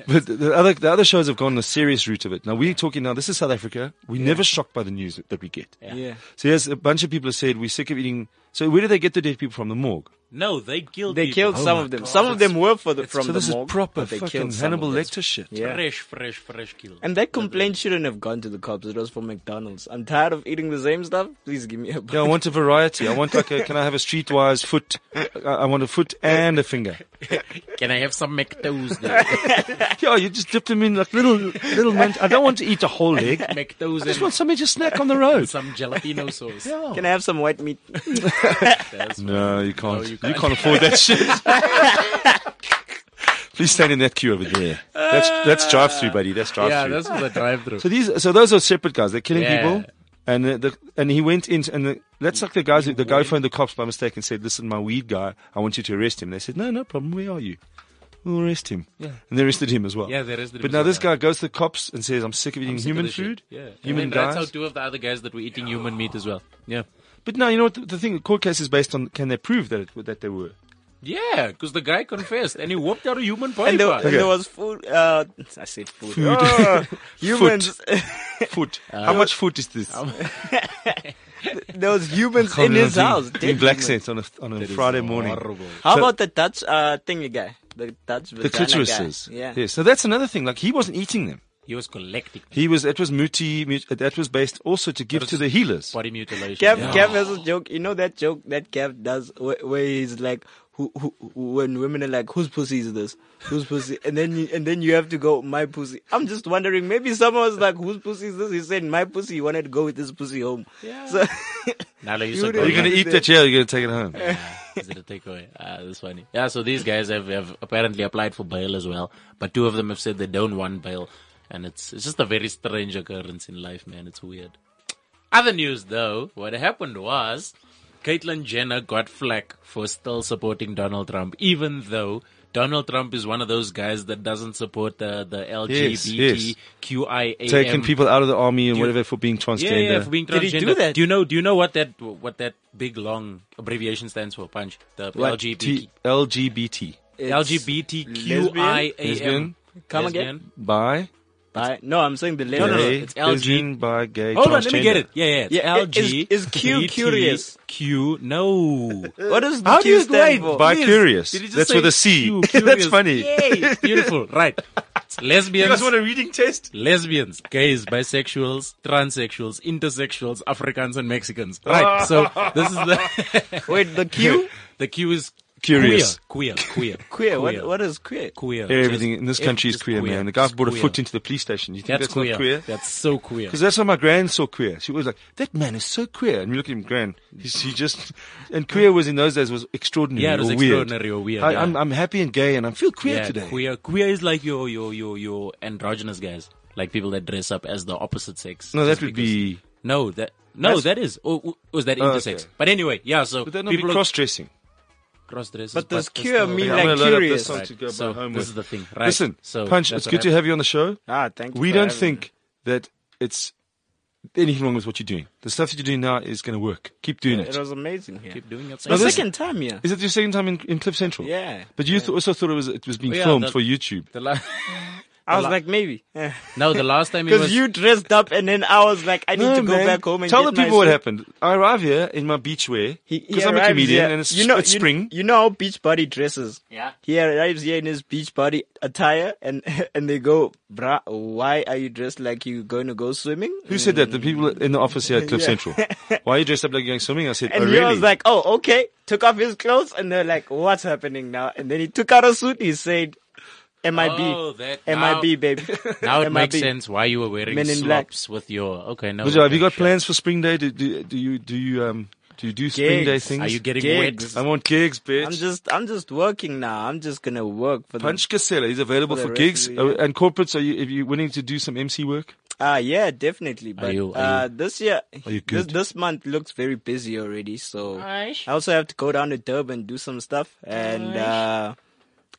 [SPEAKER 2] but the other the other shows have gone the serious route of it. Now we're talking now. This is South Africa. We're never shocked by the news that we get.
[SPEAKER 5] Yeah.
[SPEAKER 2] So yes, a bunch of people have said we're sick of eating. So where do they get the dead people from? The morgue.
[SPEAKER 3] no, they killed
[SPEAKER 5] They
[SPEAKER 3] people. Oh
[SPEAKER 5] killed
[SPEAKER 2] oh
[SPEAKER 5] some of them. some of them were for the, from
[SPEAKER 2] so
[SPEAKER 5] the
[SPEAKER 2] this
[SPEAKER 5] morgue,
[SPEAKER 2] is proper
[SPEAKER 5] but they
[SPEAKER 2] fucking
[SPEAKER 5] killed some of
[SPEAKER 2] Hannibal
[SPEAKER 5] them.
[SPEAKER 2] Lecter shit.
[SPEAKER 5] Yeah.
[SPEAKER 3] Fresh, fresh, fresh kill.
[SPEAKER 5] And that complaint shouldn't have gone to the cops. It was for McDonald's. I'm tired of eating the same stuff. Please give me a
[SPEAKER 2] Yeah, I
[SPEAKER 5] burger.
[SPEAKER 2] want a variety. I want like a. Can I have a streetwise foot? I, I want a foot and a finger.
[SPEAKER 3] Can I have some McToes now?
[SPEAKER 2] Yeah, you just dip them in like little little. Man- I don't want to eat a whole leg. I
[SPEAKER 3] McToes
[SPEAKER 2] just
[SPEAKER 3] and
[SPEAKER 2] want something to snack on the road.
[SPEAKER 3] some jalapeno sauce.
[SPEAKER 5] Can I have some white meat?
[SPEAKER 2] No, you can't.
[SPEAKER 3] you
[SPEAKER 2] you,
[SPEAKER 3] can't.
[SPEAKER 2] can't. afford that shit. Please stand in that queue over there. That's that's drive through, buddy. That's drive
[SPEAKER 3] Yeah,
[SPEAKER 2] through.
[SPEAKER 3] that's what the drive through.
[SPEAKER 2] so these, so those are separate guys. They're killing
[SPEAKER 3] Yeah.
[SPEAKER 2] people, and the, the and he went in, and the, that's like the guys. who- The guy phoned the cops by mistake and said, "Listen, my weed guy, I want you to arrest him." They said, "No, no problem. Where are you?" We'll arrest him. Yeah. And they arrested him as well.
[SPEAKER 3] Yeah, they arrested him
[SPEAKER 2] But
[SPEAKER 3] as
[SPEAKER 2] now
[SPEAKER 3] well,
[SPEAKER 2] this
[SPEAKER 3] yeah.
[SPEAKER 2] guy goes to the cops and says, "I'm sick of eating
[SPEAKER 3] Sick of
[SPEAKER 2] human
[SPEAKER 3] this shit.
[SPEAKER 2] food,
[SPEAKER 3] Yeah.
[SPEAKER 2] human
[SPEAKER 3] and then
[SPEAKER 2] guys."
[SPEAKER 3] That's how two of the other guys that were eating human meat as well. Yeah.
[SPEAKER 2] but now you know what the, the thing. The court case is based on can they prove that it, that they were.
[SPEAKER 3] Yeah, because the guy confessed and he whooped out a human body
[SPEAKER 5] And there,
[SPEAKER 3] part.
[SPEAKER 5] and there was food. Uh, I said food. Oh, humans.
[SPEAKER 2] Foot. How much foot is this?
[SPEAKER 5] there was humans in
[SPEAKER 2] Community
[SPEAKER 5] his house.
[SPEAKER 2] Um, in
[SPEAKER 5] dead
[SPEAKER 2] black
[SPEAKER 5] humans.
[SPEAKER 2] sense on a on a Friday morning.
[SPEAKER 5] How
[SPEAKER 2] So-
[SPEAKER 5] about the Dutch uh, thingy guy? The Dutch
[SPEAKER 2] The clitorises.
[SPEAKER 5] Yeah.
[SPEAKER 2] Yes. So that's another thing. Like he wasn't eating them.
[SPEAKER 3] He was collecting
[SPEAKER 2] He was. It was muti. mut- That was based also to give to the healers.
[SPEAKER 3] body mutilation.
[SPEAKER 5] Kev,
[SPEAKER 3] Yeah.
[SPEAKER 5] Kev has a joke. You know that joke that Kev does where, where he's like, who, who, who- when women are like, whose pussy is this? Whose pussy? And then you, and then you have to go, my pussy. I'm just wondering, maybe someone was like, whose pussy is this? He said, my pussy. He wanted to go with this pussy home. Yeah. So,
[SPEAKER 3] Now like,
[SPEAKER 5] You
[SPEAKER 3] you said,
[SPEAKER 5] didn't-
[SPEAKER 2] You're gonna eat that. Yeah. You're gonna take it home.
[SPEAKER 3] Is it a takeaway? Ah, that's funny. Yeah, so these guys have, have apparently applied for bail as well, but two of them have said they don't want bail, and it's it's just a very strange occurrence in life, man. It's weird. Other news, though, what happened was Caitlyn Jenner got flack for still supporting Donald Trump, even though Donald Trump is one of those guys that doesn't support the the LGBTQIA
[SPEAKER 2] Taking people out of the army and
[SPEAKER 3] Um, you-
[SPEAKER 2] whatever for being transgender.
[SPEAKER 3] yeah, yeah, for being transgender.
[SPEAKER 5] Did he do that?
[SPEAKER 3] you know? Do you know what that what that big long abbreviation stands for? Punch the
[SPEAKER 2] What?
[SPEAKER 3] LGBT.
[SPEAKER 2] T- LGBT.
[SPEAKER 5] it's-
[SPEAKER 2] Lesbian?
[SPEAKER 3] LGBTQIAM.
[SPEAKER 5] Come
[SPEAKER 3] Lesbian.
[SPEAKER 2] Bi.
[SPEAKER 5] Bi- no, I'm saying the
[SPEAKER 2] No,
[SPEAKER 5] lesbian.
[SPEAKER 3] no, no, it's LG.
[SPEAKER 2] Lesbian, bi, gay.
[SPEAKER 3] Hold on, let me
[SPEAKER 2] transgender.
[SPEAKER 3] get it. Yeah, yeah. It's
[SPEAKER 5] Yeah, i-
[SPEAKER 3] LG.
[SPEAKER 5] is- is Q
[SPEAKER 3] BT,
[SPEAKER 5] curious?
[SPEAKER 3] Q. No.
[SPEAKER 5] What does the
[SPEAKER 3] How do
[SPEAKER 5] Q
[SPEAKER 3] you
[SPEAKER 5] stand
[SPEAKER 3] wait?
[SPEAKER 5] for?
[SPEAKER 2] Bi
[SPEAKER 3] Please.
[SPEAKER 2] curious.
[SPEAKER 3] Did he just
[SPEAKER 2] That's
[SPEAKER 3] say
[SPEAKER 2] with a C.
[SPEAKER 3] Q,
[SPEAKER 2] That's
[SPEAKER 3] curious?
[SPEAKER 2] funny.
[SPEAKER 3] Yay. Beautiful. Right. It's Lesbians.
[SPEAKER 2] a reading test?
[SPEAKER 3] lesbians, gays, bisexuals, transsexuals, intersexuals, Africans, and Mexicans.
[SPEAKER 2] Ah.
[SPEAKER 3] Right. So this is the
[SPEAKER 5] Wait, the Q?
[SPEAKER 3] the Q is
[SPEAKER 2] Curious.
[SPEAKER 3] queer, queer, queer,
[SPEAKER 5] Queer. What, what is queer?
[SPEAKER 3] queer.
[SPEAKER 2] Everything
[SPEAKER 3] Just-
[SPEAKER 2] in this
[SPEAKER 3] ev-
[SPEAKER 2] country is
[SPEAKER 3] just
[SPEAKER 2] queer, man. The guy
[SPEAKER 3] Just
[SPEAKER 2] brought a
[SPEAKER 3] queer.
[SPEAKER 2] foot into the police station. You think that's,
[SPEAKER 3] That's, queer.
[SPEAKER 2] not queer?
[SPEAKER 3] That's so queer.
[SPEAKER 2] Because that's how my grand saw queer. She was like, "That man is so queer," and we look at him, grand. He's, he just and queer was in those days was extraordinary.
[SPEAKER 3] Yeah, it was
[SPEAKER 2] or weird.
[SPEAKER 3] extraordinary or weird,
[SPEAKER 2] I,
[SPEAKER 3] yeah.
[SPEAKER 2] I'm I'm happy and gay, and I feel queer
[SPEAKER 3] yeah,
[SPEAKER 2] today.
[SPEAKER 3] queer. Queer is like your your your your androgynous guys, like people that dress up as the opposite sex.
[SPEAKER 2] No,
[SPEAKER 3] just
[SPEAKER 2] that would
[SPEAKER 3] because-
[SPEAKER 2] be.
[SPEAKER 3] no that no that is or or was that
[SPEAKER 2] Oh,
[SPEAKER 3] intersex?
[SPEAKER 2] okay.
[SPEAKER 3] But anyway, yeah. So
[SPEAKER 2] Would that not be
[SPEAKER 3] people
[SPEAKER 2] cross dressing?
[SPEAKER 3] cross dressers,
[SPEAKER 5] But does
[SPEAKER 3] they're
[SPEAKER 5] queer
[SPEAKER 3] still-
[SPEAKER 5] mean
[SPEAKER 3] Yeah.
[SPEAKER 5] like curious?
[SPEAKER 2] song
[SPEAKER 3] Right,
[SPEAKER 2] to go
[SPEAKER 3] so
[SPEAKER 2] by home
[SPEAKER 3] this
[SPEAKER 2] with.
[SPEAKER 3] is the thing, right,
[SPEAKER 2] Listen,
[SPEAKER 3] so
[SPEAKER 2] Punch. It's
[SPEAKER 3] that's what
[SPEAKER 2] good to
[SPEAKER 3] happened.
[SPEAKER 2] have you on the show.
[SPEAKER 5] Ah, thank you.
[SPEAKER 2] We
[SPEAKER 5] for
[SPEAKER 2] don't
[SPEAKER 5] having me.
[SPEAKER 2] think that it's anything wrong with what you're doing. The stuff that you're doing now is going to work. Keep doing it.
[SPEAKER 5] It was amazing here.
[SPEAKER 3] Keep doing it.
[SPEAKER 5] The
[SPEAKER 2] Now this-
[SPEAKER 5] second time here.
[SPEAKER 2] Is it your second time in, in Clip Central?
[SPEAKER 5] Yeah.
[SPEAKER 2] But you th- also thought it was it was being
[SPEAKER 3] Yeah,
[SPEAKER 2] filmed
[SPEAKER 3] that-
[SPEAKER 2] for YouTube.
[SPEAKER 3] The la-
[SPEAKER 5] I was like, maybe.
[SPEAKER 3] no, the last time it
[SPEAKER 5] Because
[SPEAKER 3] was.
[SPEAKER 5] you dressed up and then I was like, I need to go
[SPEAKER 2] man.
[SPEAKER 5] back home and
[SPEAKER 2] tell
[SPEAKER 5] get
[SPEAKER 2] the people
[SPEAKER 5] my
[SPEAKER 2] what
[SPEAKER 5] suit.
[SPEAKER 2] happened. I arrive here in my beach wear
[SPEAKER 5] He- he
[SPEAKER 2] because I'm a
[SPEAKER 5] arrives
[SPEAKER 2] comedian
[SPEAKER 5] here-
[SPEAKER 2] and it's,
[SPEAKER 5] you know,
[SPEAKER 2] it's
[SPEAKER 5] you-
[SPEAKER 2] spring.
[SPEAKER 5] You know how Beachbody dresses.
[SPEAKER 6] Yeah.
[SPEAKER 5] He arrives here in his Beachbody attire, and and they go, "Bruh, why are you dressed like you going to go swimming?"
[SPEAKER 2] Who said that? The people in the office here at Cliff Central. Why are you dressed up like you're going swimming? I said,
[SPEAKER 5] And
[SPEAKER 2] oh,
[SPEAKER 5] he
[SPEAKER 2] really?
[SPEAKER 5] was like, "Oh, okay." Took off his clothes, and they're like, "What's happening now?" And then he took out a suit. He said, "MIB,
[SPEAKER 3] Oh, that
[SPEAKER 5] MIB,
[SPEAKER 3] now-
[SPEAKER 5] baby."
[SPEAKER 3] Now it makes
[SPEAKER 5] MIB.
[SPEAKER 3] sense why you were wearing
[SPEAKER 5] Men in black.
[SPEAKER 3] slops with your. Okay, no.
[SPEAKER 2] Bujo, uh, have you
[SPEAKER 5] "Oh,
[SPEAKER 3] okay,
[SPEAKER 2] got
[SPEAKER 3] sure.
[SPEAKER 2] plans for spring day? Do, do, do you do you um do you do spring day
[SPEAKER 5] Gigs.
[SPEAKER 2] things?
[SPEAKER 3] Are you getting
[SPEAKER 5] Gigs.
[SPEAKER 2] I
[SPEAKER 3] wet?
[SPEAKER 2] want gigs, bitch.
[SPEAKER 5] I'm just, I'm just working now. I'm just gonna work for the
[SPEAKER 2] Punch Casella is available
[SPEAKER 5] For
[SPEAKER 2] for,
[SPEAKER 5] the rest
[SPEAKER 2] gigs
[SPEAKER 5] of the year.
[SPEAKER 2] Uh, and corporates. Are you, are you willing to do some MC work?
[SPEAKER 5] Ah, yeah, definitely. But
[SPEAKER 3] you- are
[SPEAKER 5] uh,
[SPEAKER 3] you-
[SPEAKER 5] this year,
[SPEAKER 2] you
[SPEAKER 5] this,
[SPEAKER 2] good?
[SPEAKER 5] this month looks very busy already. So I also have to go down to Durban do some stuff and uh,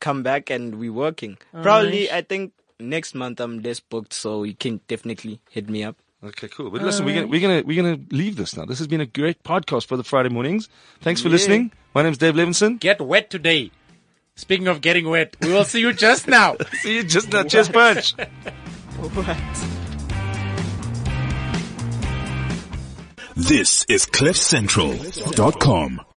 [SPEAKER 5] come back, and we're working. Probably, I think next month I'm less booked, so you can definitely hit me up.
[SPEAKER 2] Okay, cool. But listen, we're gonna, we're gonna we're gonna leave this now. This has been a great podcast for the Friday mornings. Thanks for listening. My name's Dave Levinson.
[SPEAKER 3] Get wet today. Speaking of getting wet, we will see you just now.
[SPEAKER 2] See you just now. Cheers, punch.
[SPEAKER 1] This is CliffCentral.com.